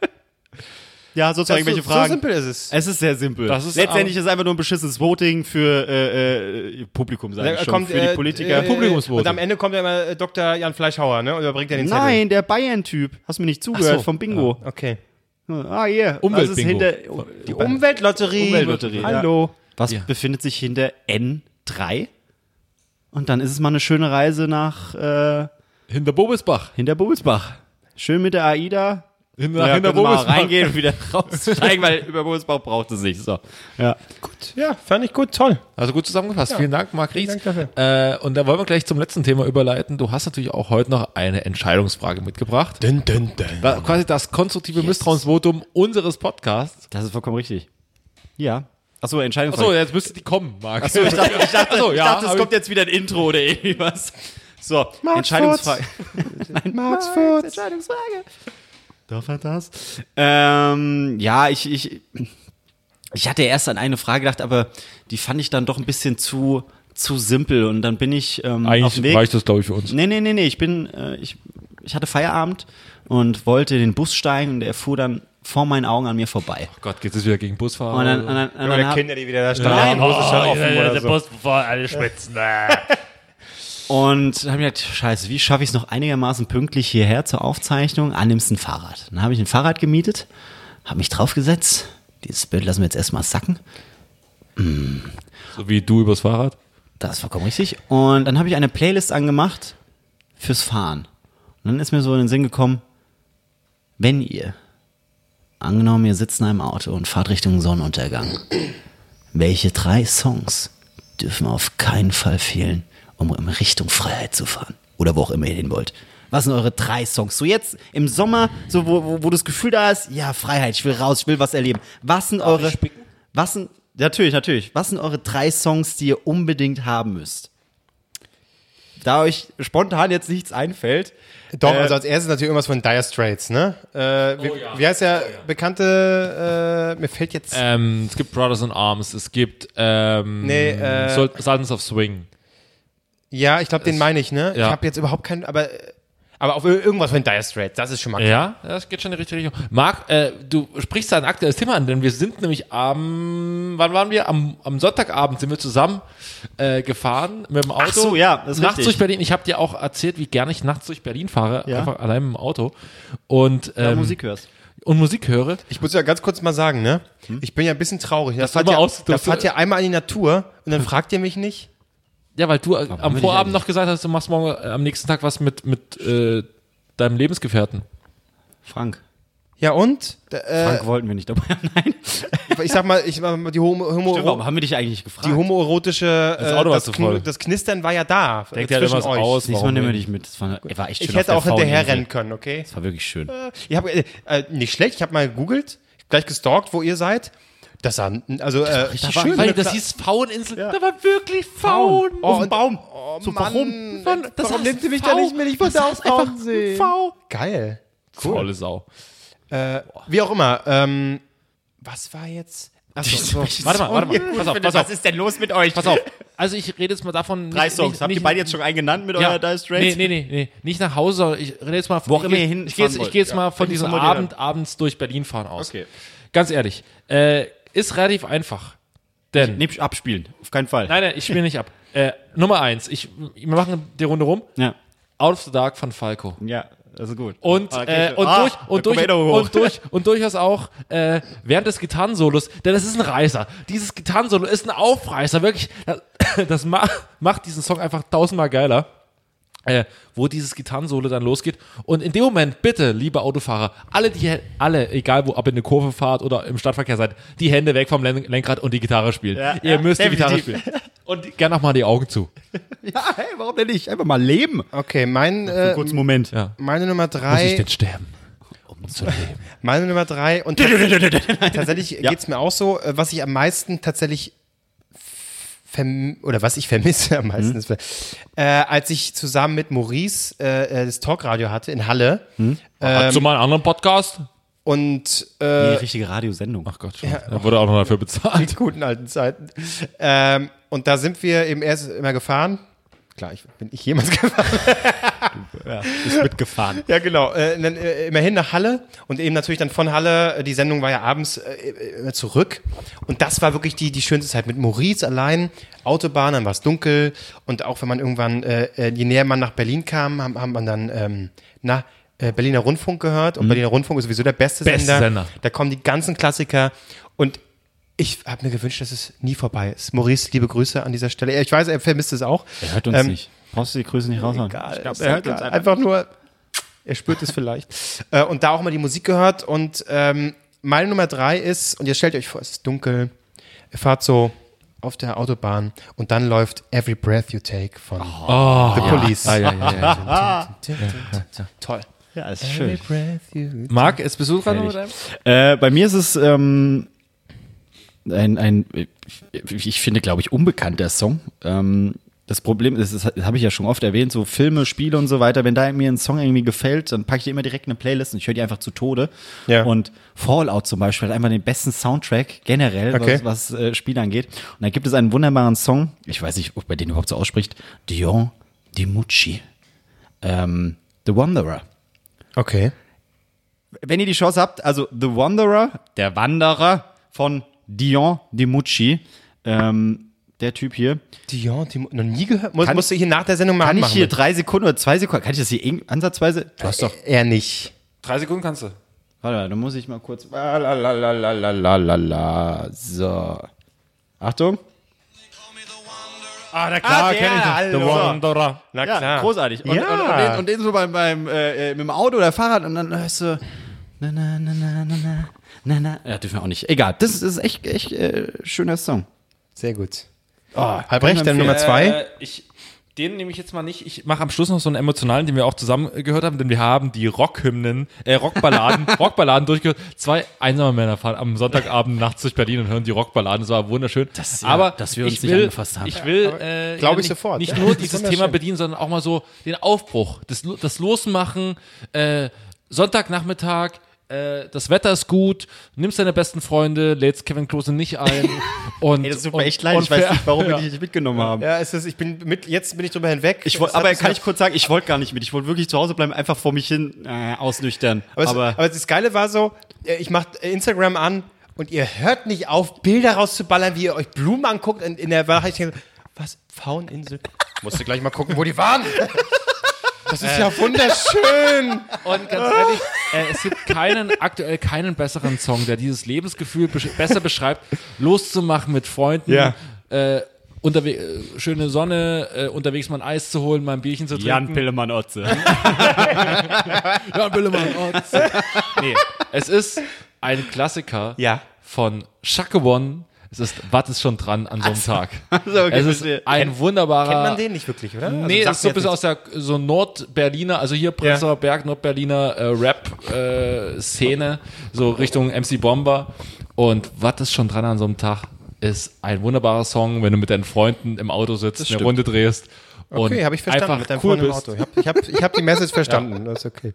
ja, sonst noch irgendwelche
so,
Fragen. Äh,
So simpel ist es.
Es ist sehr simpel.
Das ist
Letztendlich ist einfach nur ein beschissenes Voting für äh, äh, Publikum, sage ich schon. für die
äh,
Politiker.
äh,
Publikumsvote.
Und am Ende kommt ja immer äh, Dr. Jan Fleischhauer, ne? Und überbringt ja den Zettel.
Nein, der Bayern-Typ. Hast du mir nicht zugehört
so.
vom Bingo.
Okay.
Ah, yeah.
Umweltbingo.
Was ist hinter, die
Umweltlotterie.
Umweltlotterie.
Hallo.
Ja. Was befindet sich hinter N3? Und dann ist es mal eine schöne Reise nach äh,
Hinter Bobesbach.
hinter Bobelsbach. Schön mit der AIDA.
Hinter,
ja,
hinter
können Sie mal
Bobelsbach.
<laughs> reingehen und wieder raussteigen, weil über Bobelsbach braucht es nicht. So. Ja.
Ja, fand ich gut, toll.
Also gut zusammengefasst. Vielen Dank, Marc Ries.
Vielen Dank
äh, und da wollen wir gleich zum letzten Thema überleiten. Du hast natürlich auch heute noch eine Entscheidungsfrage mitgebracht. Dun, dun, dun. Da, quasi das konstruktive Misstrauensvotum unseres Podcasts.
Das ist vollkommen richtig. Ja. Achso,
Achso,
Entscheidungsfrage.
jetzt müsste die kommen, Marc.
Achso, ich dachte, ich <laughs> dachte,
Achso,
ich
ja,
dachte es
hab
kommt jetzt wieder ein Intro oder irgendwie was. So, Entscheidungsfrage. <laughs> Nein, Marx Furz. Entscheidungsfrage. Darf er das? Ähm, ja, ich, ich, ich hatte erst an eine Frage gedacht, aber die fand ich dann doch ein bisschen zu, zu simpel und dann bin ich ähm, auf dem
Eigentlich
Weg.
reicht das, glaube ich, für uns.
Nee, nee, nee, nee. Ich bin, äh, ich, ich hatte Feierabend und wollte in den Bus steigen und der fuhr dann vor meinen Augen an mir vorbei.
Oh Gott, geht's jetzt wieder gegen Busfahrer?
Und dann, und dann, und dann
Oder
hab-
Kinder, die wieder da standen.
Nein. Oh,
die Hose stand offen oder so.
alle
<laughs>
schwitzen.
Und dann habe ich gedacht, scheiße, wie schaffe ich es noch einigermaßen pünktlich hierher zur Aufzeichnung? Ah, nimmst ein Fahrrad. Dann habe ich ein Fahrrad gemietet, habe mich draufgesetzt. Dieses Bild lassen wir jetzt erstmal sacken. Mm.
So wie du übers Fahrrad?
Das ist vollkommen richtig. Und dann habe ich eine Playlist angemacht fürs Fahren. Und dann ist mir so in den Sinn gekommen, wenn ihr, angenommen, ihr sitzt in einem Auto und fahrt Richtung Sonnenuntergang, welche drei Songs dürfen auf keinen Fall fehlen, um in Richtung Freiheit zu fahren? Oder wo auch immer ihr hin wollt. Was sind eure drei Songs? So jetzt im Sommer, so wo, wo, wo das Gefühl da ist, ja, Freiheit, ich will raus, ich will was erleben. Was sind eure. Was sind. Natürlich, natürlich. Was sind eure drei Songs, die ihr unbedingt haben müsst? Da euch spontan jetzt nichts einfällt.
Doch, also
Äh,
als erstes natürlich irgendwas von Dire Straits, ne? Äh,
Oh
wie, wie heißt der bekannte, äh, mir fällt jetzt,
Ähm, es gibt Brothers in Arms, es gibt ähm,
Nee, äh,
Sol- Sultans of Swing.
ja, ich glaube, den meine ich, ne?
ja.
Ich habe jetzt überhaupt keinen, aber, äh, aber auf ir- irgendwas von Dire Straits, das ist schon mal
Ja, das geht schon in die richtige Richtung. Marc, äh, du sprichst da ein aktuelles Thema an, denn wir sind nämlich am, wann waren wir? Am, am Sonntagabend sind wir zusammen äh, gefahren mit dem Auto.
so, ja, das ist
Nachts
richtig.
durch Berlin. Ich habe dir auch erzählt, wie gerne ich nachts durch Berlin fahre,
Ja.
einfach allein im Auto. Und, ähm,
Musik hörst.
und Musik höre.
Ich muss ja ganz kurz mal sagen, ne?
Hm?
Ich bin ja ein bisschen traurig. Da fahrt,
immer
ja,
aus-
da
dass du-
fahrt ihr einmal in die Natur und
Hm.
dann fragt ihr mich nicht.
Ja, weil du äh, am
ich
Vorabend
eigentlich-
noch gesagt hast, du machst morgen äh, am nächsten Tag was mit, mit äh, deinem Lebensgefährten.
Frank.
Ja und? Da, äh,
Frank wollten wir nicht dabei.
<laughs>
haben. Nein.
ich sag mal, ich sag mal die Homo, Homo
Warum haben wir dich eigentlich gefragt?
die homoerotische äh,
Auto war
das,
zu
Kn
voll.
das Knistern war ja da
Denkt ja
zwischen
immer was
euch.
aus.
Nächstes Mal
Warum
nehmen wir
nicht?
dich mit. Das war, war echt schön
Ich
auf
hätte
der
auch hinterher
Fraueninsel.
rennen können, okay?
Das war wirklich schön.
Ich habe äh, äh, nicht schlecht, ich habe mal gegoogelt, gleich gestalkt, wo ihr seid. Das sah also äh,
richtig
da war-
schön.
war-
Weil das hieß Fauninsel. Da war wirklich Faun.
Oh, und-
Baum.
Oh,
So,
Mann.
warum?
Warum
Das heißt
nimmt ihr mich
V.
da nicht mit? Ich wollte
Das
auch
heißt einfach
Frauen sehen.
V.
Geil. Äh,
Cool. Tolle Sau.
Wie auch immer. Ähm, was war jetzt? Achso, so.
Warte mal, warte mal. Pass auf, pass auf.
ist denn los mit euch?
Pass auf. Also ich rede jetzt mal davon.
Drei Songs. Habt ihr beide jetzt schon einen genannt mit eurer Dire Straits?
Nee, nee, nee, nee. Nicht nach Hause, sondern ich rede jetzt mal von.
Wo auch immer
ich,
ihr hin
ich gehe jetzt,
fahren
ich gehe jetzt
wollt.
mal
Ja,
von
wenn ich
diesem
so moderiere.
Abend abends durch Berlin fahren aus. Okay. Ganz ehrlich. Äh, ist relativ einfach. Denn.
Nee, abspielen. Auf keinen Fall.
Nein, nein, ich spiele nicht ab. Äh, Nummer eins. Ich, wir machen die Runde rum.
Ja.
Out of the Dark von Falco.
Ja, das ist gut.
Und,
Ah, okay,
äh,
schön.
und,
Ah,
durch,
da
und,
kommen wir
durch,
wieder hoch.
und, durch, und durchaus auch äh, während des Gitarrensolos, denn das ist ein Reißer. Dieses Gitarrensolo ist ein Aufreißer, wirklich. Das, das <coughs> ma macht diesen Song einfach tausendmal geiler, äh, wo dieses Gitarrensolo dann losgeht. Und in dem Moment, bitte, liebe Autofahrer, alle, die, Hä- alle, egal wo, ob ihr eine Kurve fahrt oder im Stadtverkehr seid, die Hände weg vom Len Lenkrad und die Gitarre spielen.
Ja,
ihr
ja,
müsst die
definitiv.
Gitarre
<laughs>
spielen. Und gerne mal die Augen zu.
Ja, hey, warum denn nicht? Einfach mal leben.
Okay, mein, äh,
Kurzen Moment.
meine Nummer
Muss ich
drei.
denn sterben? Um zu leben.
Meine Nummer drei.
<laughs>
Und tats- tatsächlich geht's mir auch so, äh, was ich am meisten tatsächlich verm oder was ich vermisse am
Mhm.
meisten ist, äh, als ich zusammen mit Maurice äh, äh, das Talkradio hatte in Halle Ähm,
Hast Mhm. du mal einen anderen Podcast?
und
Die
äh,
richtige Radiosendung.
Ach Gott, schon. Da wurde auch noch dafür
<laughs>
bezahlt.
die guten alten Zeiten. Ähm, und da sind wir eben erst immer gefahren. Klar, ich, bin ich jemals <laughs> gefahren?
Ist mitgefahren.
Ja, genau. Äh, dann, äh, immerhin nach Halle und eben natürlich dann von Halle, äh, die Sendung war ja abends äh, äh, immer zurück. Und das war wirklich die, die schönste Zeit mit Maurice allein, Autobahn, dann war es dunkel. Und auch wenn man irgendwann, äh, äh, je näher man nach Berlin kam, haben, haben man dann ähm, na, äh, Berliner Rundfunk gehört. Und Berliner Rundfunk ist sowieso der beste,
Mhm. Beste
Sender.
Sender.
Da kommen die ganzen Klassiker. Und ich habe mir gewünscht, dass es nie vorbei ist. Maurice, liebe Grüße an dieser Stelle. Ich weiß, er vermisst es auch.
Er hört uns
Ähm,
nicht. Brauchst du die Grüße nicht raushauen?
Egal,
Ich glaub,
ist
er hört
egal.
uns einfach.
einfach nur, er spürt es vielleicht. <laughs> äh, und da auch mal die Musik gehört. Und ähm, meine Nummer drei ist, und jetzt stellt ihr euch vor, es ist dunkel, ihr fahrt so auf der Autobahn und dann läuft Every Breath You Take von
Oh.
The Police.
Ah, ja, ja, ja.
<laughs> Toll.
Ja, ist schön.
Marc, jetzt bist du dran
Äh, bei mir ist es ähm, ein, ein äh, ich finde, glaube ich, unbekannter Song. Ähm, das Problem ist, das habe ich ja schon oft erwähnt, so Filme, Spiele und so weiter, wenn da mir ein Song irgendwie gefällt, dann packe ich die immer direkt in eine Playlist und ich höre die einfach zu Tode.
Ja.
Und Fallout zum Beispiel hat einfach den besten Soundtrack generell,
Okay.
was, was äh, Spiele angeht. Und da gibt es einen wunderbaren Song, ich weiß nicht, ob man den überhaupt so ausspricht, Dion DiMucci, ähm, The Wanderer
Okay.
wenn ihr die Chance habt, also The Wanderer, der Wanderer von Dion DiMucci, ähm, der Typ hier.
Dion, die, noch nie gehört? Muss,
Kann-
musst du hier nach der Sendung mal
Kann ich
anmachen.
hier drei Sekunden oder zwei Sekunden, kann ich das hier irgend- ansatzweise? Ah, Du hast doch,
Er nicht.
Drei Sekunden kannst du.
warte mal, da muss ich mal kurz. Ah, Lalalalalalala. So. Achtung.
Ah, na
klar, kenn ich das. The
Wanderer. Na
Ja,
klar.
großartig. Und,
ja.
und, und, den, und den so beim, beim äh, äh, mit dem Auto oder Fahrrad und dann hörst du. Na, na, na, na, na, na, na, na. Ja, dürfen wir auch nicht. Egal, das ist, das ist echt, echt äh, schöner Song.
Sehr gut.
Oh,
Albrecht, dann Nummer zwei.
Äh, ich, den nehme ich jetzt mal nicht. Ich mache am Schluss noch so einen emotionalen, den wir auch zusammen äh, gehört haben, denn wir haben die Rockhymnen, äh,
<laughs>
Rockballaden, Rockballaden durchgehört. Zwei einsame Männer fahren am Sonntagabend nachts durch Berlin und hören die Rockballaden. Das war wunderschön.
Das- ja,
Aber
dass wir uns
ich
nicht
will,
angefasst haben.
Ich will, äh,
glaub
ja,
ich
nicht,
sofort.
Nicht
Ja,
nur
das ist
dieses
wunderschön.
Thema bedienen, sondern auch mal so den Aufbruch, das, Lo- das Losmachen, äh, Sonntagnachmittag. äh, Das Wetter ist gut, nimmst deine besten Freunde, lädst Kevin Klose nicht ein. Und,
<laughs> Ey, das tut
und,
mir echt leid. Ich
und
weiß
ver-
nicht, warum wir dich nicht mitgenommen haben.
Ja, es ist, ich bin mit, jetzt bin ich drüber hinweg.
Ich wollt,
Es hat
aber
mich
kann
nach-
ich kurz sagen, ich wollte gar nicht mit. Ich wollte wirklich zu Hause bleiben, einfach vor mich hin äh, ausnüchtern.
Aber, es,
Aber,
aber, das Geile war so, äh, ich mach Instagram an und ihr hört nicht auf, Bilder rauszuballern, wie ihr euch Blumen anguckt und in der Wahrheit denkt, was, Pfaueninsel? Musst du gleich mal gucken, wo die waren. Das ist ja wunderschön.
Ah.
Und ganz ehrlich, äh, es gibt keinen, aktuell keinen besseren Song, der dieses Lebensgefühl besch besser beschreibt, loszumachen mit Freunden,
Ja.
äh, unterwe äh, schöne Sonne, äh, unterwegs mal ein Eis zu holen, mal ein Bierchen zu
Jan
trinken.
Pillemann Otze.
Jan Pillemann. nee, es ist ein Klassiker
Ja.
von Shaka One. Es ist, was ist schon dran an so einem Tag?
okay,
es ist
verstehe.
ein wunderbarer...
Kennt man den nicht wirklich, oder? Also
Nee,
sagt
das ist so
mir
ein bisschen
jetzt
aus der so Nordberliner, also hier Prenzlauer Berg, Nordberliner äh, Rap-Szene, so Richtung MC Bomber. Und was ist schon dran an so einem Tag? Ist ein wunderbarer Song, wenn du mit deinen Freunden im Auto sitzt, eine Runde drehst.
nichts. Okay, habe ich verstanden.
Einfach
Mit deinem
cool
Freund im
bist.
Auto. Ich habe ich hab, ich hab die
<laughs>
Message verstanden. Das ist okay.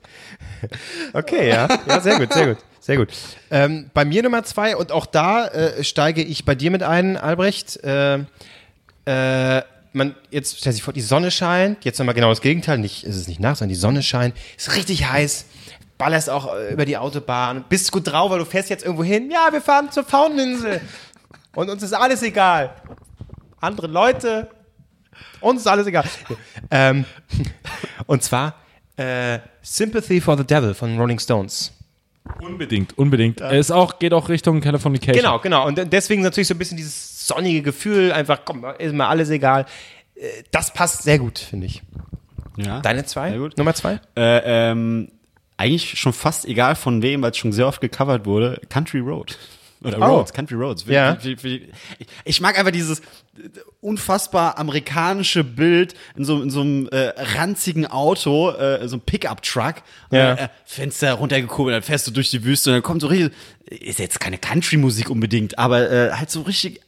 <laughs> Okay, ja. Ja, sehr gut, sehr gut. Sehr gut. Ähm, bei mir Nummer zwei und auch da äh, steige ich bei dir mit ein, Albrecht. Ähm, äh, man, jetzt stell sich vor, die Sonne scheint, jetzt nochmal genau das Gegenteil, nicht, es ist nicht Nacht, sondern die Sonne scheint, ist richtig heiß, ballerst auch äh, über die Autobahn, bist gut drauf, weil du fährst jetzt irgendwo hin, ja, wir fahren zur Fauninsel und uns ist alles egal. Andere Leute, uns ist alles egal. ähm, und zwar äh, Sympathy for the Devil von Rolling Stones.
Unbedingt, unbedingt. Es auch, geht auch Richtung Californication.
Genau, genau. Und de- deswegen natürlich so ein bisschen dieses sonnige Gefühl, einfach, komm, ist mir alles egal. Äh, Das passt sehr gut, finde ich.
Ja.
Deine zwei?
Sehr gut.
Nummer zwei?
Äh, ähm, eigentlich schon fast egal von wem, weil es schon sehr oft gecovert wurde. Country Road. Oder
Oh.
Roads, Country Roads. Wie-
Ja.
wie- wie- ich- Ich mag einfach dieses unfassbar amerikanische Bild in so, in so einem äh, ranzigen Auto, äh, so einem Pickup-Truck. Und
Ja.
dann, Äh, Fenster runtergekurbelt, dann fährst du durch die Wüste und dann kommt so richtig, ist jetzt keine Country-Musik unbedingt, aber äh, halt so richtig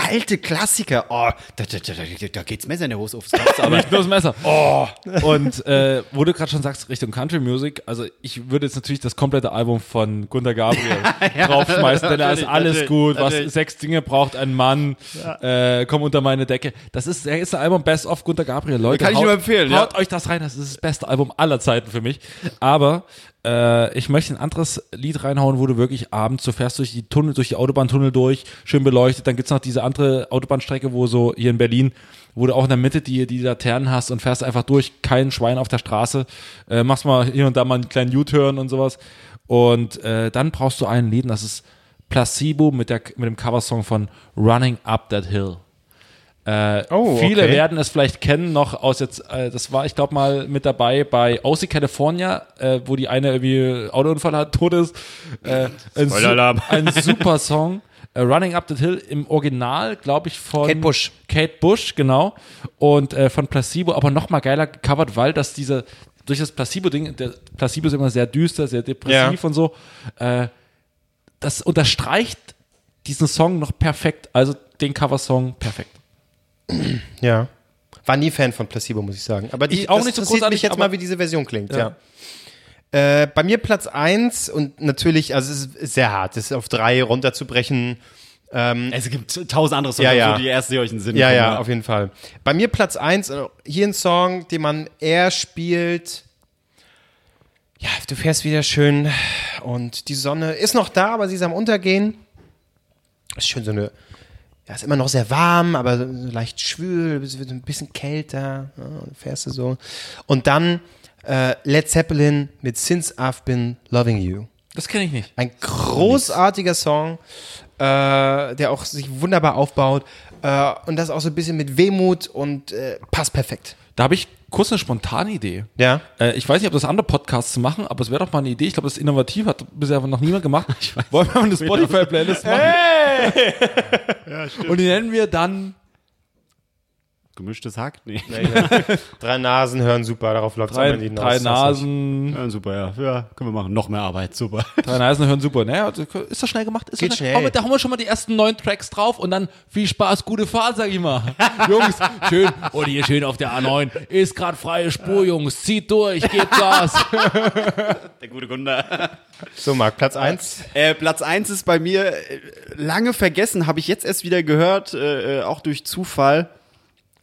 alte Klassiker. Oh, da, da, da, da, da geht's Messer in der Hose aufs
<laughs>
Haus, aber
Nicht nur das Messer. Oh. Und äh, wo du gerade schon sagst, Richtung Country Music, also ich würde jetzt natürlich das komplette Album von
<laughs>
Gunter Gabriel draufschmeißen, denn da ist
natürlich,
alles
natürlich,
gut, was
natürlich.
sechs Dinge braucht ein Mann, äh, komm unter meine Decke. Das ist, er ist ein Album Best of Gunter Gabriel, Leute.
Kann ich
haut,
nur empfehlen, ja.
Haut euch das rein, das ist das beste Album aller Zeiten für mich. Aber äh, ich möchte ein anderes Lied reinhauen, wo du wirklich abends, so fährst durch die Tunnel, durch die Autobahntunnel durch, schön beleuchtet, dann gibt's noch diese andere Autobahnstrecke, wo so hier in Berlin, wo du auch in der Mitte die, die Laternen hast und fährst einfach durch, kein Schwein auf der Straße, äh, machst mal hier und da mal einen kleinen U-Turn und sowas. Und äh, dann brauchst du einen Lied, und das ist Placebo mit, der, mit dem Coversong von Running Up That Hill. Äh,
Oh,
Viele
okay.
werden es vielleicht kennen noch aus jetzt, äh, das war ich glaube mal mit dabei bei OC California, äh, wo die eine irgendwie Autounfall hat, tot ist. Äh, ein,
Spoiler-Alarm.
su- ein super Song. Äh, Running Up the Hill im Original, glaube ich, von
Kate Bush.
Kate Bush, genau. Und äh, von Placebo, aber noch mal geiler gecovert, weil das diese, durch das Placebo-Ding, der Placebo ist immer sehr düster, sehr depressiv
Ja.
und so, äh, das unterstreicht diesen Song noch perfekt, also den Coversong perfekt.
Ja. War nie Fan von Placebo, muss ich sagen. Aber die,
Ich auch
das
nicht so
interessiert mich
großartig,
jetzt
aber-
mal, wie diese Version klingt, ja. Äh, bei mir Platz 1 und natürlich, also es ist sehr hart, es ist auf 3 runterzubrechen.
Es gibt tausend andere Songs,
Ja, ja.
so die ersten, die euch in den Sinn
Ja,
kommen,
ja, auf jeden Fall. Bei mir Platz 1, hier ein Song, den man eher spielt. Ja, du fährst wieder schön und die Sonne ist noch da, aber sie ist am Untergehen. Ist schön so eine. Ja, ist immer noch sehr warm, aber so leicht schwül, es wird ein bisschen kälter. Ja, und fährst du so. Und dann äh, Led Zeppelin mit Since I've Been Loving You.
Das kenne ich nicht.
Ein großartiger Song, äh, der auch sich wunderbar aufbaut äh, und das auch so ein bisschen mit Wehmut und äh, passt perfekt.
Da habe ich kurz eine spontane Idee.
Ja.
Äh, ich weiß nicht, ob das andere Podcasts machen, aber es wäre doch mal eine Idee. Ich glaube, das ist innovativ, hat bisher noch niemand <laughs> gemacht. Wollen wir mal eine Spotify-Playlist machen? Und die nennen wir dann
Gemischtes Hack? Nee.
Drei Nasen hören super, darauf läuft es
drei, drei Nasen.
Ja, super, ja. Ja, können wir machen. Noch mehr Arbeit, super.
Drei Nasen hören super. Naja, ist das schnell gemacht? Ist
Geht
das
schnell.
Hauen wir- Da haben wir schon mal die ersten neun Tracks drauf und dann viel Spaß, gute Fahrt, sag ich mal. <laughs> Jungs, schön. Und hier schön auf der A9. Ist gerade freie Spur, Jungs. Zieht durch, gebt Gas.
Der gute Gunde.
So, Marc, Platz 1.
Äh, Platz 1 ist bei mir äh, lange vergessen, habe ich jetzt erst wieder gehört, äh, äh, auch durch Zufall.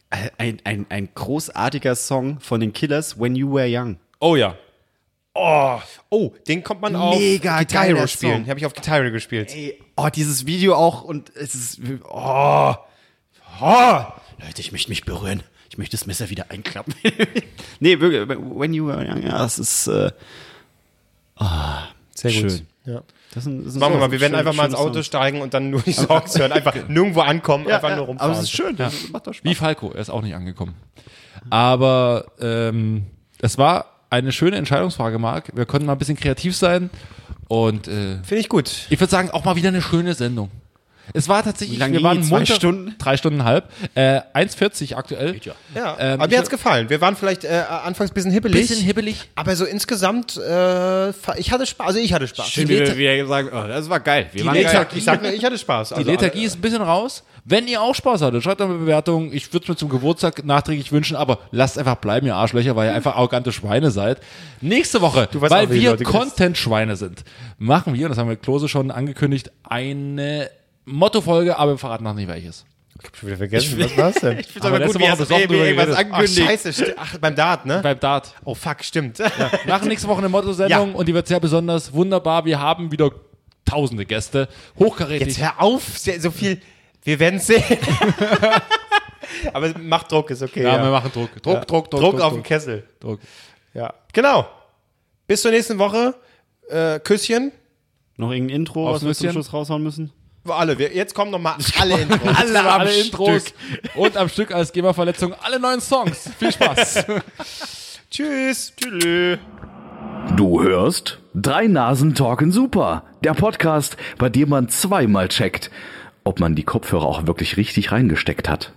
Äh, Ein, ein, ein großartiger Song von den Killers, When You Were Young.
Oh ja.
Oh, den kommt man auf
Mega
Guitar Hero
geiler
spielen.
Song.
Habe ich auf Guitar Hero gespielt.
Ey, oh, dieses Video auch und es ist. Oh, oh. Leute, ich möchte mich berühren. Ich möchte das Messer wieder einklappen. <laughs> nee, wirklich, When You Were Young, ja, das ist. Äh,
Sehr
schön.
Ja.
das ist ein, das ist ein
Machen wir
Song.
mal, wir werden
Schön-
einfach mal ins
schönes
Auto
Song.
steigen und dann nur <laughs> die Songs hören. Einfach nirgendwo ankommen, einfach nur rumfahren.
Aber es ist schön, das macht doch
<laughs>
Spaß.
Wie Falco, er ist auch nicht angekommen. Aber ähm, es war eine schöne Entscheidungsfrage, Marc. Wir konnten mal ein bisschen kreativ sein und äh,
Finde ich gut.
ich würde sagen, auch mal wieder eine schöne Sendung. Es war tatsächlich,
Wie lange
wir
ging
waren
die? Zwei
munter-
Stunden?
drei Stunden halb, äh, 1,40 aktuell. Ja.
Ja,
Ähm,
aber
ich-
mir hat's gefallen. Wir waren vielleicht äh, anfangs ein bisschen hippelig.
Bisschen hibbelig.
aber so insgesamt, äh, ich hatte Spaß. Also ich hatte Spaß.
Schön, wie wir wieder sagen, oh, das war geil. Wir waren
Ja, ja,
Exakt.
ich sag nur, ich hatte Spaß.
Die
Also,
Lethargie ist ein bisschen raus. Wenn ihr auch Spaß hattet, schreibt eine Bewertung. Ich würde es mir zum Geburtstag nachträglich wünschen, aber lasst einfach bleiben, ihr Arschlöcher, weil ihr einfach arrogante Schweine seid. Nächste Woche,
weißt
weil
auch, wie die
wir
Leute kennst.
Content-Schweine sind, machen wir, und das haben wir Klose schon angekündigt, eine Mottofolge, aber wir verraten noch nicht welches.
Ich hab schon wieder vergessen, was war's denn?
Ich find's aber
letzte
gut, wie
Woche
hast du
besoffen
irgendwie
drüber
irgendwas
geredet.
Ach,
angekündigt.
scheiße. st- Ach, beim Dart, ne?
Beim Dart.
oh, fuck, stimmt.
Machen nächste Woche eine Motto-Sendung
Ja.
und die wird sehr besonders wunderbar. Wir haben wieder tausende Gäste.
Jetzt
Hochkarätig.
hör auf, sehr- so viel. Wir werden's sehen. <laughs> Aber macht Druck, ist okay.
Ja, wir machen Druck. Druck,
Ja.
Druck, Druck.
Druck auf den
Druck,
Kessel.
Druck.
Ja. Genau. Bis zur nächsten Woche. Äh, Küsschen.
Noch irgendein Intro,
Aufs
was wir zum
Nüsschen?
Schluss raushauen müssen?
Für alle. Wir, jetzt kommen nochmal alle Intros.
Alle,
alle Intros und am Stück als Geberverletzung alle neuen Songs. Viel <laughs> Spaß.
Tschüss.
Tschüss.
Du hörst Drei Nasen Talken Super, der Podcast, bei dem man zweimal checkt, ob man die Kopfhörer auch wirklich richtig reingesteckt hat.